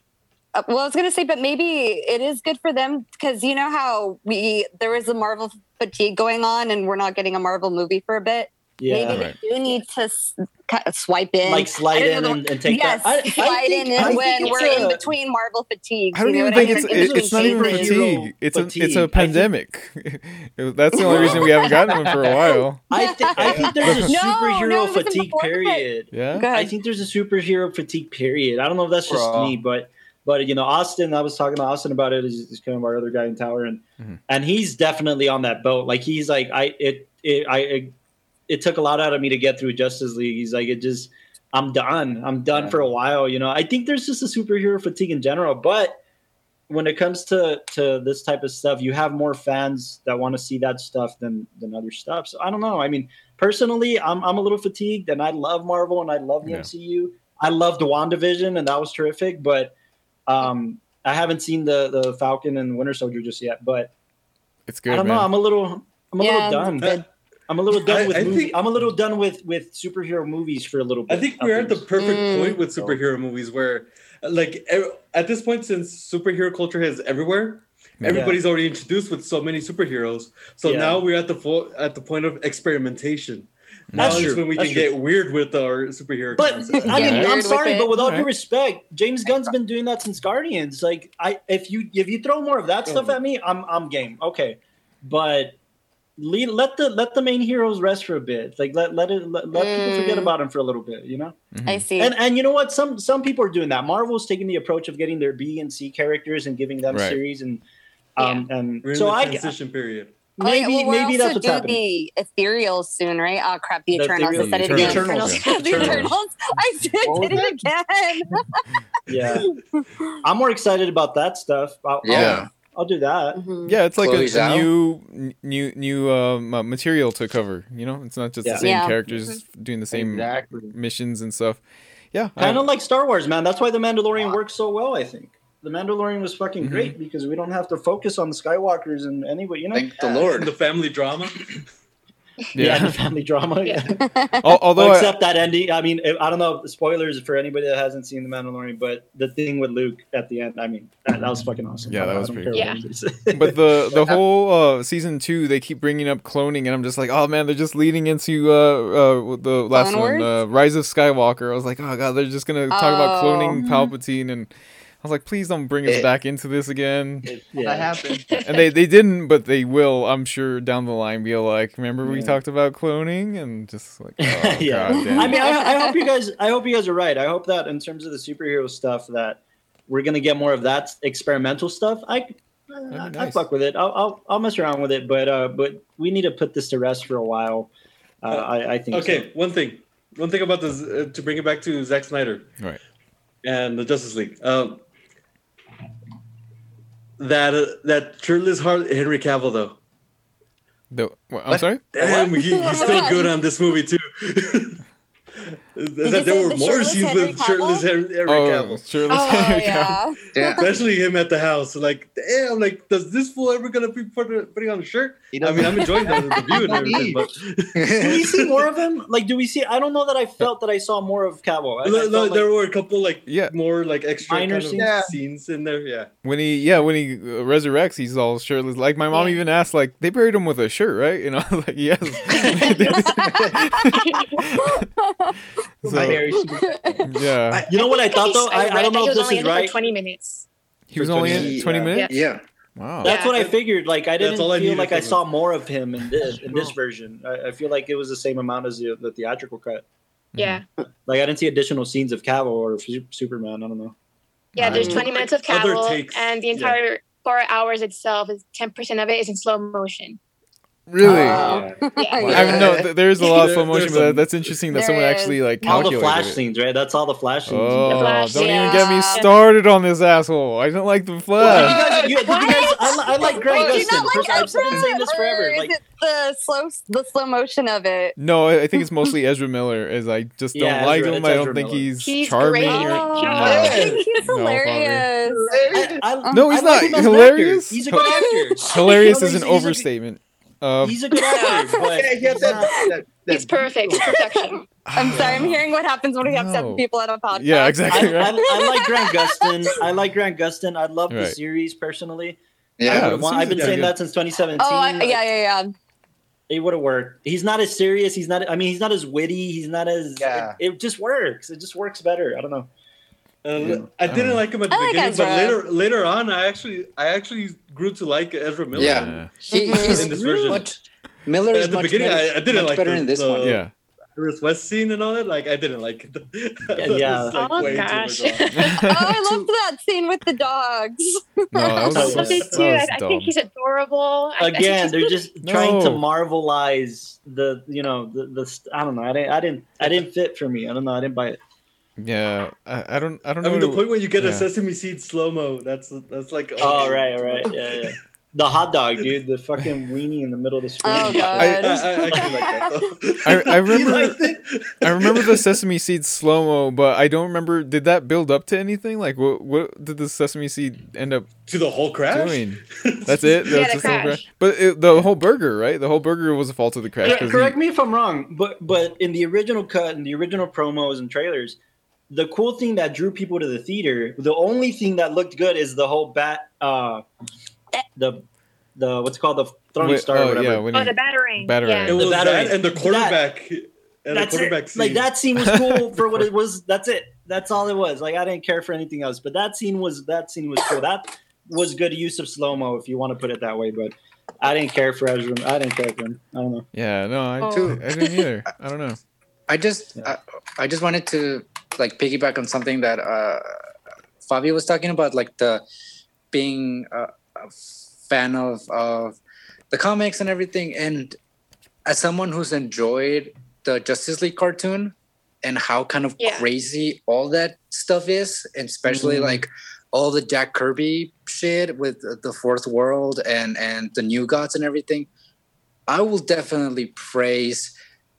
S3: Uh, well, I was gonna say, but maybe it is good for them because you know how we there was a Marvel fatigue going on, and we're not getting a Marvel movie for a bit.
S4: Yeah.
S3: Maybe
S1: Right.
S3: they do need to s- cut- swipe in,
S4: like slide
S3: I don't
S4: in
S3: know
S4: and, and take
S3: yes,
S4: that. I- I
S3: slide
S4: think-
S3: in it
S4: I think
S3: when
S4: it's
S3: we're
S4: a-
S3: in between Marvel fatigue.
S1: I don't
S3: you know
S1: even
S3: what
S1: think it's
S3: I mean?
S1: it,
S4: It's
S1: it's not even
S4: superhero
S1: fatigue. It's a it's
S4: fatigue. I
S1: a
S4: think-
S1: pandemic. [laughs] That's the only reason we haven't gotten one for a while.
S4: I, thi- I think there's
S3: [laughs]
S4: a
S3: No,
S4: superhero
S3: no, it was in
S4: fatigue
S3: before, but-
S4: period.
S1: Yeah.
S3: Go ahead.
S4: I think there's a superhero fatigue period. I don't know if that's just
S7: Bro.
S4: me, but but you know, Austin. I was talking to Austin about it. He's, he's kind of our other guy in Tower, and
S1: Mhm.
S4: and he's definitely on that boat. Like he's like I it it I it, it took a lot out of me to get through Justice League. He's like it just I'm done. I'm done
S7: Yeah.
S4: for a while. You know, I think there's just a superhero fatigue in general, but. When it comes to, to this type of stuff, you have more fans that want to see that stuff than than other stuff. So I don't know. I mean, personally, I'm, I'm a little fatigued and I love Marvel and I love the
S1: Yeah.
S4: MCU. I loved WandaVision and that was terrific, but um, I haven't seen the, the Falcon and Winter Soldier just yet. But
S1: It's good,
S4: I don't
S1: man.
S4: know. I'm a little I'm a
S3: Yeah,
S4: little done. [laughs]
S3: good.
S4: I'm a little done
S6: I-
S4: with
S6: I
S4: movie.
S6: think-
S4: I'm a little done with with superhero movies for a little bit.
S6: I think we're at the perfect
S3: Mm.
S6: point with superhero movies where, like, ev- at this point, since superhero culture is everywhere,
S1: Yeah.
S6: everybody's already introduced with so many superheroes. So
S4: Yeah.
S6: now we're at the fo- at the point of experimentation. Now
S4: That's
S6: is
S4: true.
S6: when we
S4: That's
S6: can
S4: true.
S6: get weird with our superhero.
S4: But
S6: concepts.
S4: I mean,
S3: Weird
S4: I'm
S3: with
S4: sorry,
S3: it.
S4: but with all due
S1: Alright.
S4: respect, James Gunn's been doing that since Guardians. Like, I if you if you throw more of that stuff
S6: Oh.
S4: at me, I'm I'm game. Okay, but lead, let the let the main heroes rest for a bit. Like let let it let, let people forget
S3: Mm.
S4: about them for a little bit. You know.
S1: Mm-hmm.
S3: I see.
S4: And and you know what? Some some people are doing that. Marvel's taking the approach of getting their B and C characters and giving them
S1: Right.
S4: series and um
S6: we're in
S4: and
S6: the
S4: so I
S6: transition period.
S3: Oh, yeah,
S4: maybe
S3: well, we're
S4: maybe
S3: also
S4: that's what's
S3: doing
S4: happening.
S3: The Ethereals soon, right? Oh crap, the
S4: The
S3: Eternals.
S4: Ethereals.
S3: I said it
S1: The
S3: again.
S4: Eternals.
S3: The
S1: Eternals.
S3: Eternals. [laughs] I said
S7: What was
S3: it again.
S4: Yeah, I'm more excited about that stuff. I'll,
S2: Yeah.
S4: I'll, I'll do that.
S3: Mhm.
S1: Yeah, it's like a,
S2: Chloe
S1: a
S2: Zhao?
S1: new n- new new um, uh, material to cover. You know, it's not just
S4: Yeah.
S1: the same
S3: Yeah.
S1: characters doing the same
S7: Exactly.
S1: missions and stuff. Yeah, I-
S4: Kind of like Star Wars, man. That's why the Mandalorian works so well. I think. the Mandalorian was fucking
S1: Mm-hmm.
S4: great because we don't have to focus on the Skywalkers and anyway, you know,
S2: Thank the Lord.
S6: The family drama.
S4: [laughs] yeah, [laughs] the
S1: Yeah.
S4: family drama.
S8: Yeah.
S4: Yeah.
S1: Al- Although,
S4: Well,
S1: I-
S4: except that ending. I mean, I don't know. Spoilers for anybody that hasn't seen The Mandalorian, but the thing with Luke at the end. I mean, that, that was fucking awesome.
S1: Yeah, that
S4: I
S1: was
S4: don't
S1: pretty
S4: care what anybody
S1: but the the whole uh, season two, they keep bringing up cloning, and I'm just like, oh man, they're just leading into uh, uh, the last
S3: Clone
S1: one, uh,
S3: Wars?
S1: Rise of Skywalker. I was like, oh god, they're just gonna talk about
S3: Oh.
S1: cloning Palpatine, and I was like, please don't bring us
S5: Eh.
S1: back into this again.
S4: says. [laughs]
S5: That
S4: yeah.
S5: happened.
S1: and they they didn't, but they will, I'm sure, down the line be like, remember we
S4: Yeah.
S1: talked about cloning, and just like,
S6: [laughs]
S1: oh,
S4: yeah.
S1: god damn.
S4: I mean, I, I hope you guys. I hope you guys are right. I hope that in terms of the superhero stuff, that we're gonna get more of that experimental stuff. I,
S1: be
S4: I, I
S1: nice.
S4: fuck with it. I'll, I'll I'll mess around with it, but uh, but we need to put this to rest for a while. Uh, I, I think.
S6: Okay, one thing. One thing about this uh, to bring it back to Zack Snyder.
S1: Right.
S6: And the Justice League. Um, that uh, that shirtless heart Henry Cavill though.
S1: The- what, I'm sorry.
S6: Damn, he, he's still good on this movie too. [laughs] Is
S3: you say
S6: that there were
S3: the
S6: more
S3: shirtless
S6: scenes
S3: Henry
S6: with shirtless
S3: Cavill?
S6: Henry, Henry
S1: Oh,
S6: Cavill,
S1: sure. [laughs] let's-
S3: Oh
S1: Henry Cavill.
S3: yeah.
S2: Yeah.
S6: especially him at the house. Like, damn, like, does this fool ever gonna be put, putting on a shirt?
S5: He
S6: I
S5: doesn't-
S6: mean, I'm enjoying the, the view and everything, but
S4: do we see more of him? Like, do we see? I don't know that I felt that I saw more of Cabo.
S6: [laughs]
S4: I, I
S6: no,
S4: felt
S6: no,
S4: like-
S6: there were a couple like
S1: Yeah.
S6: more like extra
S4: Minor
S6: kind of
S4: scenes?
S5: Yeah.
S6: scenes in there. Yeah.
S1: When he yeah, when he uh, resurrects, he's all shirtless. Like my mom
S8: Yeah.
S1: even asked, like they buried him with a shirt, right? And [laughs] I was like,
S4: [laughs]
S1: yes.
S4: I
S1: so,
S4: very-
S1: yeah,
S4: you know what I thought
S8: [laughs]
S4: though? I, I don't know if
S8: he was
S4: this
S8: only
S4: is
S8: in it for
S4: right. Eh?
S8: Twenty minutes.
S1: he was only in
S6: Yeah.
S1: twenty minutes.
S2: Yeah.
S1: Wow. Mm.
S4: That's
S8: Yeah.
S4: what I figured. Like I didn't
S6: Oh. all I
S4: feel
S6: needed
S4: like
S6: from
S4: I saw more of him in this in
S6: [laughs]
S4: this version. I, I feel like it was the same amount as the, the theatrical cut.
S8: Yeah,
S4: Like I didn't see additional scenes of Cavill or Su- Superman. I don't know.
S8: yeah. There's
S6: Mm.
S8: twenty minutes of
S6: Other
S8: Cavill,
S6: takes,
S8: and the
S6: yeah.
S8: entire four hours itself is ten percent of it is in slow motion.
S1: Really?
S3: Wow.
S8: Oh, Yeah.
S1: [laughs] I mean, no, th- there is a lot of slow
S6: There-
S1: motion,
S6: there's
S1: but
S6: some-
S1: that- that's interesting that
S3: There
S1: someone
S3: is.
S1: actually like
S4: All the
S1: calculated
S4: flash
S1: it.
S4: scenes, right? That's all the flash scenes.
S1: Oh,
S8: Flash,
S1: don't even
S8: yeah.
S1: get me started on this asshole. I don't like the
S4: Well,
S1: flash.
S4: did you guys, you, did you guys, I, li- I like Greg
S3: Do you
S4: Gustin.
S3: not like
S4: First- I've been saying this
S3: Ezra,
S4: forever.
S3: or
S4: Like,
S3: is it the slow the slow motion of it?
S1: No, I I think it's mostly Ezra Miller. As I just don't
S4: Yeah,
S1: like
S4: Ezra-
S1: him.
S4: it's
S1: I don't
S4: Ezra
S1: think
S4: Miller.
S1: he's,
S8: He's
S1: charming.
S8: great.
S1: Or,
S8: Oh,
S1: no.
S3: I think he's
S1: No, Bobby.
S3: hilarious.
S4: I, Um, I,
S1: No, Oh, he's
S4: I like
S1: not
S4: him as an
S1: hilarious.
S4: actor. He's a good
S3: [laughs]
S4: actor.
S1: Hilarious
S4: He's-
S1: is an
S4: he's a-
S1: overstatement. Um,
S4: He's a
S3: [laughs]
S4: good actor, but
S5: Yeah, he had that, that, that,
S8: It's
S2: [laughs]
S8: perfect. It's perfection.
S3: I'm sorry,
S4: [laughs]
S3: I'm hearing what happens when we have
S1: No.
S3: seven people at a podcast.
S1: yeah, exactly.
S4: I, I,
S1: Right?
S4: I like Grant Gustin. I like Grant Gustin. I love the
S1: Right.
S4: series personally.
S1: Yeah,
S4: I
S2: Yeah.
S4: would've
S1: the
S4: wa- I've been
S1: season's
S4: saying
S1: good.
S4: that since 2017.
S3: Oh, I, yeah,
S4: [laughs]
S3: yeah, yeah.
S4: it would have worked. He's not as serious. He's not. I mean, he's not as witty. He's not as.
S5: Yeah.
S4: It, it just works. It just works better. I don't know.
S6: And
S4: Yeah.
S6: Uh, I didn't like him at the
S3: I like
S6: beginning, but
S3: Ezra.
S6: later later on, I actually I actually grew to like Ezra Miller.
S2: Yeah. He, he's
S6: In this version.
S2: much. Miller
S6: At
S2: is
S6: the
S2: much
S6: beginning,
S2: better,
S6: I- I didn't
S2: much
S6: like
S2: better
S6: the-
S2: in this
S6: the-
S2: one.
S1: yeah.
S6: Iris West scene and all that, like I didn't like it. [laughs] That was,
S4: yeah.
S6: like,
S8: oh
S6: way too
S8: gosh.
S6: much.
S4: [laughs]
S3: Oh, I loved that scene with the dogs.
S1: [laughs] No, [laughs] that
S8: I
S1: was,
S4: [laughs]
S8: love it
S1: that
S8: too.
S1: was
S8: I, I think
S1: dumb.
S8: he's adorable. I- I think
S4: Again,
S8: he's-
S4: they're just trying to
S1: No.
S4: marvelize the. You know, the. the st- I don't know. I didn't. I didn't. I didn't fit for me. I don't know. I didn't buy it.
S1: Yeah, I, I don't. I don't
S6: I
S1: know.
S6: mean, the
S1: what-
S6: point where you get a
S1: yeah.
S6: sesame seed slow mo, that's that's like
S4: Oh right, all right, yeah, yeah. The hot dog, dude. The fucking weenie in the middle of the screen.
S3: Oh
S6: I,
S3: god.
S6: I, I, I can like that. though.
S1: I-
S6: [laughs]
S1: I remember-
S6: He liked it.
S1: I remember
S6: [laughs]
S1: the sesame seed slow mo, but I don't remember. Did that build up to anything? Like, what what did the sesame seed end up
S6: to the whole crash.
S1: doing? That's
S4: [laughs]
S1: it. That was
S8: the
S1: just the whole
S8: crash.
S1: crash? But it, the whole burger, right? The whole burger was a fault of the crash.
S4: Cor-
S1: [laughs] 'cause he-
S4: correct me if I'm wrong, but but in the original cut and the original promos and trailers, the cool thing that drew people to the theater, the only thing that looked good is the whole bat, uh, the the what's it called the throwing
S1: Wait,
S4: star, or
S1: oh,
S4: whatever.
S1: yeah, when
S8: oh,
S1: he-
S8: the battering.
S1: Batarang.
S6: It
S4: The
S6: was
S4: battery.
S6: that and the quarterback. and the
S4: That's
S6: quarterback
S4: it.
S6: scene.
S4: Like that
S1: [laughs]
S4: scene was cool for what it was. That's it. That's all it was. Like I didn't care for anything else. But that scene was that scene was cool. That was good use of slow mo if you want to put it that way. But I didn't care for Ezra. I didn't care for him. I don't know.
S1: Yeah, no, I,
S2: Oh.
S1: I didn't either. I don't know.
S2: I just
S4: Yeah.
S2: I, I just wanted to like piggyback on something that uh, Fabio was talking about, like the being a, a fan of of the comics and everything. And as someone who's enjoyed the Justice League cartoon and how kind of
S8: Yeah.
S2: crazy all that stuff is, and especially
S4: Mhm.
S2: like all the Jack Kirby shit with the Fourth World and and the New Gods and everything, I will definitely praise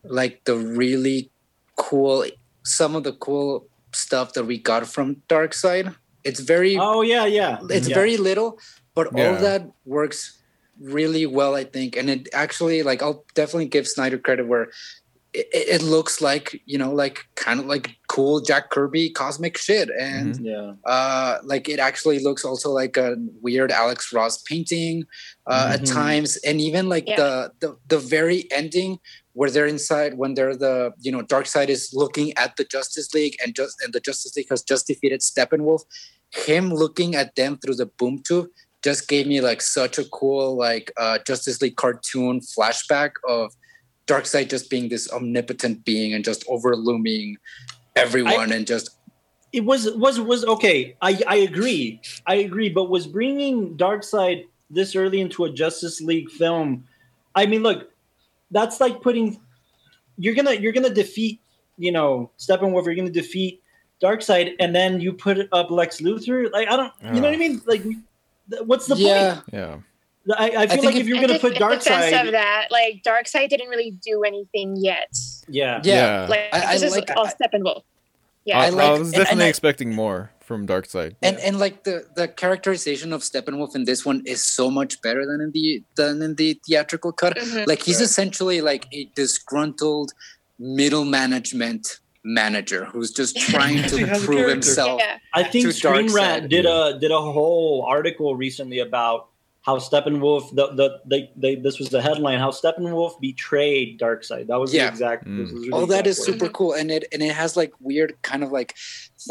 S2: like the really cool some of the cool stuff that we got from Dark Side It's very
S4: Oh yeah, yeah.
S2: it's
S4: Yeah.
S2: very little, but all
S1: Yeah.
S2: that works really well, I think. And it actually, like, I'll definitely give Snyder credit where it, it looks like, you know, like kind of like cool Jack Kirby cosmic shit. And
S4: yeah.
S2: uh, like it actually looks also like a weird Alex Ross painting uh, at
S4: Mhm.
S2: times, and even like
S8: Yeah.
S2: the, the the very ending where they're inside when they're the you know Dark Side is looking at the Justice League and just and the Justice League has just defeated Steppenwolf. Him looking at them through the boom tube just gave me like such a cool like uh, Justice League cartoon flashback of Darkseid just being this omnipotent being and just overlooming everyone and just
S4: It was was was okay. I I agree. I agree. But was bringing Darkseid this early into a Justice League film? I mean, look, that's like putting you're gonna you're gonna defeat you know Steppenwolf. You're gonna defeat Darkseid, and then you put up Lex Luthor. Like I don't, you know what I mean? Like, th- what's the
S2: yeah.
S1: Yeah.
S4: point? I, I feel
S2: think
S4: like
S2: if-
S4: if you're
S8: I
S4: gonna
S8: think
S4: put
S8: in defense of
S4: Darkseid,
S8: that, like Darkseid didn't really do anything yet.
S4: yeah,
S2: Yeah.
S8: Like
S2: I- I
S8: this is
S2: like-
S8: all
S2: I-
S8: Steppenwolf. Yeah,
S1: I,
S2: I like-
S1: I was
S2: and- and
S1: definitely
S2: I-
S1: expecting more from Darkseid.
S2: and and like the the characterization of Steppenwolf in this one is so much better than in the than in the theatrical cut.
S6: Mm-hmm.
S8: Mhm.
S2: Like he's essentially like a disgruntled middle management manager who's
S6: [laughs]
S2: just trying
S6: He
S2: to
S6: has a
S2: prove
S6: character.
S2: himself.
S8: yeah.
S4: I think
S2: to
S4: Screen
S2: Darkseid.
S4: Rant did a did a whole article recently about how Steppenwolf the the they, they this was the headline how Steppenwolf betrayed Darkseid. That was
S2: Yeah.
S4: the exact.
S1: Mm.
S4: this was the
S2: All
S4: exact
S2: that is
S4: word.
S2: super cool, and it and it has like weird kind of like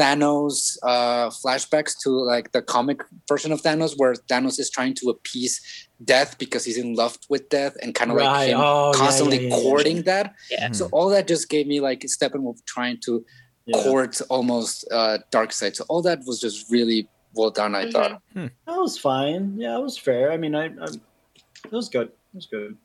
S2: Thanos uh, flashbacks to like the comic version of Thanos, where Thanos is trying to appease death because he's in love with death, and kind of like
S4: Right.
S2: him
S4: Oh, yeah,
S2: constantly
S4: yeah, yeah, yeah.
S2: courting that.
S8: Yeah.
S2: So all that just gave me like Steppenwolf trying to
S4: Yeah.
S2: court almost uh, dark side. So all that was just really well done. I
S8: Mhm.
S2: thought.
S4: That was fine. Yeah, that was fair. I mean, I, I it was good. It was good.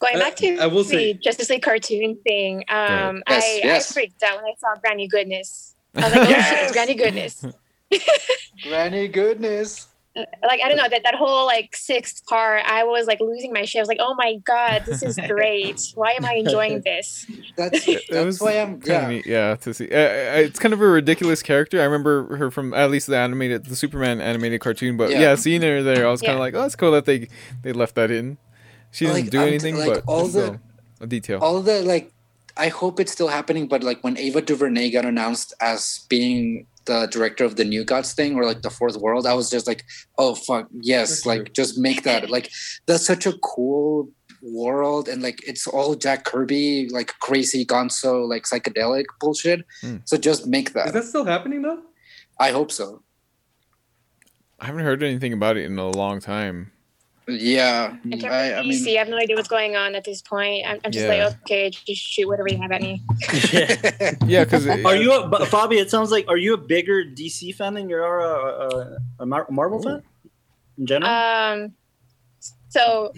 S8: Going
S6: I-
S2: Uh,
S8: back to
S6: I will
S8: the
S6: say-
S8: Justice League cartoon thing, um,
S2: Yes,
S8: I,
S2: yes.
S8: I freaked out when I saw
S1: [laughs]
S8: Granny Goodness. I was like, oh shit,
S2: Yes!
S8: it's Granny Goodness.
S2: Mm-hmm. Granny goodness.
S8: Like, I don't know, that, that whole like sixth part, I was like losing my shit. I was like, oh my God,
S1: [laughs]
S8: this is great. Why am I enjoying this?
S2: That's
S8: It
S1: It
S2: that's
S1: was
S2: why I'm
S1: kinda
S2: yeah.
S1: neat, yeah, to see. Uh, uh, it's kind of a ridiculous character. I remember her from at least the animated, the Superman animated cartoon. But yeah,
S2: Yeah.
S1: seeing her there, I was kind
S8: Yeah.
S1: of like, oh, it's cool that they they left that in. She didn't
S2: Like,
S1: do
S2: I'm-
S1: anything,
S2: like,
S1: but
S2: all the-
S1: still, a detail.
S2: All the like, I hope it's still happening. But like when Ava DuVernay got announced as being the director of the New Gods thing or like the Fourth World, I was just like, oh fuck yes,
S6: For sure.
S2: like just make that like that's such a cool world and like it's all Jack Kirby like crazy gonzo like psychedelic bullshit.
S4: Hmm.
S1: Mm.
S2: So just make
S6: Is
S2: that.
S6: that still happening though?
S2: I hope so.
S1: I haven't heard anything about it in a long time.
S2: Yeah.
S8: I can't
S2: I-
S8: really
S2: I mean-
S8: see. I have no idea what's going on at this point. I'm, I'm just
S1: Yeah.
S8: like, okay, just shoot whatever you have at me.
S4: [laughs]
S1: Yeah, because
S4: Are you, a, but Fabi? It sounds like are you a bigger DC fan than you are a, a, a Mar- Marvel fan in general?
S8: Um, so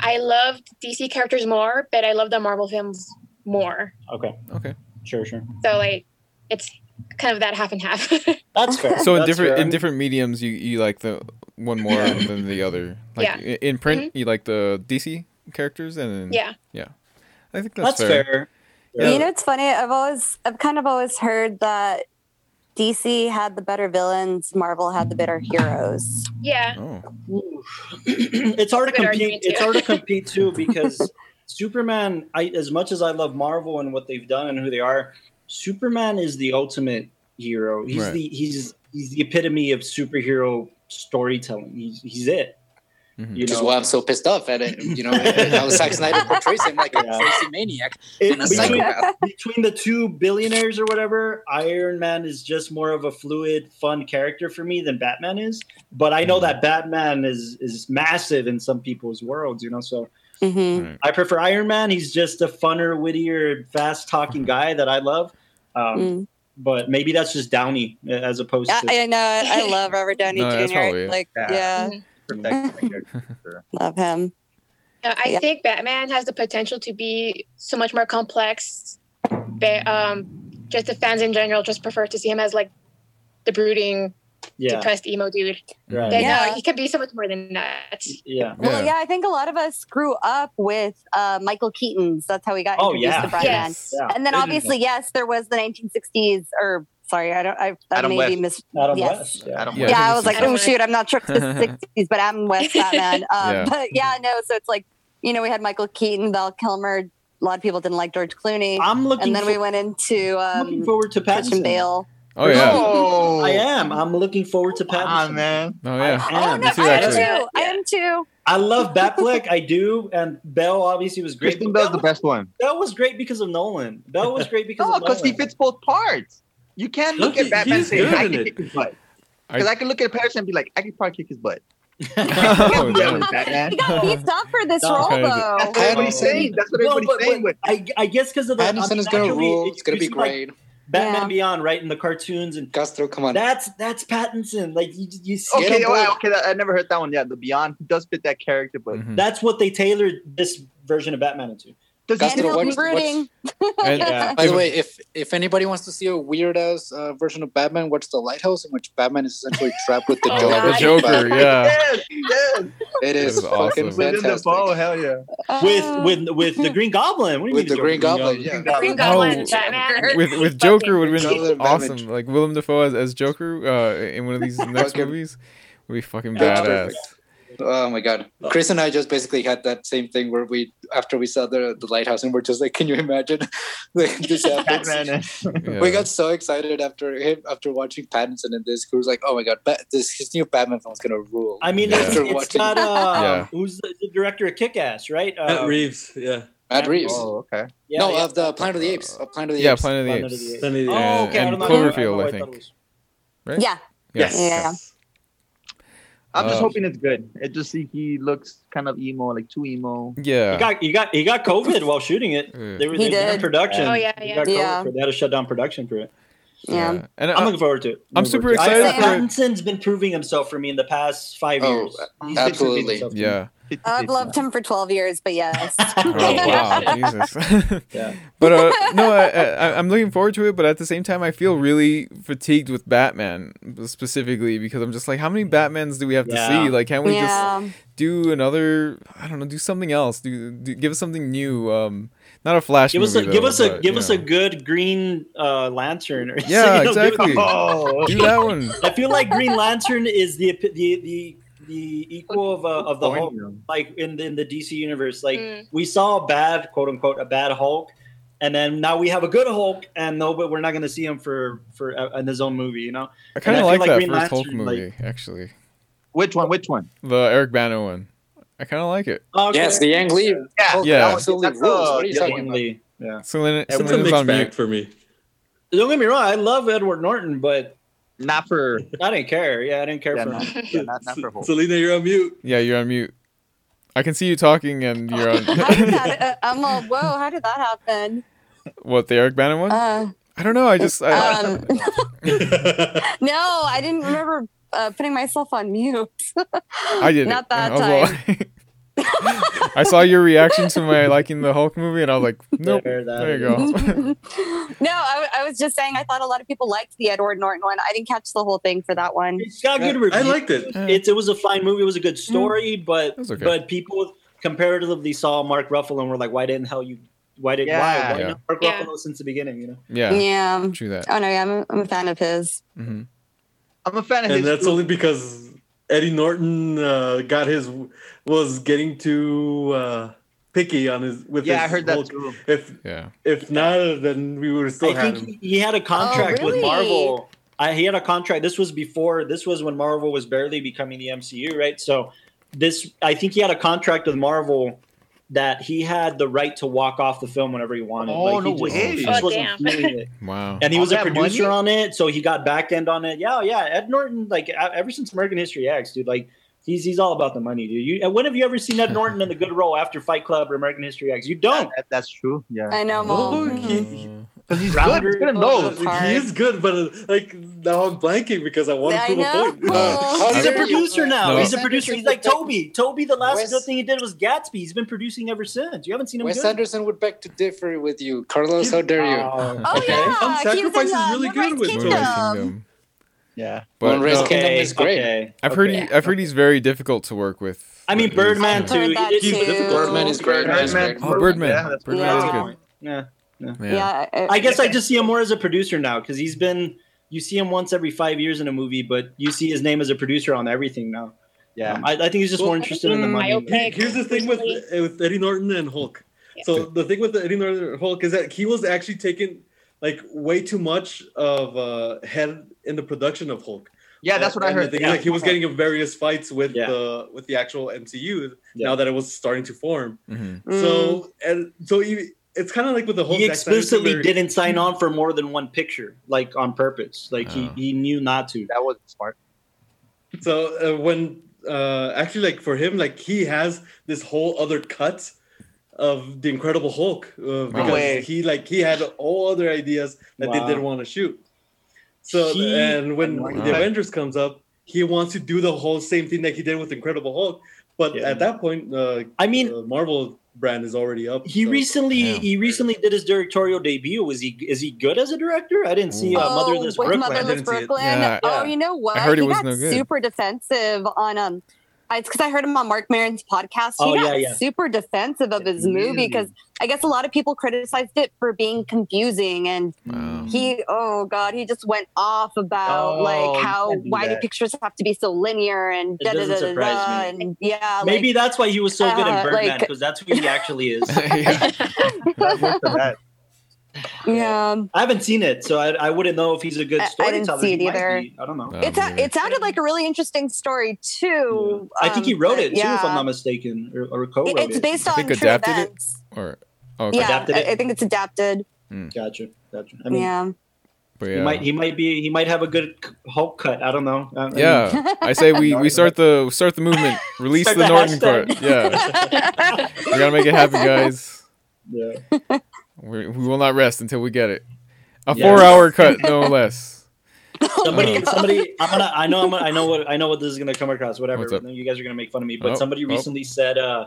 S8: I loved DC characters more, but I love the Marvel films more.
S4: okay,
S1: okay?
S4: sure, sure.
S8: So like, it's kind of that half and half. [laughs]
S4: That's fair.
S1: So in
S4: That's
S1: different
S4: fair.
S1: in different mediums, you you like the one more than the other. Like
S8: Yeah.
S1: i- in print,
S2: Mm-hmm.
S1: you like the DC characters, and then,
S8: yeah.
S1: I think that's,
S4: That's fair.
S1: Yeah.
S3: You know, it's funny. I've always, I've kind of always heard that DC had the better villains, Marvel had the better heroes.
S8: Yeah.
S1: Oh,
S4: [clears throat] it's hard to
S8: Good
S4: compete.
S8: argument, too.
S4: It's hard to compete
S8: [laughs]
S4: too because Superman. I as much as I love Marvel and what they've done and who they are, Superman is the ultimate hero. He's
S1: Right.
S4: the he's he's the epitome of superhero storytelling. He's he's it.
S1: Mhm.
S4: You
S2: [laughs] Which is
S4: know,
S2: why I'm so pissed off at
S4: [laughs]
S2: it. You know, how Zack Snyder portrays him like a
S4: Yeah.
S2: crazy maniac
S4: It-
S2: and a
S4: between,
S2: psychopath.
S4: between the two billionaires or whatever, Iron Man is just more of a fluid, fun character for me than Batman is. But I know that Batman is is massive in some people's worlds. You know, so
S3: Mm-hmm.
S4: I prefer Iron Man. He's just a funner, wittier, fast
S7: Mm-hmm.
S4: talking guy that I love. Um,
S3: Mm.
S4: But maybe that's just Downey uh, as opposed to.
S3: I, I know. [laughs] I love Robert Downey
S1: No, that's
S3: Jr.
S1: probably it.
S3: Like,
S7: Yeah.
S3: yeah, [laughs]
S7: Protect my character, sure.
S3: Mm-hmm. love him.
S8: Uh, I
S3: Yeah.
S8: think Batman has the potential to be so much more complex. But um, just the fans in general just prefer to see him as like the brooding,
S4: yeah,
S8: depressed emo dude.
S4: right.
S8: But
S4: Yeah.
S8: yeah.
S3: Yeah.
S8: he can be so much more than that.
S3: Well, yeah, I think a lot of us grew up with uh, Michael Keaton's. That's how we got
S4: Oh,
S3: introduced
S4: yeah.
S3: to Batman.
S8: Yes.
S4: Yeah.
S3: And then obviously, yes, there was the 1960s or sorry. I don't. I, I
S9: Adam
S3: may
S9: West.
S3: be mis-
S4: Adam
S3: yes.
S4: West.
S9: I don't
S1: Yeah.
S3: Yeah,
S9: want-
S3: I was like,
S8: Adam
S3: oh
S8: West.
S3: shoot, I'm not sure if
S1: [laughs]
S3: it's the '60s, but I'm West Batman. Um,
S1: Yeah.
S3: But yeah, no. So it's like you know, we had Michael Keaton, Val Kilmer. A lot of people didn't like George Clooney,
S4: I'm looking.
S3: and then
S4: for-
S3: we went into
S4: I'm looking
S3: um,
S4: forward to
S3: Christian
S4: Pattinson.
S3: Bale.
S1: Oh yeah.
S7: Oh,
S4: I am. I'm looking forward to
S7: come on,
S4: Pattinson.
S7: man.
S1: Oh yeah.
S4: I
S3: Oh
S4: am,
S3: no,
S1: too,
S3: I am
S1: actually.
S3: too. I am too.
S4: I love Batfleck. I do, and Bell obviously was great.
S7: Kristen
S4: but
S7: Bell's the
S4: Bell,
S7: best one.
S4: Bell was great because of Nolan. Bell was great because
S7: No,
S4: of
S7: because he
S4: Nolan.
S7: fits both parts. You can't look
S6: Look,
S7: at Batman and
S6: he's
S7: say,
S6: good
S7: I
S6: in
S7: can
S6: it.
S7: kick his butt.
S1: I-
S7: Because I, can look at Patterson and be like, I can probably kick his
S3: [laughs]
S7: butt.
S1: Oh,
S7: Yeah,
S1: damn.
S7: Batman.
S3: He
S1: [laughs]
S3: got beefed up for this
S4: No.
S3: role,
S1: Okay.
S3: though.
S7: That's what everybody's
S4: Oh.
S7: saying. That's what
S4: No,
S7: everybody's
S4: but,
S7: saying.
S4: but I, I guess because of the
S2: Pattinson is gonna
S4: naturally-
S2: rule.
S4: it-
S2: It's gonna
S4: you
S2: be
S4: see, like,
S2: great.
S4: Batman
S3: Yeah.
S4: Beyond, right? In the cartoons, and
S2: Castro, come on.
S4: that's that's Pattinson. Like you, you see,
S2: Get
S7: Okay,
S2: him
S7: oh,
S2: both.
S7: I- okay, that, I never heard that one. Yeah, the Beyond does fit that character,
S4: [laughs]
S7: but
S1: Mhm.
S4: that's what they tailored this version of Batman into.
S7: does
S2: That's
S7: he
S2: the
S3: Andrew
S7: do-
S2: what's-
S3: Rooting.
S1: And-
S4: Yeah.
S2: By the way, if if anybody wants to see a weird ass uh, version of Batman, watch The Lighthouse, in which Batman is essentially trapped with the
S1: Oh,
S2: Joker. [laughs]
S1: the Joker. Yeah.
S7: Yes, yes.
S2: It is
S1: That was
S2: fucking
S1: awesome.
S7: Within the
S2: fantastic.
S7: bow, hell yeah.
S3: Uh,
S4: With with with the Green Goblin. What do you
S2: With
S4: mean
S2: the Green Goblin, yeah.
S7: Green Goblin.
S8: Green Goblin,
S1: Oh.
S8: Batman.
S1: With with Joker would have
S2: Fucking
S1: been
S2: Batman.
S1: awesome. Like Willem Dafoe as, as Joker uh, in one of these next
S2: Fucking-
S1: movies would be fucking
S2: That's
S1: badass.
S2: Oh my god, Chris and I just basically had that same thing where we after we saw the the lighthouse and we're just like, can you imagine [laughs] like, this
S1: Mm-hmm.
S2: happens?
S7: Batman. eh. and-
S1: Yeah.
S2: We got so excited after him after watching Pattinson in this. We was like, oh my god, Bat- this his new Batman film is gonna rule.
S4: I mean,
S1: Yeah.
S4: it's,
S2: After
S4: it's
S2: watching-
S4: got uh,
S1: Yeah.
S4: who's the, the director of Kick Ass, right? Uh,
S6: Matt Reeves, yeah.
S2: Matt Reeves.
S7: Oh, okay.
S4: yeah,
S2: no,
S4: yeah.
S2: of the Planet of the Apes. Of Planet of the
S1: yeah,
S2: Apes.
S1: Planet
S4: Planet
S1: of the Apes.
S6: Then he-
S4: Oh,
S1: And-
S4: okay. I
S1: and
S4: don't know.
S1: Cloverfield,
S4: I
S1: I
S4: don't know why
S1: think.
S4: thought it
S1: Right?
S3: yeah,
S1: Yes.
S3: Yeah.
S7: I'm just
S1: Uh,
S7: hoping it's good. It just see he looks kind of emo, like too emo.
S4: was- He
S1: Yeah.
S4: got he got he got COVID while shooting it.
S1: Yeah.
S4: They were
S3: He
S4: they were in
S3: did.
S4: production.
S8: Oh, yeah,
S4: He
S8: yeah.
S4: got COVID
S3: Yeah.
S4: for it. They had to shut down production for it.
S3: yeah.
S1: And
S4: I'm
S1: uh,
S4: looking forward to it.
S1: I'm
S4: Looking
S1: super
S4: forward to it.
S1: excited
S4: I,
S1: for it.
S4: Pattinson's been proving himself for me in the past five
S2: Oh, [laughs]
S4: years. He's been proving
S2: absolutely.
S4: himself to me.
S1: yeah.
S3: I've loved him for 12 years, but yes.
S4: [laughs]
S1: Oh, wow, Jesus.
S4: Yeah.
S1: but uh, no, I, I, I'm looking forward to it. But at the same time, I feel really fatigued with Batman specifically because I'm just like, how many Batmans do we have
S4: Yeah.
S1: to see? Like, can't we
S3: yeah.
S1: [laughs] just do another? I don't know, do something else. Do, do give us something new. Um, not a Flash
S4: Give us a
S1: movie.
S4: give
S1: though,
S4: us a
S1: but,
S4: give
S1: you
S4: us
S1: know.
S4: a good Green uh, Lantern. [laughs] Or
S1: Yeah,
S4: you know, give us-
S1: exactly.
S7: Oh,
S1: do that one.
S4: [laughs] I feel like Green Lantern is the the the, the equal of uh, of the Hulk. like in the, in the DC universe. Like
S8: Mm.
S4: we saw a bad quote unquote a bad Hulk, and then now we have a good Hulk, and no, but we're not going to see him for for uh, in his own movie. You know,
S1: I kind
S4: I
S1: of
S4: feel
S1: like,
S4: like
S1: that
S4: Green
S1: first Hulk
S4: Lantern, like-
S1: movie, actually,
S7: which one? Which one?
S1: the Eric Bana one. I kind of like it.
S4: oh, okay.
S2: Yes, the Yang Lee.
S7: Yeah,
S2: Hulk
S1: Yeah.
S2: Absolutely
S7: That's,
S2: rules.
S7: uh,
S2: What are you
S7: the
S2: talking about?
S4: Definitely. Yeah.
S1: Selena,
S6: It's a
S1: Selena's
S6: mixed
S1: on
S6: bag
S1: mute.
S6: for me.
S4: Don't get me wrong. I love Edward Norton, but
S7: Not for.
S4: I didn't care. Yeah, I didn't care
S7: Yeah,
S4: for
S7: no.
S4: him.
S7: yeah, not, not for Hulk.
S6: Selena, you're on [laughs] mute.
S1: Yeah, you're on mute. I can see you talking, and you're
S3: How did [laughs]
S1: on. [laughs]
S3: that, uh, I'm all, whoa, how did that happen?
S1: what the Eric Bana one?
S3: Uh,
S1: I don't know. I just I,
S3: um, no, I didn't remember uh, putting myself on mute.
S1: [laughs] I Oh, did
S3: Not
S1: it.
S3: that
S1: I was like- [laughs] I saw your reaction to my liking the Hulk movie, and I was like, nope.
S4: There,
S1: There,
S4: that
S1: you go.
S3: [laughs]
S1: [laughs]
S3: no, I, I was just saying I thought a lot of people liked the Edward Norton one. I didn't catch the whole thing for that one.
S4: It's got good
S6: I
S4: reviews.
S6: liked it.
S1: Yeah.
S4: It's it was a fine movie. It was a good story, but
S1: It was okay.
S4: but people comparatively saw Mark Ruffalo and were like, why didn't hell you? Why did
S7: Yeah.
S4: why? Why
S1: Yeah.
S4: not Mark
S8: Yeah.
S4: Ruffalo since the beginning? You know.
S1: Yeah,
S3: Yeah.
S1: true that.
S3: Oh no, yeah, I'm a, I'm a fan of his.
S1: hmm
S7: I'm a fan of his.
S6: and that's only because Eddie Norton uh, got his was getting too uh, picky on his with
S7: yeah, I
S6: his
S7: heard that
S6: Hulk.
S7: too.
S6: If
S1: Yeah.
S6: if not, then we would have still
S4: I
S6: had
S4: think
S6: him.
S4: he, he had a contract
S3: really?
S4: with Marvel. I, he had a contract. This was before. This was when Marvel was barely becoming the MCU, right? So this, I think he had a contract with Marvel that he had the right to walk off the film whenever he wanted.
S7: Oh,
S4: like, he
S7: no
S4: just,
S7: way.
S4: he
S8: Oh,
S4: just wasn't
S8: damn.
S4: feeling it.
S1: Wow.
S4: And he
S7: All
S4: was a
S7: that
S4: producer
S7: money?
S4: on it, so he got back end on it. Yeah, yeah. Ed Norton, like e- ever since American History X, dude, like. He's, he's all about the money, dude. You, and when have you ever seen Ed Norton in the good role after Fight Club or American History X? You don't.
S7: That- that's true. Yeah.
S3: I know,
S6: Oh,
S3: Mom.
S6: he, he-
S1: Mm.
S7: Good. He's good in
S3: Oh,
S7: those.
S3: that's hard.
S6: he is good, but uh, like now I'm blanking because I want to
S3: I
S6: prove
S3: know.
S6: a point. Uh,
S3: Oh,
S1: He's
S4: He's
S1: a
S4: a
S1: Yeah.
S4: producer now.
S1: No.
S4: He's a producer. He's like Toby. Toby, the last good thing he did was Gatsby. He's been producing ever since. You haven't seen him.
S2: Wes
S4: good?
S2: Anderson would beg to differ with you, Carlos. How dare you?
S4: Oh.
S3: Oh
S6: Okay.
S3: yeah,
S6: Some
S3: he was in,
S6: sacrifice is
S3: uh,
S6: really
S3: Moonrise
S6: good with
S1: Moonrise
S3: Kingdom.
S1: Kingdom.
S7: Yeah.
S1: But
S2: Moonrise
S1: no,
S2: Kingdom. is great.
S4: okay.
S1: I've heard. He, I've heard he's very difficult to work with.
S4: I mean,
S1: Like, he's-
S4: Birdman
S3: I've
S4: too.
S3: heard that
S4: It-
S3: too.
S2: Birdman is great. Birdman is
S7: Birdman.
S2: great.
S1: Oh, Birdman.
S7: Yeah, that's
S1: Birdman
S3: cool.
S1: is
S3: Yeah.
S1: good.
S4: Yeah.
S1: Yeah.
S3: Yeah,
S4: I guess I just see him more as a producer now because he's been. you see him once every five years in a movie, but you see his name as a producer on everything now.
S7: Yeah.
S4: Um, I, I think he's just
S6: Well,
S4: more interested in the money.
S8: Biopic.
S6: Here's the thing with with Eddie Norton and Hulk. So the thing with the Eddie Norton and Hulk is that he was actually taking like way too much of uh, head in the production of Hulk.
S7: Yeah, that's what I
S6: And the
S7: heard.
S6: thing is, like, he was getting in various fights with
S4: Yeah.
S6: the with the actual MCU
S4: Yeah.
S6: now that it was starting to form.
S1: hmm
S7: Mm.
S6: So and so he, it's kind of like with the whole
S4: He
S6: Zack Snyder thing
S4: explicitly
S6: where-
S4: didn't sign on for more than one picture, like on purpose. Like he,
S1: Oh.
S4: he knew not to.
S7: That was smart.
S6: So uh, when uh, actually, like for him, like he has this whole other cut of the Incredible Hulk uh, because
S7: way.
S6: he like he had all other ideas that they
S4: Wow.
S6: didn't want to shoot. So
S4: He-
S6: and when
S4: Wow.
S6: the Avengers comes up, he wants to do the whole same thing that he did with Incredible Hulk. But
S4: Yeah.
S6: at that point, uh,
S4: I mean,
S6: the Marvel brand is already up.
S4: He
S6: so-
S4: recently
S1: Yeah.
S4: he recently did his directorial debut. Was he is he good as a director? I didn't see uh,
S3: oh,
S4: Motherless
S3: with
S4: Brooklyn.
S6: Motherless-
S3: Motherless
S6: didn't see it.
S3: Brooklyn.
S1: Yeah,
S4: yeah.
S3: Oh, you know what?
S1: I heard it
S3: he
S1: was
S3: got
S1: no good.
S3: super defensive on um. I- It's because I heard him on Mark Maron's podcast. He
S4: Oh,
S3: got
S4: yeah, yeah.
S3: super defensive of his movie because I guess a lot of people criticized it for being confusing and
S1: Wow.
S3: he oh god he just went off about
S4: Mm-hmm. Oh, you
S3: like how
S4: can't do
S3: why
S4: that.
S3: do pictures have to be so linear and
S4: It
S3: da da da
S4: doesn't
S3: da da
S4: surprise me.
S3: and yeah
S4: Maybe that's why he was so good in
S3: uh,
S4: Birdman
S3: like-
S4: because that's who he actually
S3: [laughs]
S4: is.
S1: yeah.
S3: like
S7: That-
S3: yeah
S4: I haven't seen it, so I, I wouldn't know if he's a good
S3: I- I didn't
S4: storyteller.
S3: see
S4: He
S3: it
S4: might
S3: either.
S4: be. I don't know.
S1: Oh,
S3: it, sou-
S1: man.
S3: it sounded like a really interesting story too
S4: I think he
S3: um,
S4: wrote
S3: but
S4: it too, if I'm not mistaken, or, or
S3: It-
S4: co-wrote
S3: it's
S4: it.
S3: based
S1: I
S3: on
S1: think
S3: true
S1: adapted it?
S3: events
S1: or oh, okay.
S3: yeah
S4: Adapted
S3: I,
S4: it?
S3: I think it's adapted
S4: Gotcha, gotcha. I mean,
S3: yeah
S1: But
S4: he
S1: yeah.
S4: might he might be he might have a good c- Hulk cut. I don't know. I- I mean,
S1: yeah, I say we, we start the start the
S4: [laughs]
S1: movement, release
S4: Start
S1: the
S4: the
S1: Norton
S4: hashtag.
S1: court. Yeah, we gotta make it happen,
S4: [laughs]
S1: guys.
S7: [laughs]
S4: yeah.
S1: We're, we will not rest until we get it. A
S4: Yeah.
S1: four-hour cut, no less.
S7: Oh
S4: somebody,
S1: God.
S4: somebody. I'm gonna. I know. I'm gonna, I know what. I know what this is gonna come across. Whatever.
S1: What's up?
S4: You guys are gonna make fun of me. But
S1: Oh,
S4: somebody
S1: oh.
S4: recently said, uh,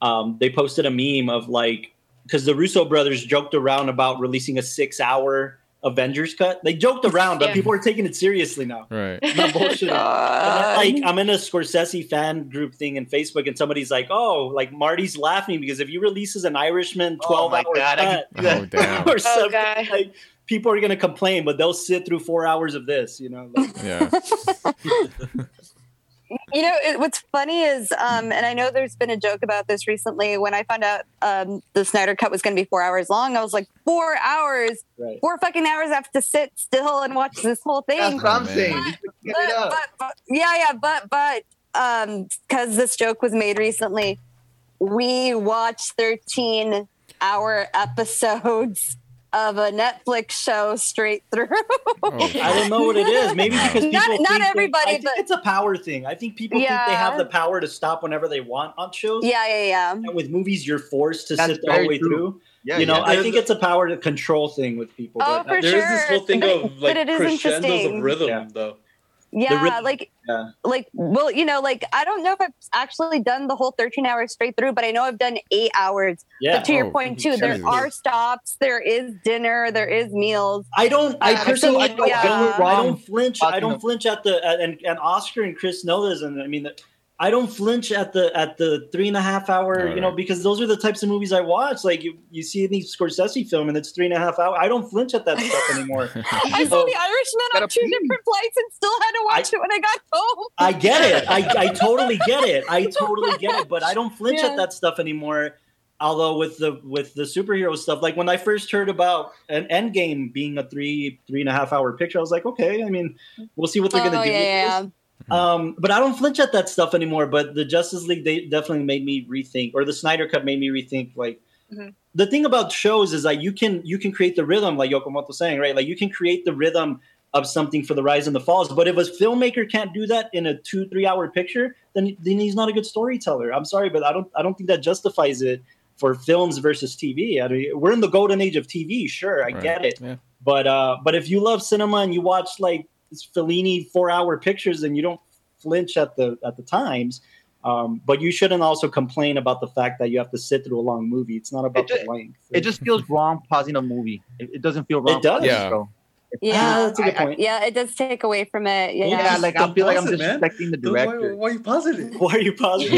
S4: um, they posted a meme of like, because the Russo brothers joked around about releasing a six-hour Avengers cut. They joked around, but
S8: Yeah.
S4: people are taking it seriously now.
S1: Right.
S4: Not
S7: [laughs]
S4: bullshit.
S3: [laughs]
S7: Uh,
S3: God.
S7: um,
S4: like I'm in a Scorsese fan group thing in Facebook, and somebody's like, "Oh, like Marty's laughing because if he releases an Irishman
S7: Oh
S4: twelve
S7: my
S4: hour
S7: God, I
S4: cut
S1: Oh damn.
S4: [laughs] or something,
S8: God.
S4: like people are gonna complain, but they'll sit through four hours of this, you know." Like,
S1: Yeah.
S3: You know, it, what's funny is, um, and I know there's been a joke about this recently. When I found out um, the Snyder Cut was going to be four hours long, I was like, four hours,
S4: right.
S3: four fucking hours. I have to sit still and watch this whole
S7: That's
S3: thing.
S7: what I'm
S1: man.
S7: saying. Just Get
S3: But-
S7: it up.
S3: but- but- yeah, yeah, but but um, because this joke was made recently, we watched 13 hour episodes of a Netflix show straight through.
S1: Oh,
S4: I don't know what it
S3: [laughs]
S4: is. Maybe because people
S3: Not- not
S4: think they-
S3: everybody,
S4: I think
S3: but-
S4: it's a power thing. I think people think they
S3: Yeah.
S4: have the power to stop whenever they want on shows.
S3: yeah, yeah, yeah.
S4: And with movies, you're forced to
S7: That's
S4: sit the whole
S7: very
S4: way
S7: true.
S4: through.
S7: Yeah,
S4: you know,
S7: yeah.
S4: I think it's a power to control thing with people.
S3: Oh,
S4: but
S3: for
S6: There's this
S3: sure.
S6: whole thing
S3: But-
S6: of like
S3: but it is
S6: crescendos
S3: interesting.
S6: of rhythm,
S4: Yeah.
S6: though.
S3: Yeah,
S4: rhythm-
S3: like
S4: Yeah.
S3: like well, you know, like I don't know if I've actually done the whole 13 hours straight through, but I know I've done 8 hours.
S4: yeah.
S3: But to your
S1: Oh,
S3: point too, there
S1: Jesus.
S3: are stops, there is dinner, there is
S4: [laughs]
S3: meals.
S4: I don't. I
S7: Yeah, I
S4: personally,
S7: feel-
S4: I
S7: I
S4: don't,
S3: feel
S4: I don't-
S7: wrong
S4: I don't flinch. I
S7: talking
S4: don't
S7: about-
S4: flinch at the at, and and Oscar and Chris know this, and I mean, I don't flinch at the at the three and a half hour. You know,
S1: Alright.
S4: because those are the types of movies I watch. Like you, you see any Scorsese film, and it's three and a half hour. I don't flinch at that
S3: [laughs]
S4: stuff anymore.
S3: I saw
S4: So-
S3: the Irishman on
S7: Gotta
S3: two
S7: pee.
S3: different flights and still had to watch it when I got home.
S4: I get it. I, I totally get it. I totally get it. But I don't flinch
S3: Yeah.
S4: at that stuff anymore. Although with the with the superhero stuff, like when I first heard about an Endgame being a three three and a half hour picture, I was like, okay. I mean, we'll see what they're
S3: Oh,
S4: gonna
S3: yeah,
S4: do. with
S3: yeah.
S4: this. Um, but I don't flinch at that stuff anymore. But the Justice League, they definitely made me rethink, or the Snyder Cut made me rethink. Like
S8: Mhm.
S4: the thing about shows is that you can you can create the rhythm, like Yokomoto was saying, right? Like you can create the rhythm of something for the rise and the falls. But if a filmmaker can't do that in a two three hour picture, then then he's not a good storyteller. I'm sorry, but I don't I don't think that justifies it for films versus TV. I mean, we're in the golden age of TV, sure, I
S1: Right.
S4: get it.
S1: Yeah. [laughs]
S4: But uh, but if you love cinema and you watch like Fellini four hour pictures and you don't flinch at the at the times. Um, but you shouldn't also complain about the fact that you have to sit through a long movie. It's not about
S7: It ju-
S4: the length.
S7: It just feels wrong pausing a movie. It, it doesn't feel wrong.
S4: It does.
S7: pausing a
S1: Yeah.
S7: show.
S4: Ah,
S3: Yeah.
S4: that's a good
S7: I- I-
S4: point. [laughs]
S3: Yeah, it does take away from it. Yeah.
S7: Yeah, like I
S6: Stop
S7: feel like I'm
S6: pausing, man.
S7: disrespecting the
S6: Then Why,
S7: director.
S6: why are you positive?
S4: Why are you pausing?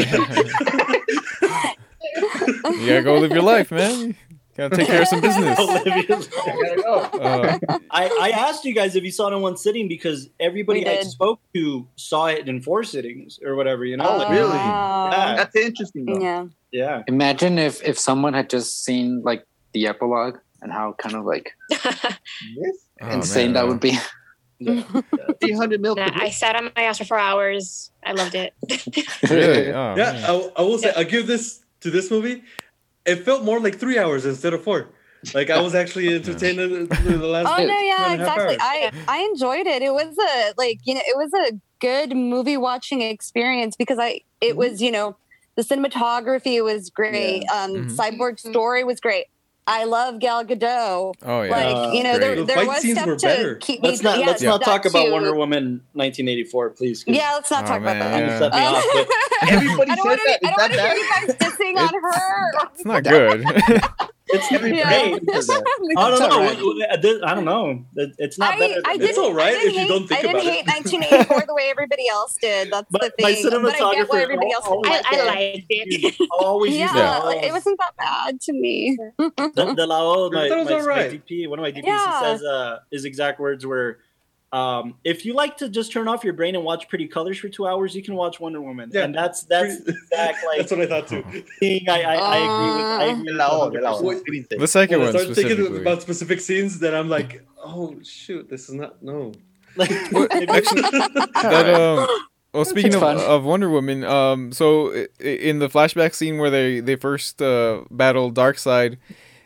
S3: [laughs]
S1: you gotta go live your life, man. Gotta take care of some business.
S4: [laughs] Olivia's- [laughs]
S1: Uh,
S4: I, I asked you guys if you saw it in one sitting because everybody
S3: We
S4: I
S3: did.
S4: spoke to saw it in four sittings or whatever, you know?
S5: Oh,
S4: like- [laughs]
S5: really?
S3: wow.
S5: That's interesting. Though.
S3: Yeah.
S4: Yeah.
S2: Imagine if if someone had just seen like the epilogue and how kind of like
S8: [laughs]
S5: Yes.
S1: oh,
S2: insane
S1: man,
S2: that
S1: no.
S2: would be.
S5: Three hundred mil.
S8: Nah, I sat on my ass for four hours. I loved it. [laughs]
S2: [laughs]
S1: Really? Oh,
S6: yeah,
S1: man.
S6: I, I will say I give this to this movie. It felt more like three hours instead of four. Like I was actually entertained in the- in the last.
S3: Oh no,
S6: two
S3: yeah,
S6: and a half
S3: exactly.
S6: hours.
S3: I I enjoyed it. It was a like you know it was a good movie watching experience because I
S1: Mm-hmm.
S3: it was you know the cinematography was great. Um,
S1: Mhm.
S3: Cyborg
S4: Mm-hmm.
S8: Mhm.
S3: story was great. I love Gal Gadot.
S1: Oh, yeah.
S4: Uh,
S3: Like you know,
S1: great.
S3: there,
S6: The
S3: there
S6: fight
S3: was
S6: scenes
S3: stuff
S6: were
S3: to
S6: better.
S3: keep me.
S4: Let's not
S3: yeah,
S4: let's not
S3: stuff
S4: talk about
S3: to-
S4: Wonder Woman 1984, please. 'cause
S3: Yeah, let's not
S1: Oh,
S3: talk about
S1: man.
S3: that.
S4: you set me
S3: Um,
S4: off, but-
S5: Everybody
S3: I
S5: said
S3: don't want to.
S5: that. Is
S3: I don't
S5: that
S3: want to hear
S5: bad?
S3: you guys dissing on her.
S1: it's
S3: [laughs]
S1: not good. [laughs]
S4: It's not
S3: Yeah.
S4: great.
S3: [laughs]
S4: I
S3: It's
S4: don't know.
S3: all right.
S4: What- what- I did- I don't know. It- It's not better. than-
S6: did- It's all right
S3: I didn't
S6: if you
S3: hate,
S6: don't think
S3: I didn't
S6: about it.
S3: hate
S6: [laughs]
S3: 1984 the way everybody else did. That's the
S4: But my
S3: thing. But I get why
S4: cinematographer
S3: everybody else
S4: al-
S3: didn't
S8: I,
S3: like
S8: I
S3: it.
S8: liked [laughs]
S3: [laughs]
S8: it.
S4: You always
S3: yeah,
S4: use
S1: Yeah.
S3: it wasn't that bad to me.
S4: [laughs]
S3: [laughs]
S4: the, the lao, my,
S6: That
S4: my,
S6: was all right.
S4: my DP, one of my DPs,
S3: Yeah.
S4: he says uh, his exact words were, um, "If you like to just turn off your brain and watch pretty colors for two hours, you can watch Wonder Woman."
S6: Yeah.
S4: And that's [laughs] that's the exact like
S6: [laughs] That's what I thought too.
S4: thing. I, I, I agree with. I
S3: Uh.
S4: agree with
S5: La O, la
S4: 100%.
S5: O. What did he say?
S1: the second
S6: When I
S1: one
S6: started thinking
S1: specifically.
S6: about specific scenes, then I'm like, oh shoot, this is not [laughs] no.
S4: Like, it makes
S6: [laughs]
S4: me-
S1: that, um, well, speaking
S2: sounds
S1: of,
S2: fun.
S1: of Wonder Woman, um, so i- i- in the flashback scene where they they first uh, battle Darkseid,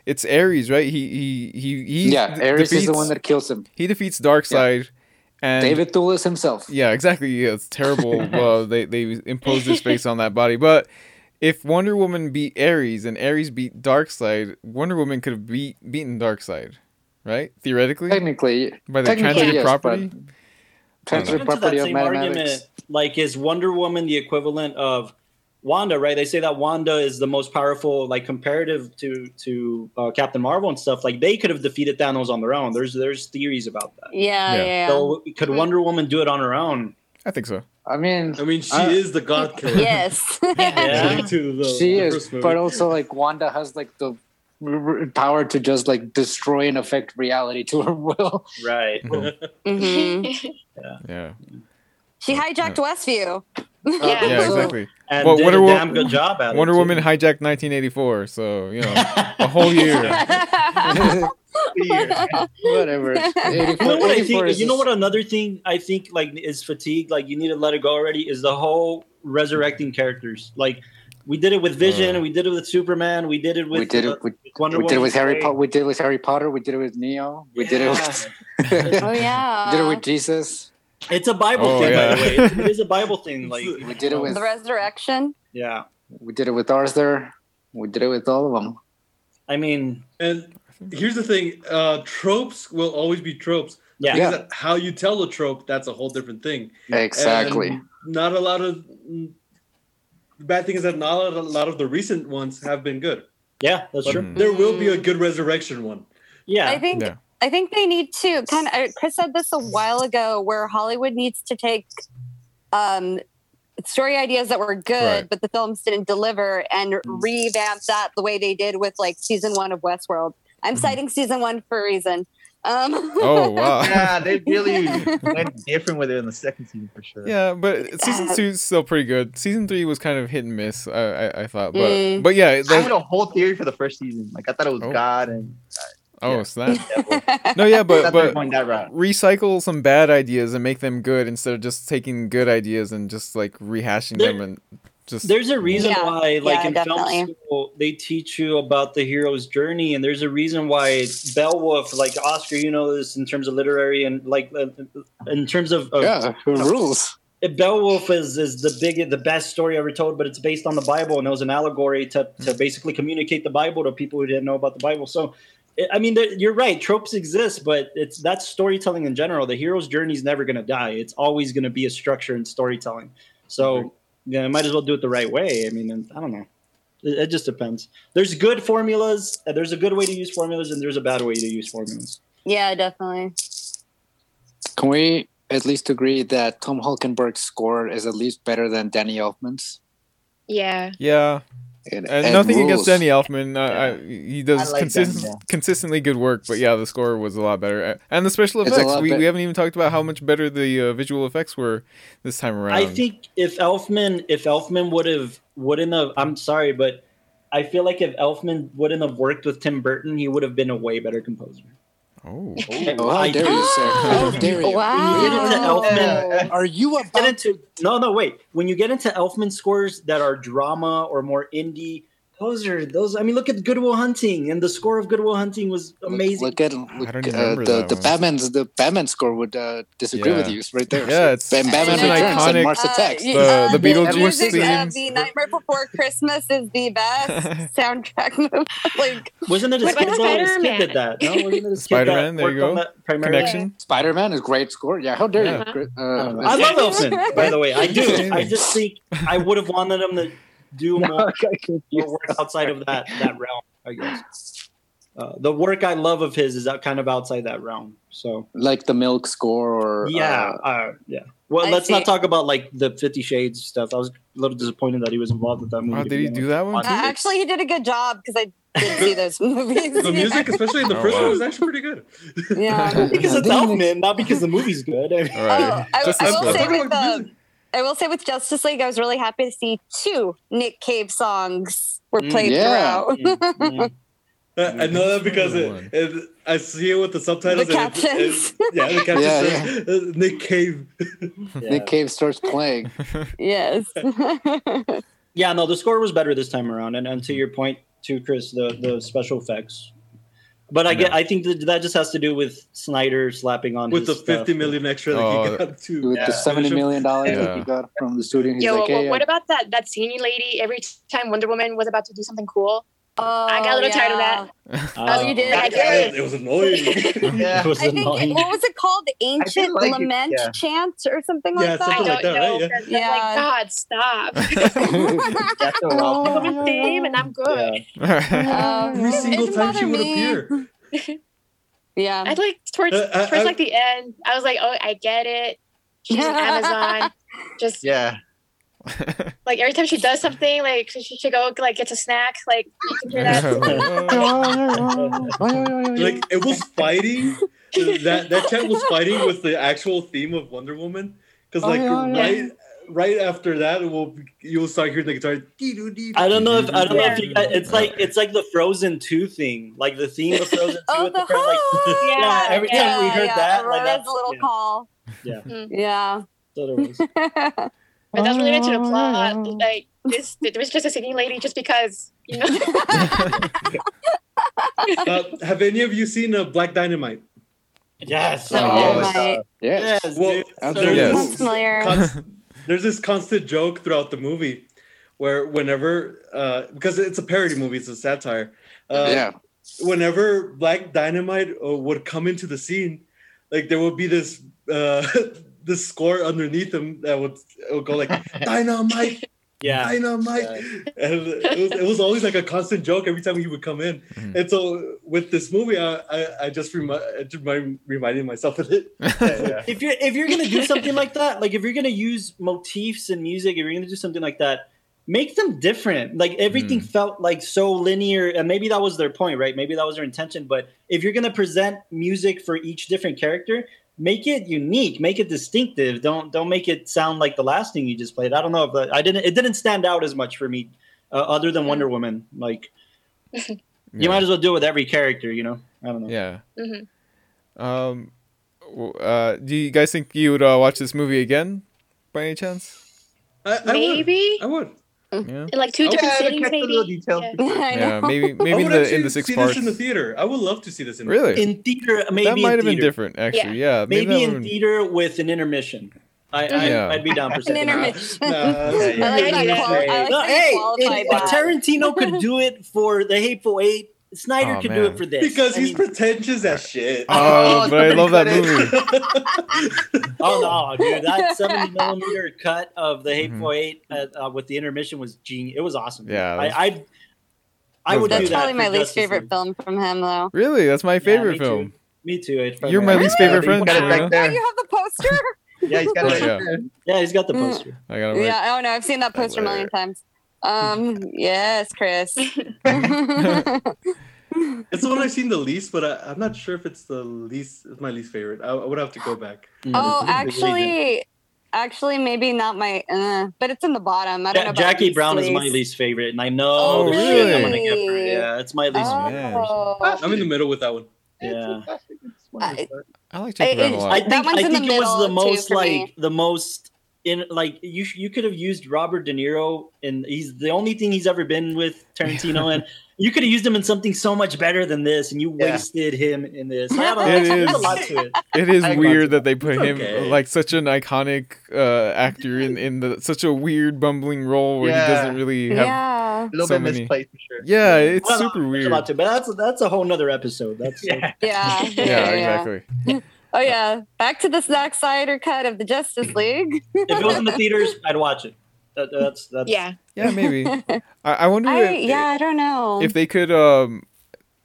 S1: it's Ares, right? He he he, he
S2: [laughs] yeah,
S1: d-
S2: Ares is the
S1: defeats-
S2: one that kills him.
S1: he defeats Darkseid, and
S2: David Thewlis is himself.
S1: yeah, exactly. Yeah, it's
S2: [laughs]
S1: terrible. well, they they imposed this face on that body, but if Wonder Woman beat Ares and Ares beat Darkseid, Wonder Woman could have beat beaten Darkseid, right? Theoretically,
S2: Technically,
S1: by the
S2: technically,
S1: transitive
S2: yes,
S1: property.
S4: Into
S2: transitive
S4: that
S2: property of
S4: same
S2: mathematics.
S4: argument, like is Wonder Woman the equivalent of Wanda? Right? They say that Wanda is the most powerful, like comparative to to uh, Captain Marvel and stuff. Like they could have defeated Thanos on their own. There's there's theories about that.
S3: Yeah,
S1: Yeah.
S3: yeah.
S4: So could Wonder Woman do it on her own?
S1: I think so.
S2: I mean,
S6: I mean, she
S2: Uh,
S6: is the god killer.
S3: yes.
S4: [laughs]
S3: [laughs]
S4: Yeah.
S6: to the,
S2: she
S6: the
S2: is,
S6: first movie.
S2: but also like Wanda has like the r- r- power to just like destroy and affect reality to her will. [laughs]
S4: [laughs] Right.
S3: Mhm.
S1: Yeah.
S3: She hijacked Westview.
S8: Yeah.
S1: Yeah.
S2: Also-
S1: Exactly.
S4: And
S1: Well,
S4: did
S1: Wonder
S4: a
S1: Wo-
S4: damn good job at it.
S1: Wonder
S4: too. [laughs]
S1: Woman [laughs] hijacked 1984, so you know a
S4: Oh,
S1: whole
S5: [laughs]
S1: year.
S4: [laughs]
S2: Whatever. 84,
S4: You know what I
S2: 84
S4: think?
S2: is
S4: You know
S2: just-
S4: what? Another thing I think like is fatigue. Like you need to let it go already. Is the whole resurrecting characters. Like we did it with Vision.
S1: Uh.
S4: we did it with Superman. We did it with
S2: Mm. we did
S4: uh,
S2: it. We,
S4: Wonder
S2: we did it
S4: Woman
S2: with Harry
S4: today.
S2: Potter. We did it with Harry Potter. We did it with Neo. We did it. With,
S3: [laughs] oh yeah.
S2: [laughs] we did it with Jesus.
S4: It's a Bible
S1: Oh,
S4: thing, by
S1: yeah.
S4: the way. It is a Bible thing. Like
S2: We did it with.
S3: the resurrection.
S4: yeah.
S2: We did it with Arthur. We did it with all of them.
S4: I mean
S6: And here's the thing: uh, tropes will always be tropes.
S4: yeah.
S6: Thing is that how you tell a trope, that's a whole different thing.
S2: Exactly.
S6: And not a lot of. mm, The bad thing is that not a lot of the recent ones have been good.
S4: Yeah, that's
S6: But
S4: true.
S6: there will be a
S3: Mm.
S6: good resurrection one.
S4: Yeah.
S3: I think
S1: Yeah.
S3: I think they need to kind of. I- Chris said this a while ago, where Hollywood needs to take um, story ideas that were good,
S1: Right.
S3: but the films didn't deliver, and revamp that the way they did with like season one of Westworld. I'm
S1: Mhm.
S3: citing season one for a reason. Um,
S1: Oh wow.
S5: [laughs] Yeah, they
S8: [laughs]
S5: really went different with it in the second season for sure.
S1: Yeah, but season
S3: Bad.
S1: two's still pretty good. Season three was kind of hit and miss. I I, I thought, but
S3: Mm.
S1: but yeah.
S5: I
S1: that-
S5: had a whole theory for the first season. Like I thought it was
S1: Oh.
S5: God
S8: [laughs]
S5: and
S1: oh snap!
S5: [laughs] devil.
S1: No, yeah,
S5: I
S1: but
S5: thought they were
S1: but
S5: going that route.
S1: recycle some bad ideas and make them good instead of just taking good ideas and just like rehashing
S4: There-
S1: them and just
S4: There's a reason
S3: Yeah.
S4: why, like
S3: Yeah,
S4: in film
S3: definitely.
S4: school, they teach you about the hero's journey, and there's a reason why Beowulf, like Oscar, you know this in terms of literary and like uh, in terms of, of
S2: Yeah, who rules?
S4: Beowulf is is the big the best story ever told, but it's based on the Bible, and it was an allegory to to basically communicate the Bible to people who didn't know about the Bible. So. I- I mean, there- you're right. Tropes exist, but it's that's storytelling in general. The hero's journey is never going to die. It's always going to be a structure in storytelling. So, yeah, I might as well do it the right way. I mean, and- I don't know. It, it just depends. There's good formulas. and There's a good way to use formulas, and there's a bad way to use formulas.
S3: [laughs] yeah, definitely.
S2: Can we at least agree that Tom Hulkenberg's score is at least better than Danny Elfman's?
S8: yeah.
S1: yeah.
S9: And,
S1: And,
S9: and
S1: Uh, nothing
S9: rules.
S1: against Danny Elfman. Uh, I, he does
S7: I like
S1: consist-
S7: Danny, yeah.
S1: consistently good work, but yeah, the score was a lot better. And the special
S9: It's a
S1: effects.
S9: lot
S1: We,
S9: bet-
S1: we haven't even talked about how much better the uh, visual effects were this time around.
S4: I think if Elfman, if Elfman would have, wouldn't have. I'm sorry, but I feel like if Elfman wouldn't have worked with Tim Burton, he would have been a way better composer.
S1: Oh.
S9: Oh, how
S4: I-
S9: dare you, sir?
S3: [gasps]
S9: How dare you?
S4: When you get into
S3: Wow. Uh,
S4: Elfman,
S2: Are you
S4: get
S2: about
S4: into no, no, wait. When you get into Elfman scores that are drama or more indie, those are those. I mean, look at Goodwill Hunting, and the score of Goodwill Hunting was amazing.
S9: Look at look,
S1: don't
S9: uh,
S1: remember
S9: the
S1: that
S9: the
S1: one.
S9: Batman's the Batman score would uh, disagree
S1: Yeah.
S9: with you right there.
S1: Yeah, it's
S9: Bam- Batman
S1: such an
S9: Returns and
S1: iconic-
S9: Mars Attacks.
S3: y- uh,
S1: The- the Beetlejuice
S3: music
S1: theme.
S3: of [laughs] the Nightmare Before Christmas is the best soundtrack. movie. [laughs] like
S4: Wasn't it a
S8: What
S4: skit
S8: about
S4: that a skit
S8: Spider-Man?
S4: did that? No, wasn't it a skit
S1: Spider-Man,
S4: that
S1: there you
S4: worked on
S1: go.
S4: that
S1: [laughs]
S4: primarily?
S1: Connection.
S9: Spider Man is great score. Yeah, how dare
S1: Yeah.
S9: you? Gr-
S4: Uh,
S9: Uh,
S4: I love Elfman, by
S3: [laughs]
S4: the way. I do.
S1: Entertaining.
S4: I
S1: [laughs]
S4: just think I would have wanted him to do more, more
S7: Confused.
S4: work outside of that that realm. I guess uh, the work I love of his is out, kind of outside that realm. So
S9: like the Milk score or
S4: yeah,
S9: uh,
S4: uh, yeah. Well,
S3: I
S4: let's
S3: see.
S4: not talk about like the Fifty Shades stuff. I was a little disappointed that he [laughs] was involved with that movie.
S1: Wow,
S4: to
S1: Oh, did
S4: be
S1: he
S4: honest.
S1: do that one?
S3: [laughs] uh,
S1: too?
S3: actually, he did a good job because I did see those movies. [laughs]
S6: The music, especially the
S1: Oh,
S6: first
S1: wow.
S6: one, was actually pretty good. [laughs]
S3: yeah.
S4: Because it's Elfman, not because the movie's [laughs] good. I mean,
S1: All [laughs] right.
S3: Oh, I-
S1: Just
S3: I
S1: this
S3: will
S1: one.
S3: say
S6: Talking
S3: with,
S6: about
S3: um, I will say with Justice League, I was really happy to see two Nick Cave songs were
S4: Mm,
S3: played
S9: yeah.
S3: throughout.
S4: Mm,
S6: I, I know that because it, it, I see it with the subtitles.
S3: um, The
S6: and it-
S3: captions.
S6: it- yeah, the captions.
S9: Yeah,
S6: says, uh, Nick Cave.
S4: mm, yeah.
S9: Nick Cave starts playing.
S3: yes. [laughs]
S4: Yeah, no, the score was better this time around, and, and to your point too, Chris, the the special effects. But I get, I think that, that just has to do with Snyder slapping on
S6: with the
S4: his stuff.
S6: fifty million extra that
S1: Oh,
S6: he got too.
S9: With the seventy million dollars
S1: Yeah.
S9: that he got from the studio, he's
S8: Yo,
S9: like,
S8: what,
S9: hey,
S8: what
S9: uh,
S8: about that that senior lady? Every time Wonder Woman was about to do something cool,
S3: Oh,
S8: I got a little tired of that.
S3: [laughs] Oh, you did.
S8: I
S6: God,
S8: did.
S6: It was annoying.
S4: [laughs] It was
S3: I think
S4: annoying.
S3: what was it called? Ancient
S7: like it,
S3: lament
S7: yeah.
S3: chant or something
S6: Yeah,
S3: like that.
S8: I
S6: something
S8: don't
S6: like that,
S8: know.
S6: right? Yeah.
S8: friends. I'm
S3: Yeah.
S8: Like, God, stop.
S7: That's a
S8: I
S7: lot.
S8: want to save, and I'm good.
S3: [laughs]
S4: Yeah.
S3: Um,
S6: Every
S3: it
S6: single
S3: didn't
S6: time she
S3: bother
S6: would
S3: me.
S6: appear.
S3: Yeah.
S8: I like towards
S6: Uh, I-
S8: towards
S6: I-
S8: like the end. I was like, oh, I get it. She's an Amazon.
S9: [laughs]
S8: Just
S7: Yeah.
S8: like every time she does something, like she should go like gets a snack. Like you can hear that.
S9: Oh,
S3: Oh.
S6: Like it was fighting. that that chat was fighting with the actual theme of Wonder Woman. Because like
S2: Oh,
S6: right right after that, it will you'll start hearing the guitar.
S4: I don't know
S1: [laughs]
S4: if I don't know if you
S6: Yeah.
S4: guys, Uh, it's like it's like the Frozen Two thing, like the theme of Frozen Two.
S3: [laughs] Oh,
S4: with
S3: the
S4: friend, [laughs]
S3: ho-
S4: yeah, every time we heard that, like
S3: Aurora's
S4: that's
S3: little
S4: yeah,
S3: call.
S4: Yeah.
S8: Mm.
S3: Yeah.
S4: that's what it
S3: [laughs]
S4: was.
S8: But that's related to the plot.
S6: Oh.
S8: Like this, there was just a singing lady, just because
S6: [laughs]
S8: you know.
S6: Uh, have any of you seen uh, Black Dynamite?
S4: Yes. oh,
S3: So,
S9: yes.
S4: [laughs]
S3: my-
S4: uh,
S9: yes.
S4: Yes.
S6: Well,
S4: dude.
S6: there's,
S1: Yes.
S3: Sounds uh, familiar.
S6: const- there's this constant joke throughout the movie where whenever uh, because it's a parody movie, it's a satire. Uh,
S9: yeah,
S6: Whenever Black Dynamite uh, would come into the scene, like there would be this uh, [laughs] this score underneath him that would it would go like
S4: [laughs]
S6: Dynamite,
S4: Yeah.
S6: Dynamite, and it was, it was always like a constant joke every time he would come in.
S1: Mhm.
S6: And so with this movie, I I, I just remi- I just remind, reminding myself of it.
S4: if you're if you're gonna
S1: [laughs]
S4: do something like that, like if you're gonna use motifs in music, if you're gonna do something like that, make them different. Like
S1: Hmm.
S4: everything felt like so linear, and maybe that was their point, right? Maybe that was their intention. But if you're gonna present music for each different character, make it unique, make it distinctive. Don't don't make it sound like the last thing you just played. I don't know, but I didn't. It didn't stand out as much for me, uh, other than Wonder Woman. Like you might as well do it with every character, you know. I don't know.
S1: Yeah.
S8: Mhm.
S1: Um, w- uh, do you guys think you would uh, watch this movie again, by any chance?
S6: I, I
S8: Maybe
S6: would. I would.
S1: Yeah.
S8: in like two
S6: I
S8: different
S6: would
S8: cities,
S7: catch the
S8: maybe.
S7: little detail.
S8: Yeah.
S3: [laughs] I
S1: Yeah.
S3: know. [laughs]
S1: Maybe
S6: I
S1: maybe in
S6: would
S1: the
S6: actually
S1: in the six
S6: see
S1: parts.
S6: this in the theater. I would love to see this in
S1: Really?
S4: In theater, maybe
S1: that might
S4: in
S1: have been
S4: theater.
S1: different, actually. Yeah.
S4: Maybe,
S1: that
S4: in
S1: would've been-
S4: theater with an intermission. I, I
S1: Yeah.
S4: I'd be down for
S3: An
S4: something.
S3: [laughs] intermission.
S6: Nah, nah,
S3: I like
S8: Yeah,
S3: that
S8: yeah,
S3: qual- I
S8: yeah.
S3: like
S4: No,
S3: that
S4: hey,
S3: you
S4: if,
S3: qualified
S4: if
S3: that. [laughs]
S4: Tarantino could do it for The Hateful Eight, Snyder
S1: Aw,
S4: could do
S1: Oh, man.
S4: it for this.
S6: because
S4: I
S6: he's
S4: mean,
S6: pretentious as shit.
S1: Oh, but I
S6: [laughs]
S1: love that movie.
S4: oh no, dude, that seventy millimeter cut of The
S1: Mm-hmm.
S4: Hateful Eight uh, uh, with the intermission was genius. It was awesome. dude.
S1: Yeah, that's-
S4: I, I, I would
S1: that's
S3: That's
S4: do that.
S3: probably
S4: for
S3: my least
S4: Justice
S3: favorite
S4: League.
S3: film from him, though.
S1: Really, that's my
S4: Yeah,
S1: favorite
S4: me
S1: film.
S4: Too. Me too. It's probably
S1: You're my least
S7: Really?
S1: favorite friend.
S7: Got it back
S1: Serena.
S7: there.
S3: Oh, you have the poster?
S7: Yeah, he's got
S1: Yeah.
S7: it.
S4: Oh, Yeah, he's got the poster.
S1: [laughs]
S3: Mm,
S1: I got it right.
S3: yeah, I don't know. I've seen that
S1: That's
S3: poster a million
S1: hilarious.
S3: times. Um, yes,
S4: [laughs]
S1: [laughs]
S3: Chris. Oh,
S6: It's the one I've seen the least, but I, I'm not sure if it's the least. It's my least favorite. I, I would have to go back.
S3: oh, actually, actually, maybe not my, uh, but it's in the bottom. I don't know.
S4: Ja-
S3: About
S4: Jackie
S3: these
S4: Brown is my
S3: sleeves.
S4: least favorite, and I know
S1: Oh,
S4: the shit I'm gonna
S3: really?
S4: get for it. Yeah, it's my least.
S3: Oh.
S6: I'm in the middle with that one.
S4: Yeah,
S3: I-
S1: I like Jackie
S3: It-
S1: Brown a
S3: it-
S1: lot.
S4: I think
S3: That one's
S4: I
S3: in the
S4: think it was
S3: middle,
S4: the
S3: too,
S4: most
S3: for
S4: like
S3: me.
S4: the most in like you sh- you could have used Robert De Niro, and he's the only thing he's ever been with Tarantino, and you could have used him in something so much better than this, and you
S6: Yeah.
S4: wasted him in this. I don't
S1: It
S4: know, there's a
S1: is.
S4: lot to it.
S1: It is
S6: I-
S1: weird that they put
S6: It's
S1: him
S6: okay.
S1: like such an iconic uh, actor in in the, such a weird bumbling role where
S5: Yeah.
S1: he doesn't really have. Yeah,
S3: Yeah.
S5: A little
S1: So
S5: bit
S1: many.
S5: misplaced for sure.
S1: it's
S4: Well,
S1: super
S4: There's a
S1: weird.
S4: lot to, it, but that's that's a whole nother episode. That's
S5: Yeah.
S1: [laughs]
S3: Yeah.
S1: Yeah,
S3: [laughs]
S1: exactly.
S3: Oh yeah. Back to the snack cider cut of the
S1: [clears throat]
S3: Justice League.
S4: if it was in the theaters, I'd watch it. That, that's that's
S8: Yeah.
S1: Yeah,
S3: [laughs]
S1: maybe. I, I wonder
S3: I,
S1: if,
S3: yeah, I don't know.
S1: if they could um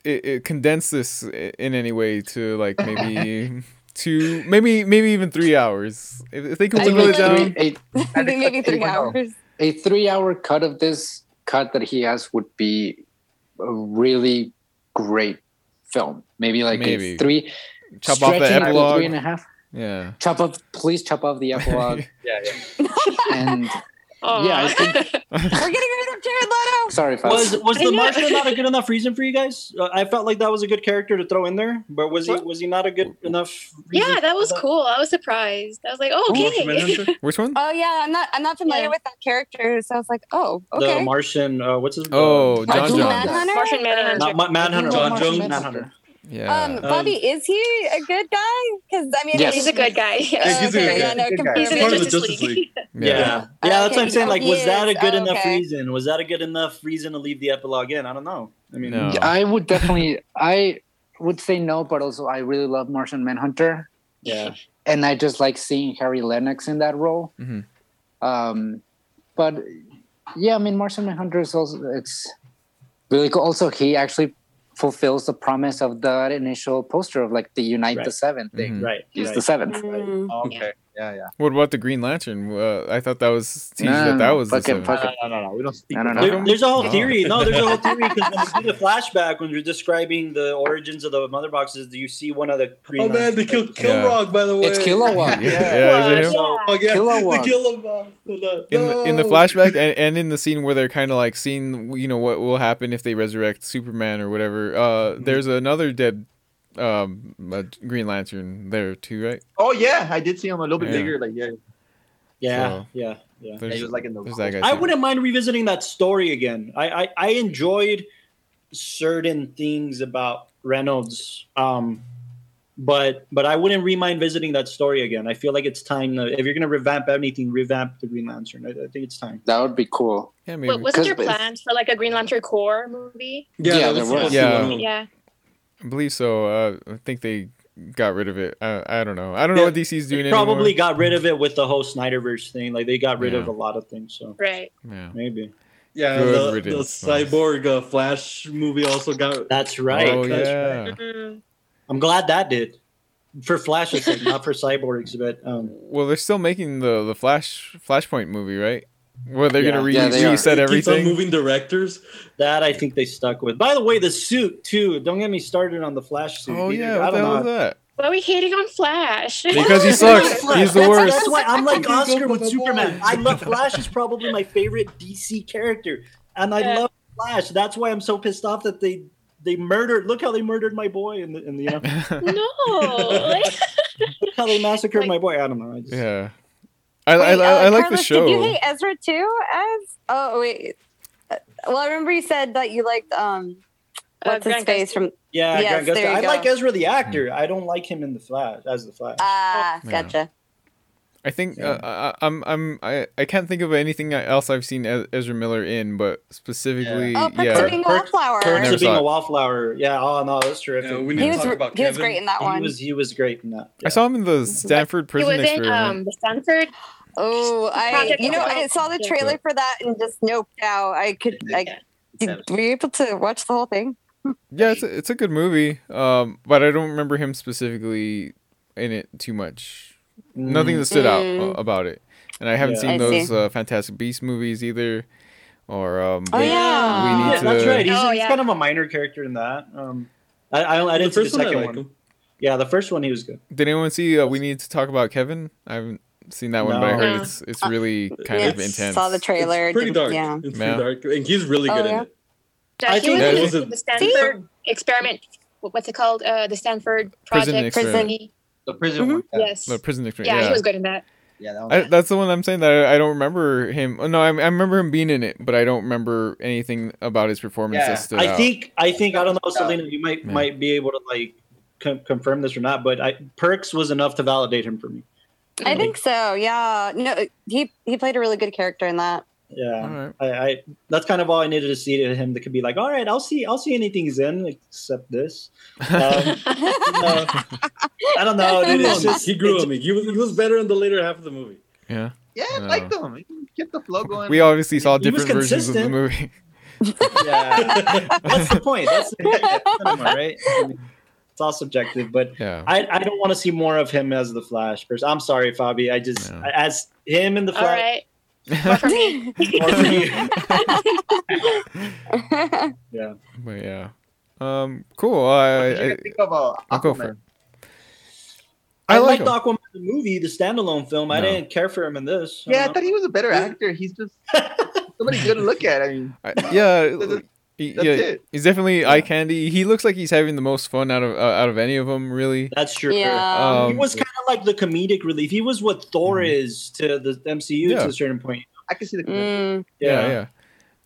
S1: it, it condense this i- in any way to like
S9: [laughs]
S1: maybe two, maybe maybe even three hours. If, if they could
S9: I think
S1: whittle
S9: it's
S1: it down.
S9: three, a,
S3: Maybe [laughs] maybe three
S9: Wow.
S3: hours.
S9: a three-hour cut of this cut that he has would be a really great film. Maybe like
S1: Maybe.
S9: A three.
S1: Chop off
S9: stretching
S1: the
S9: it to
S1: epilogue.
S9: Three and a half.
S1: Yeah.
S9: Chop up, please chop off the epilogue.
S1: [laughs]
S5: Yeah, yeah.
S9: and
S8: Aw.
S9: Yeah, I
S8: [laughs]
S9: think-
S3: We're getting rid of Jared Leto.
S9: sorry, Fauci.
S4: Was was
S8: I
S4: the
S8: know.
S4: marshal not a good enough reason for you guys? Uh, I felt like that was a good character to throw in there, but was he was he not a good enough? Reason
S8: Yeah, that was
S4: for
S8: cool. I was surprised. I was like, oh,
S6: Who wants to
S8: [laughs] okay.
S6: mention it?
S1: Which one?
S3: Oh yeah, I'm not I'm not familiar
S8: Yeah.
S3: with that character, so I was like, oh,
S4: The
S3: okay.
S4: Martian, uh, what's his?
S1: Oh,
S4: uh,
S1: John
S9: Michael
S1: John.
S9: Mann.
S3: Manhunter?
S8: Martian Manhunter.
S4: not Ma- [laughs] Manhunter.
S6: John
S4: Martian
S6: Jones?
S4: Manhunter.
S1: Yeah.
S3: Um, Bobby, is he a good guy? Because I mean,
S9: Yes.
S8: He's a good guy.
S6: Yeah, he's a
S3: okay,
S6: good
S3: yeah,
S6: guy.
S3: no,
S5: He's a good guy.
S8: He's in
S6: Part
S8: the
S3: confirmed.
S6: of the
S8: Justice
S6: Justice
S8: League.
S6: League.
S4: Yeah, yeah,
S3: Oh,
S4: that's what
S3: okay,
S4: I'm saying.
S3: so
S4: Like,
S3: he
S4: was that a
S3: is.
S4: good
S3: Oh,
S4: enough
S3: okay.
S4: reason? Was that a good enough reason to leave the epilogue in? I don't know. I mean,
S1: No.
S9: I would definitely, I would say no, but also I really love Martian Manhunter,
S4: yeah,
S9: and I just like seeing Harry Lennox in that role.
S1: Mhm.
S9: Um, but yeah, I mean, Martian Manhunter is also it's really cool. Also, he actually fulfills the promise of that initial poster of like the Unite the
S4: Right.
S9: Seven thing.
S1: Mhm.
S4: right.
S9: He's
S4: right.
S9: the seventh.
S3: Mm.
S5: Okay. Yeah, yeah.
S1: What about the Green Lantern? Uh, I thought that was teased
S9: No,
S1: that that was the
S9: fucking
S1: seventh.
S9: fuck
S5: No, no, no, no. We don't speak.
S9: No, no,
S5: of
S9: no.
S1: They-
S5: that.
S4: There- there's a whole
S1: Oh.
S4: theory. No, there's a whole theory because when you do the flashback, when you're describing the origins of the mother boxes, do you see one of the green?
S6: Oh man,
S4: Lanterns.
S6: they killed
S1: Yeah.
S6: Kilrog by the way.
S9: It's Kilowog.
S1: [laughs] Yeah,
S8: Yeah.
S1: yeah, is it him?
S4: So,
S6: Oh, yeah.
S9: Kilowog.
S6: The Kilowog. No.
S1: in the, in the flashback and, and in the scene where they're kind of like seeing you know what will happen if they resurrect superman or whatever uh there's another dead um uh, green lantern there too right
S5: Oh yeah, I did see him a little bit
S1: Yeah.
S5: bigger. Like yeah,
S4: yeah,
S1: So-
S4: yeah, yeah.
S5: yeah, he was like in the.
S1: there's that guy
S4: I
S1: too.
S4: wouldn't mind revisiting that story again. I, I, I enjoyed certain things about Reynolds, um, but but I wouldn't remind visiting that story again. I feel like it's time. To, if you're gonna revamp anything, revamp the Green Lantern. I, I think it's time.
S9: That would be cool.
S1: yeah maybe
S8: But wasn't there
S9: Because-
S8: plans for like a Green Lantern Corps movie?
S6: Yeah,
S9: Yeah,
S6: that was
S9: there
S6: supposed
S9: was.
S6: to be
S1: Yeah.
S7: Oh.
S6: one of them.
S8: Yeah.
S1: i believe so uh i think they got rid of it i, I don't know i don't know
S4: Yeah,
S1: what dc's doing
S4: They
S1: anymore.
S4: probably got rid of it with the whole Snyderverse thing. Like they got rid of
S1: Yeah.
S4: a lot of things. So
S8: Right.
S1: yeah
S4: maybe
S6: Yeah,
S1: Good
S6: the, the
S1: riddance.
S6: cyborg uh, Flash movie also got.
S4: that's right.
S1: oh
S6: that's
S1: yeah
S8: Mm.
S4: I'm glad that did for Flash, it's like, not for [laughs] Cyborgs, but um,
S1: well they're still making the the flash flashpoint movie right where they're gonna
S4: Yeah.
S1: re-
S9: Yeah, they are.
S1: reset
S6: It keeps on
S1: everything
S6: moving directors.
S4: That I think they stuck with. By the way, the suit too. Don't get me started on the Flash suit.
S1: oh
S4: either.
S1: yeah
S4: I
S1: what the
S4: don't
S1: hell
S4: know.
S1: is that
S8: Why are we hating on Flash?
S1: because
S8: [laughs]
S1: he sucks he's the
S4: That's-
S1: worst
S4: That's why I'm
S1: [laughs]
S4: like
S6: Fucking
S4: Oscar
S6: go
S4: with
S6: for the
S4: Superman.
S6: boy.
S4: I love Flash is probably my favorite DC character, and I
S8: Yeah.
S4: love Flash. That's why I'm so pissed off that they they murdered. Look how they murdered my boy, and the, in the you know,
S1: [laughs]
S8: no.
S4: look how they massacred my boy. I don't know. I just,
S1: Yeah. I, I,
S3: Wait,
S1: I,
S3: uh,
S1: I like the
S3: Carlos,
S1: show.
S3: Did you hate Ezra too? As oh wait, Uh, well I remember you said that you liked um what's his
S8: Grant
S3: face
S8: Gustin.
S3: from
S4: Yeah,
S3: Yes,
S4: Grant Gustin.
S3: there you
S4: I
S3: go.
S4: like Ezra the actor. I don't like him in the Flash as the Flash.
S3: ah
S1: Yeah.
S3: gotcha.
S1: I think uh, I, I- I'm I'm I, I can't think of anything else I've seen Ez- Ezra Miller in, but specifically,
S3: Oh,
S1: yeah,
S3: Perks of Being a
S4: Perks-
S3: Wallflower.
S4: Perks
S1: Never
S4: of being
S1: saw
S4: a
S1: it.
S4: wallflower. Yeah. Oh no, that's terrific.
S6: Yeah, we need
S3: He
S6: to
S3: was,
S6: talk about
S3: he was
S6: Kevin.
S3: great in that
S4: he
S3: one.
S4: was he was great in that.
S1: I saw him in the Stanford
S8: He
S1: prison
S8: was in
S1: experiment.
S8: um, the Stanford.
S3: Oh, I
S8: Project
S3: you know
S8: Hope.
S3: I saw the
S8: Yeah.
S3: trailer for that and just noped out. I could I did, were you able to watch the whole thing?
S1: yeah, it's a, it's a good movie, um, but I don't remember him specifically in it too much. Nothing that stood out
S3: Mm.
S1: uh, about it, and I haven't
S4: Yeah.
S1: seen
S3: I see.
S1: those uh, Fantastic Beast movies either. or um,
S4: Oh,
S1: we-
S4: yeah.
S1: we need
S4: Yeah,
S1: to.
S4: that's right. He's,
S8: Oh,
S4: he's
S8: yeah.
S4: kind of a minor character in that. Um, I, I, I didn't
S6: The
S4: see the
S6: first one I
S4: second one.
S6: like him.
S4: Yeah, the first one he was good.
S1: Did anyone see? Uh, we need to talk about Kevin. I haven't seen that one, but I
S4: No.
S1: heard
S8: No.
S1: it's it's really kind
S3: Yeah,
S1: of intense.
S3: Saw the trailer.
S6: It's pretty
S3: didn't-
S6: dark.
S3: Yeah.
S6: It's
S1: Yeah.
S6: pretty dark, and he's really
S3: Oh,
S6: good
S3: yeah?
S6: in it.
S8: Yeah,
S6: I
S8: uh, he
S6: think
S8: was
S1: that
S8: in
S1: was
S6: a-
S8: the Stanford experiment. What's it called? Uh, the Stanford
S1: Prison
S8: Project.
S1: Experiment.
S8: He-
S7: The prison
S3: Mhm.
S7: one. Yeah,
S8: Yes.
S1: The prison experience.
S8: Yeah, he was good in that.
S7: yeah that one.
S1: I, that's the one I'm saying that I, I don't remember him. oh, No, I, I remember him being in it, but I don't remember anything about his performance.
S7: Yeah.
S1: that stood
S4: I
S1: out.
S4: think I think I don't know,
S7: Yeah.
S4: Selena. You might
S1: Yeah.
S4: might be able to like con confirm this or not, but I, Perks was enough to validate him for me.
S3: I think
S1: Mm-hmm.
S3: so. Yeah. No, he he played a really good character in [laughs] that.
S1: All
S6: Hmm.
S4: Yeah,
S1: right.
S4: I, I that's kind of all I needed to see to him that could be like, all right, I'll see, I'll see anything he's in except this.
S6: [laughs]
S4: Um, no, I don't know.
S3: [laughs]
S4: dude, it's just-
S6: he grew
S4: it's-
S6: on me. He was, he was better in the later half of the movie.
S1: yeah.
S5: Yeah,
S1: No.
S5: like them. Get the flow going.
S1: We uh, obviously saw
S4: He was
S1: different versions of the
S4: consistent.
S1: movie. [laughs]
S4: Yeah,
S6: [laughs]
S4: that's the point. That's the point. That's cinema, right? I mean, it's all subjective, but
S1: [laughs] Yeah.
S4: I, I don't want to see more of him as the Flash person. I'm sorry, Fabi. I just
S1: No.
S4: I- as him in the
S8: All
S4: Flash.
S8: right. More for
S3: Mm.
S8: me.
S4: More
S6: [laughs]
S4: for
S7: [laughs]
S4: you.
S1: but yeah. Um. Cool. I
S5: What did you
S1: I,
S5: guys think of, uh,
S1: I'll go
S5: Aquaman?
S1: for it.
S4: I,
S1: I like
S4: liked
S1: him.
S4: Aquaman the movie, the standalone film. I
S1: No.
S4: didn't care for him in this.
S5: Yeah, I
S4: Uh,
S5: thought he was a better actor. He's just somebody good to look at. I mean,
S1: I- yeah.
S5: That's-
S1: he-
S5: that's
S1: yeah,
S5: it.
S1: he's definitely eye candy. He looks like he's having the most fun out of uh, out of any of them, really.
S4: that's true.
S3: yeah.
S1: Um,
S4: he was kind of like the comedic relief. He was what Thor is to the MCU
S1: Mm-hmm. Yeah.
S4: to a certain point.
S5: I can see the.
S3: Mm.
S1: yeah,
S4: Yeah.
S1: yeah,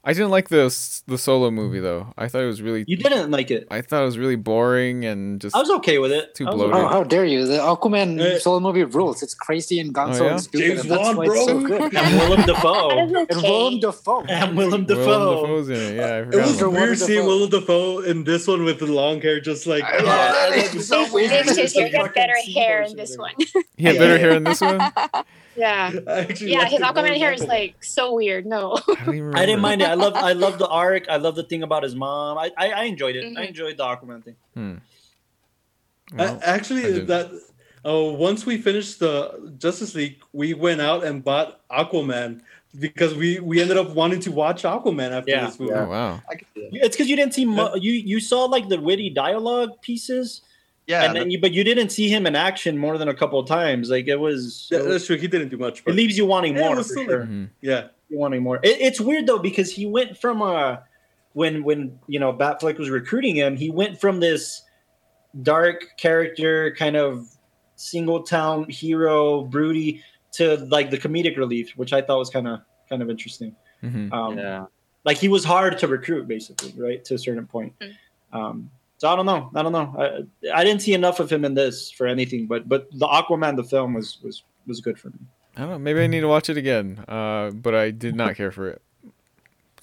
S1: I didn't like the s- the solo movie though. I thought it was really
S4: You didn't like it.
S1: I thought it was really boring and just
S4: I was okay with it.
S1: Too
S4: I was
S1: bloated.
S4: okay.
S1: Oh,
S9: Oh, how dare you! The Aquaman
S6: Uh,
S9: solo movie rules. It's crazy and gonzo
S1: Oh, yeah?
S9: and stupid.
S6: James
S9: and that's
S6: Wan,
S9: why it's
S6: bro.
S9: so
S6: [laughs]
S9: good.
S4: And Willem Dafoe.
S8: That
S9: And
S8: was
S9: Willem
S8: okay.
S9: Dafoe.
S4: And Willem
S1: Willem
S4: Dafoe.
S1: Dafoe's in it. Yeah, I
S6: It
S1: forgot.
S6: was
S1: about
S9: Willem
S6: weird
S9: Dafoe.
S6: seeing Willem Dafoe in this one with the long hair, just like [laughs]
S5: I love that. It's so
S8: They-
S5: weird.
S7: [laughs]
S8: they just-
S6: It's
S8: he
S6: like
S8: got better
S6: fucking
S8: hair
S6: Seahorse
S8: in this
S6: over
S8: one.
S1: that. He had
S5: Yeah.
S1: better hair in this one. [laughs] I
S8: [laughs] Yeah.
S6: I actually
S8: Yeah,
S6: liked
S8: his
S6: it more
S8: Aquaman
S6: than
S8: hair is
S6: Aquaman.
S8: like so weird. No.
S1: don't even
S4: I didn't
S1: remember.
S4: mind it. I love I love the arc. I love the thing about his mom. I I, I enjoyed it. I
S8: Mhm.
S4: enjoyed the Aquaman thing.
S1: Well,
S6: A- actually,
S1: I didn't.
S6: that uh, once we finished the Justice League, we went out and bought Aquaman because we we ended up wanting to watch Aquaman after
S4: Yeah.
S6: this movie.
S1: oh wow.
S5: I can see it.
S4: It's because you didn't see mu- you you saw like the witty dialogue pieces,
S5: Yeah,
S4: and then you but you didn't see him in action more than a couple of times. Like it was,
S6: Yeah, that's true. He didn't do much,
S4: it
S6: but
S4: leaves you wanting
S6: Yeah, it
S4: more.
S6: was
S4: for
S6: silly.
S4: sure.
S1: Mhm.
S6: yeah,
S4: you wanting more. It, it's weird though because he went from a when when you know Batfleck was recruiting him, he went from this dark character kind of single town hero broody to like the comedic relief, which I thought was kind of kind of interesting.
S1: Mhm.
S4: Um,
S7: yeah.
S4: Like he was hard to recruit, basically, right to a certain point.
S8: Mm.
S3: Hmm.
S4: Um, so I don't know. I don't know. I, I didn't see enough of him in this for anything, but but the Aquaman the film was was was good for me.
S1: I don't know. Maybe I need to watch it again. Uh, but I did not care for it.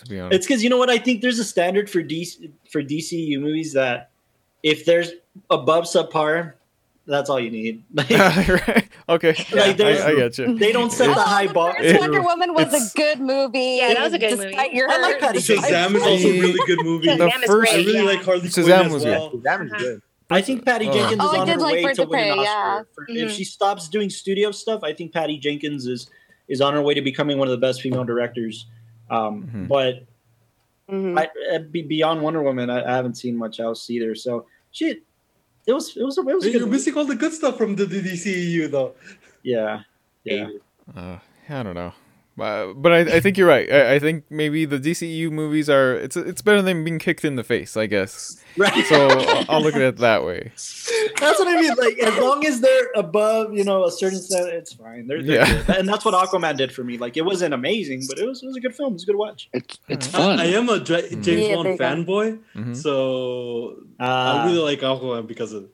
S1: To be
S4: [laughs]
S1: honest.
S4: It's because you know what I think. There's a standard for DC for DCU movies that if there's above subpar, that's all you need.
S1: [laughs]
S4: [laughs] Like,
S1: [laughs] Right? okay.
S4: [laughs] Like, there's-
S1: I, I get
S4: [laughs]
S1: you.
S4: they don't set the high bar.
S1: It-
S3: Wonder Woman was
S1: it's-
S3: a good movie.
S8: Yeah, that was a good
S3: despite
S8: movie.
S3: Your,
S4: I like that it's just-
S6: Shazam is also a really good
S8: [laughs]
S6: movie.
S8: Shazam
S1: The
S8: is
S1: first-
S6: I
S8: great.
S6: really
S8: yeah.
S6: like Harley Quinn
S1: Shazam
S6: as
S1: was
S6: well.
S7: That is good.
S4: I think Patty
S1: Oh.
S4: Jenkins
S3: Oh,
S4: is
S3: I
S4: on
S3: did
S4: her
S3: like
S4: way
S3: Birds
S4: to
S3: of
S4: win an
S3: Prey,
S4: Oscar.
S3: yeah. Mm-hmm.
S4: For- If
S8: Mhm.
S4: she stops doing studio stuff, I think Patty Jenkins is is on her way to becoming one of the best female directors. Um,
S1: Mhm.
S4: But
S3: Mhm.
S4: I, uh, be- beyond Wonder Woman, I, I haven't seen much else either. So shit, it was it was a, it was a good.
S6: You're
S4: movie.
S6: missing all the good stuff from the DCEU though.
S4: Yeah, yeah.
S1: Uh, I don't know. Uh, but I, I think you're right. I, I think maybe the DCU movies are it's it's better than being kicked in the face, I guess.
S4: [laughs] Right.
S1: So I'll- I'll look at it that way.
S4: That's what I mean. Like as long as they're above, you know, a certain set, it's fine. They're, they're
S1: Yeah.
S4: good. and that's what Aquaman did for me. Like it wasn't amazing, but it was it was a good film. It was a good watch.
S9: It, it's
S6: I,
S9: fun.
S6: I am a Dra-
S1: Mm.
S6: James
S3: Yeah,
S6: Wan
S3: there you go.
S6: fanboy,
S1: Mhm.
S6: so
S4: Uh,
S6: I really like Aquaman because of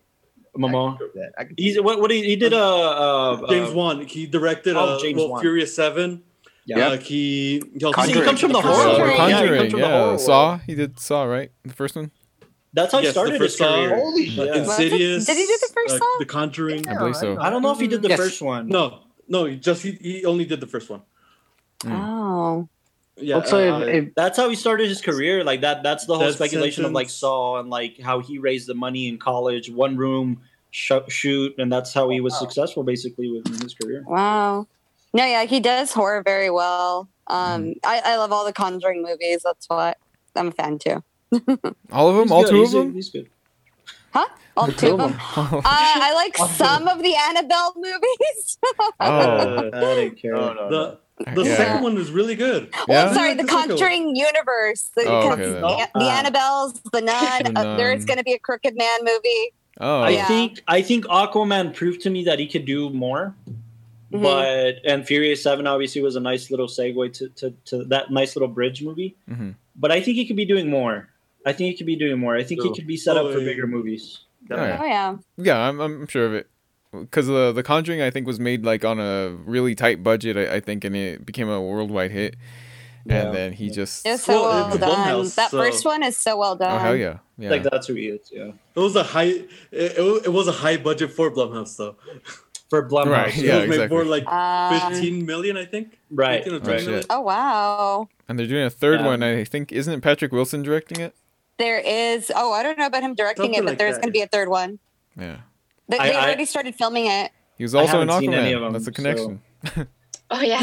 S4: Momo.
S5: I can see
S4: He's what? What he, he did? Uh, uh,
S6: James
S4: uh,
S6: Wan. He directed
S4: oh,
S6: uh,
S4: James
S6: well,
S4: Wan.
S6: Furious Seven.
S4: Yeah.
S6: Like, he, he also-
S4: See, he comes from the horror.
S1: Uh,
S4: world. Yeah, he comes
S1: Conjuring,
S4: from
S1: yeah,
S4: the horror world.
S1: Saw. He did Saw, right? The first one.
S4: That's how he
S6: Yes, the
S4: started his
S6: first Saw.
S4: career.
S5: Holy shit.
S4: Yeah.
S3: Was it-
S6: Insidious.
S3: did he do the first
S6: uh,
S3: Saw?
S6: The Conjuring.
S1: I believe so.
S4: I don't know if he did the
S9: Yes.
S4: first one.
S6: No, no, he just he, he only did the first one.
S1: Mm.
S3: Oh.
S6: Yeah.
S9: also,
S6: uh,
S9: if, if,
S4: That's how he started his career. Like that. That's the whole
S6: Death
S4: speculation of like
S6: Sentence.
S4: Saw and like how he raised the money in college, one room sh- shoot, and that's how he was successful basically with in his career.
S1: Mm.
S3: Wow. No, yeah, he does horror very well. Um, I, I love all the Conjuring movies. That's what I'm a fan too.
S1: All of them? all two of them?
S4: He's good.
S3: Huh? All
S9: The
S3: two
S9: two
S3: of
S9: of
S3: them. Uh, I like some of the Annabelle movies.
S1: [laughs] Oh.
S4: I didn't [laughs] care.
S5: No, no, no.
S6: The the
S1: Yeah.
S6: second one is really good.
S3: Well,
S1: Yeah?
S3: sorry, the
S6: Just look at-
S3: Conjuring universe. The,
S1: Oh,
S3: because
S1: okay, um, then.
S3: the, the
S4: Ah.
S3: Annabelles,
S1: [laughs]
S3: the nun.
S1: The
S3: Uh, there's
S1: Nun.
S3: going to be a Crooked Man movie.
S1: Oh.
S4: I
S3: Yeah.
S4: think I think Aquaman proved to me that he could do more.
S6: Mm-hmm.
S3: Mhm.
S4: But and Furious Seven obviously was a nice little segue to, to, to that nice little bridge movie.
S1: Mhm.
S4: But I think he could be doing more. I think he could be doing more. I think he
S5: True.
S4: could be set up for
S6: Oh, yeah.
S4: bigger movies.
S1: Yeah.
S3: Oh yeah.
S1: Yeah, I'm, I'm sure of it. Because the the Conjuring, I think, was made like on a really tight budget, I, I think, and it became a worldwide hit.
S4: Yeah.
S1: And then he just
S3: It's um, so
S6: Well,
S3: well,
S6: it's
S3: done.
S6: Blumhouse,
S3: that
S6: so-
S3: first one is so well done.
S1: oh hell yeah, yeah.
S4: Like that's who he is. Yeah.
S6: It was a high. It, it was- it was a high budget for Blumhouse though.
S4: For Blumhouse.
S1: Right,
S6: It
S1: yeah.
S6: was made for
S1: exactly.
S6: like
S3: Um,
S6: fifteen million, I think.
S4: Right.
S6: 15 or
S1: Right.
S6: 20 million.
S3: oh wow.
S1: And they're doing a third
S4: Yeah.
S1: one, I think. Isn't it Patrick Wilson directing it?
S3: There is. Oh, I don't know about him directing
S6: Something
S3: it, but
S6: like
S3: there's
S6: that,
S3: going to be a third one.
S1: Yeah.
S3: They,
S4: I-
S3: they
S4: I-
S3: already started filming it. [laughs]
S1: He was
S4: I
S1: also in
S4: haven't seen
S1: Aquaman.
S4: any of 'em,
S1: That's a
S4: so-
S1: connection.
S8: Oh yeah.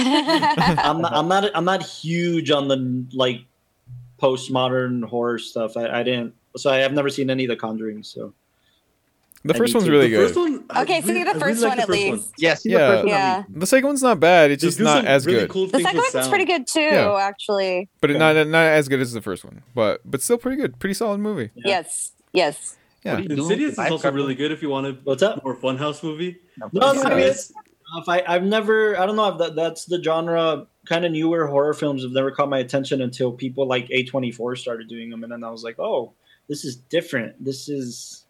S4: I'm not, I'm not I'm not huge on the like postmodern horror stuff. I, I didn't so I have never seen any of the Conjuring. So
S1: The
S4: I
S1: first
S4: need
S1: one's
S4: to-
S1: really
S6: The
S1: good.
S6: first one. I
S3: Okay, see
S6: really-
S3: the
S6: I really
S3: first
S6: like
S3: one
S6: the
S3: at
S6: first
S3: least.
S7: Yeah, see
S1: Yeah.
S7: the first one.
S3: yeah.
S1: The second one's not bad. It's
S6: They
S1: just
S6: do
S1: not
S6: some
S1: as
S6: really
S1: good,
S6: Cool
S3: The
S6: things
S3: second
S6: with
S3: one's
S6: sound.
S3: pretty good too,
S1: Yeah.
S3: actually.
S1: but not not as good as the first one. But but still pretty good. Pretty solid movie.
S4: Yeah.
S3: Yes. Yes.
S1: Yeah.
S7: What are you doing?
S6: Insidious is
S7: Live
S6: also
S7: cartoon?
S6: really good if you want
S4: what's
S6: a
S4: up?
S6: more funhouse movie.
S4: No,
S1: Yeah.
S4: serious. If I I've never I don't know if that, that's the genre kind of newer horror films have never caught my attention until people like A24 started doing them and then I was like, "Oh, this is different. This is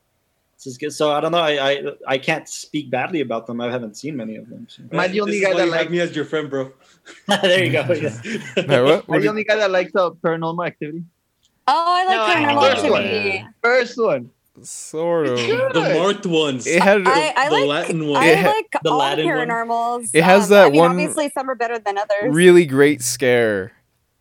S4: this is good." So I don't know. I I, I can't speak badly about them. I haven't seen many of them. So.
S7: Am I the
S6: This
S7: only
S6: is
S7: guy
S6: why
S7: that
S6: you have
S7: like-
S6: me as your friend, bro?
S4: [laughs] there you go. Yeah.
S1: Wait, what?
S7: Are
S1: What
S7: you
S1: do
S7: the
S1: you-
S7: only guy that likes uh, paranormal activity?
S3: Oh, I
S8: No,
S3: like
S8: I-
S3: Paranormal
S7: First one.
S3: Activity.
S7: First one.
S1: sort of.
S7: Good.
S6: the marked ones.
S1: It had
S3: I, I
S6: the
S3: like
S6: Latin one.
S3: I
S1: It ha-
S3: like
S4: the
S3: all
S4: Latin
S3: the
S4: one.
S3: paranormals.
S1: It has
S3: Um,
S1: that
S3: I mean,
S1: one
S3: obviously some are better than others.
S1: really great scare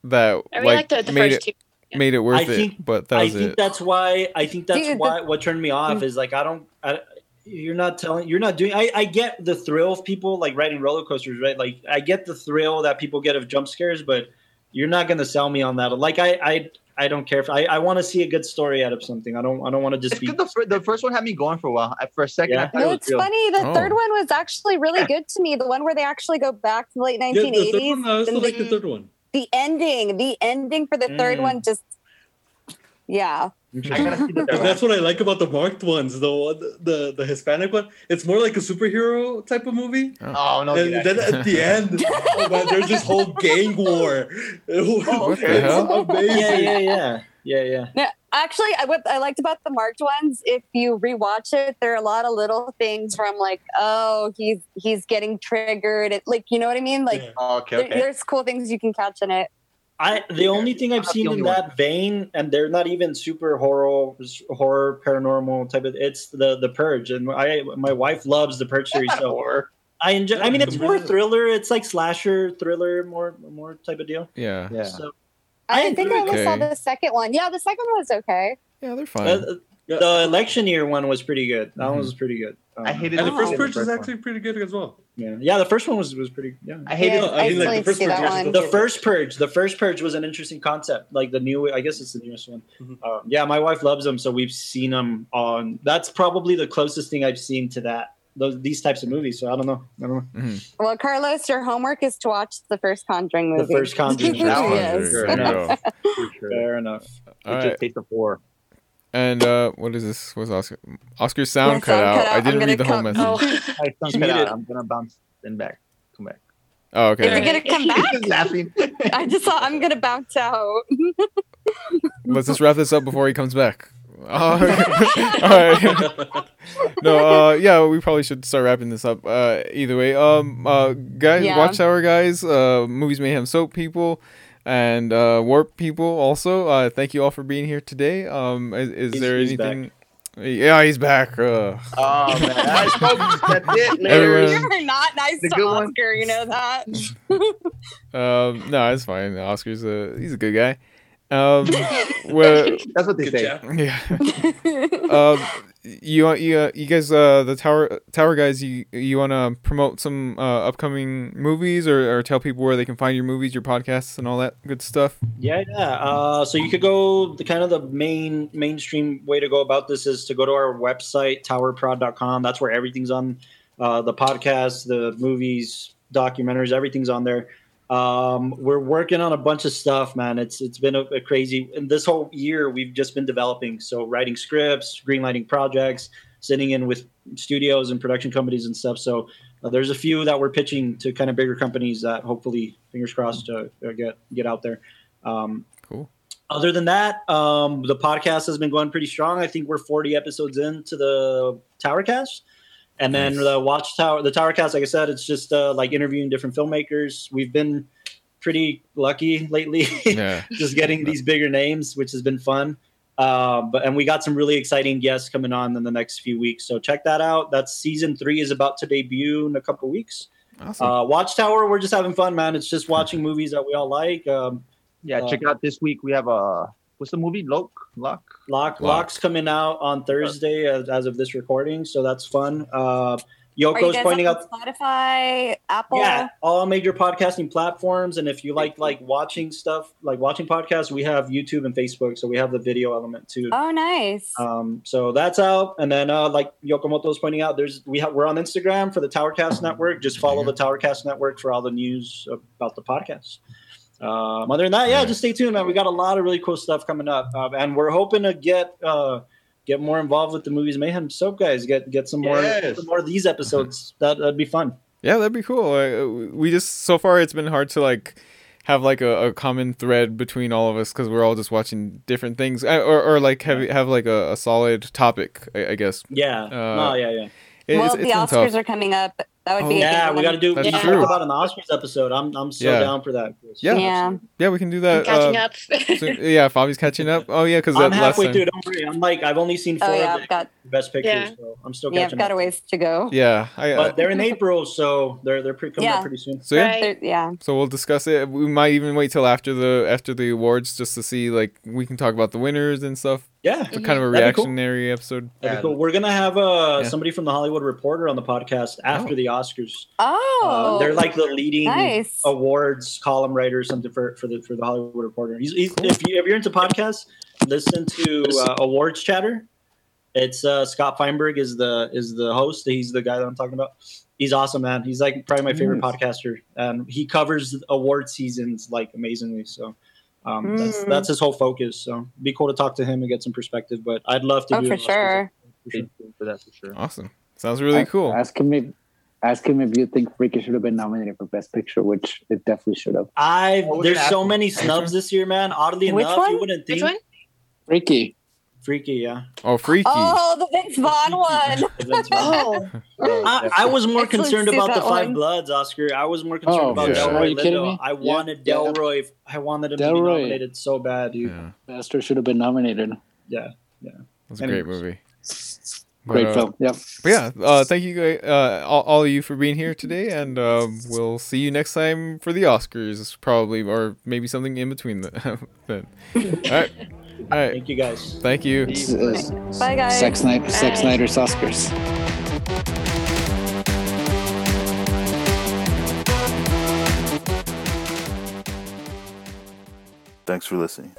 S1: that
S8: I really
S1: like
S8: like the, the
S1: made
S8: first
S1: it
S8: two. yeah.
S1: made it worth
S4: I
S1: it.
S4: think-
S1: but that
S4: I
S1: was
S4: think
S1: it.
S4: that's why. I think that's
S3: Dude,
S4: why what turned me off is like I don't. I, you're not telling. You're not doing. I, I get the thrill of people like riding roller coasters, right? Like I get the thrill that people get of jump scares, but you're not going to sell me on that. Like I, I, I don't care if I, I want to see a good story out of something. I don't. I don't want to
S7: It's
S4: just be.
S7: 'cause the, fir- the first one had me going for a while. I- For a second,
S4: Yeah.
S7: I thought
S3: No,
S7: it was
S3: it's
S7: real.
S3: funny. The
S1: Oh.
S3: third one was actually really good to me. The one where they actually go back to the late
S6: yeah, the
S3: 1980s.
S6: third one. I also
S3: and
S6: like
S3: the,
S6: the third one.
S3: the ending, the ending for the third
S4: Mm.
S3: one just, yeah.
S7: I gotta see the third one.
S6: That's what I like about the marked ones, the one- the the Hispanic one. It's more like a superhero type of movie.
S7: Oh no!
S6: and
S7: dude, I-
S6: then at the end, [laughs] oh man, there's this whole
S7: [laughs]
S6: gang war.
S7: Oh,
S1: What the hell?
S6: [laughs] It's amazing.
S4: yeah, yeah, yeah, yeah, yeah.
S3: No, actually, I, what I liked about the marked ones, if you rewatch it, there are a lot of little things where I'm like, oh, he's he's getting triggered. It, like, you know what I mean? Like,
S6: Yeah.
S7: Oh, [laughs] okay,
S3: there-
S7: okay.
S3: there's cool things you can catch in it.
S4: I the only thing
S7: I'm
S4: I've
S7: not
S4: seen
S7: the
S4: in
S7: only
S4: that vein, and they're not even super horror, horror paranormal type of. It's the the Purge, and I my wife loves the Purge
S7: [laughs]
S4: series,
S7: Not
S4: so
S7: horror.
S4: I enjoy. I mean, it's more
S6: Yeah.
S4: thriller. It's like slasher thriller, more more type of deal.
S1: yeah.
S7: Yeah.
S4: So I
S3: I, think I
S1: agree.
S3: only saw
S1: Okay.
S3: the second one. Yeah, the second one was okay.
S1: Yeah, they're
S4: uh,
S1: fine.
S4: the election year one was pretty good. That one was pretty good. Um,
S7: I hated
S6: And the
S3: Oh.
S6: first purge is
S4: one.
S6: actually pretty good as well.
S4: yeah. yeah, the first one was was pretty yeah.
S7: I hated.
S3: Yeah,
S6: No, I mean, like, the
S3: still need to see that
S6: first one versus
S3: one.
S4: The first purge, the first purge was an interesting concept. Like the new, I guess it's the newest one.
S6: Mhm.
S4: Um, yeah, my wife loves them, so we've seen them on. That's probably the closest thing I've seen to that. Those these types of movies. So I don't know. I don't know.
S3: Well, Carlos, your homework is to watch the first Conjuring
S4: The
S3: movie.
S4: first Conjuring.
S3: [laughs]
S7: That one.
S3: yes.
S1: There you go.
S4: Fair enough.
S1: All
S7: it
S1: right.
S7: just tastes of horror.
S1: And uh, what is this? What's Oscar? Oscar's
S3: My
S1: sound cut
S3: sound
S1: out.
S3: cut out.
S1: I
S3: I'm
S1: didn't
S3: gonna
S1: read the whole
S3: cut-
S1: message.
S8: Oh,
S1: Oh,
S7: I sounds
S4: He's
S7: cut out.
S4: muted.
S7: I'm gonna bounce then back. Come back.
S1: Oh, okay.
S8: It's
S3: You're gonna come
S7: He's
S3: back?
S7: just laughing.
S3: [laughs] I just saw I'm gonna bounce out.
S1: Let's just wrap this up before he comes back. [laughs] Uh, all right. no, uh, yeah, we probably should start wrapping this up. Uh, either way, um, uh, guys,
S3: Yeah.
S1: Watchtower guys, uh, Movies Mayhem Soap people, and uh, Warp people also. Uh, thank you all for being here today. Um, is, is
S4: He's-
S1: there
S4: he's
S1: anything? Yeah, he's back. Uh,
S7: oh man, I spoke. That's
S3: [laughs]
S7: it.
S1: Everyone-
S7: Later.
S3: you were not nice
S7: The
S3: to
S7: good one.
S3: Oscar, you know that. [laughs]
S1: um, no, it's fine. Oscar's a he's a good guy. Um, well,
S7: That's what they
S6: Good
S7: say.
S6: job.
S1: yeah. um, you you uh, you guys uh the tower tower guys you you want to promote some uh, upcoming movies or, or tell people where they can find your movies your podcasts and all that good stuff
S4: Yeah, yeah. Uh, so you could go. The kind of the main mainstream way to go about this is to go to our website towerprod.com. That's where everything's on. Uh, the podcast, the movies, documentaries, everything's on there. Um, we're working on a bunch of stuff, man. It's it's been a, a crazy. And this whole year, we've just been developing. So writing scripts, greenlighting projects, sitting in with studios and production companies and stuff. So uh, there's a few that we're pitching to kind of bigger companies that hopefully, fingers crossed, uh, uh, get get out there. Um, [laughs]
S1: Cool.
S4: Other than that, um, the podcast has been going pretty strong. I think we're 40 episodes into the Towercast, and then the Watchtower, the Towercast. Like I said, it's just uh, like interviewing different filmmakers. We've been pretty lucky lately, [laughs]
S1: yeah
S4: just getting these bigger names, which has been fun. Uh, but and we got some really exciting guests coming on in the next few weeks. So check that out. That's season three is about to debut in a couple weeks.
S1: awesome
S4: Uh, Watchtower, we're just having fun, man. It's just watching movies that we all like. Um,
S5: Yeah, check out this week. We have a what's the movie? Lock, Lock.
S1: Lock.
S4: Lock, Lock's coming out on Thursday as, as of this recording, so that's fun. Uh,
S3: Are you
S4: Yoko's
S3: guys
S4: pointing
S3: on
S4: out,
S3: Spotify, Apple?
S4: yeah, all major podcasting platforms, and if you like like watching stuff, like watching podcasts, we have YouTube and Facebook, so we have the video element too.
S3: Oh, nice.
S4: Um, so that's out, and then uh, like Yokomoto's pointing out, there's we have we're on Instagram for the
S1: Mm-hmm.
S4: Towercast Network. Just follow the Towercast Network for all the news about the podcast. Um, other than that, yeah, just stay tuned, man. We got a lot of really cool stuff coming up, um, and we're hoping to get uh, get more involved with the movies mayhem soap guys. Get get some more
S6: Yes.
S4: some more of these episodes.
S1: Mm-hmm.
S4: That, that'd be fun.
S1: yeah that'd be cool I, we just so far it's been hard to like have like a, a common thread between all of us because we're all just watching different things I, or, or like have have like a, a solid topic I, I guess
S4: Yeah,
S1: Uh,
S4: no, yeah, yeah,
S1: It-
S3: well,
S1: it's,
S3: the
S1: it's been
S3: Oscars
S1: tough.
S3: are coming up. That would
S1: Oh,
S3: be a
S4: yeah.
S3: good
S4: We
S3: one.
S4: got to do.
S1: That's
S4: we should
S1: true.
S4: talk about an Oscars episode. I'm I'm so
S1: Yeah.
S4: down for that. Chris.
S1: Yeah.
S3: Yeah.
S1: yeah we can do
S8: I'm
S1: that [laughs]
S8: catching
S1: uh,
S8: up. [laughs]
S1: so- yeah Fabi's catching
S3: [laughs]
S1: up oh yeah because that
S4: I'm
S1: last
S4: halfway
S1: time
S4: through. Don't worry. I'm like I've only seen four
S3: Oh yeah,
S4: of
S3: I've
S4: the
S3: got
S4: best pictures,
S8: Yeah.
S4: so I'm still
S3: yeah, I've
S4: catching
S3: got a
S4: up.
S3: ways to go.
S1: yeah I, I
S4: But they're
S3: [laughs]
S4: in April, so they're they're pretty coming
S3: Yeah.
S4: up pretty soon.
S1: so yeah
S8: Right.
S3: There- yeah.
S1: So we'll discuss it. We might even wait till after the after the awards just to see like we can talk about the winners and stuff.
S4: Yeah.
S1: It's kind of a
S4: That'd be cool.
S1: reactionary episode.
S4: That'd be cool. We're gonna have uh,
S1: Yeah.
S4: somebody from the Hollywood Reporter on the podcast after
S1: Oh.
S4: the Oscars.
S3: Oh,
S4: Uh, they're like Oh, the leading
S3: nice.
S4: awards column writer or something for, for the for the Hollywood Reporter. He's, he's, if, you, if you're into podcasts, listen to uh, awards chatter. It's uh, Scott Feinberg is the is the host. He's the guy that I'm talking about. He's awesome, man. He's like probably my favorite
S5: Mm.
S4: podcaster, and he covers award seasons like amazingly. So um, that's
S3: Mm.
S4: that's his whole focus. So it'd be cool to talk to him and get some perspective. But I'd love to
S3: Oh,
S4: do
S3: for
S4: an Oscars
S3: sure.
S4: episode, for sure.
S5: For that for sure.
S1: Awesome. Sounds really
S9: Ask-
S1: cool.
S9: Ask him if ask him if you think Freaky should have been nominated for Best Picture, which it definitely should have.
S4: I've
S8: Oh,
S5: What was
S4: there's
S5: that?
S4: so many snubs this year, man. Oddly
S3: Which
S4: enough, you
S3: one?
S4: wouldn't think
S8: Which one?
S9: Freaky.
S4: freaky, yeah.
S1: Oh, freaky.
S3: Oh, the Vince Vaughn one.
S4: That's [laughs] right.
S8: Oh, [laughs]
S4: I, I was more
S3: Excellent
S4: concerned about the
S3: Susan
S4: Five
S3: Owen.
S4: Bloods, Oscar. I was more concerned
S9: Oh,
S4: about
S1: yeah.
S9: Are
S4: Delroy
S9: you kidding
S4: Lindo.
S9: me?
S4: I
S9: Yeah.
S4: wanted
S9: Yeah.
S4: Delroy. I wanted him to be
S9: Delroy.
S4: nominated so bad, dude.
S1: Yeah,
S9: Master should have been nominated.
S1: it was a great
S4: Anyways.
S1: movie. But,
S9: Great
S1: uh,
S9: film. Yep.
S1: But yeah, uh, thank you guy- uh, all, all of you for being here today, and um, we'll see you next time for the Oscars, probably, or maybe something in between the, [laughs] then. All right. All right.
S4: Thank you guys.
S1: Thank you.
S9: S- s- uh,
S3: Bye, guys.
S9: Zack Snyder, Zack
S8: Bye.
S9: Snyder's Oscars.
S10: Thanks for listening.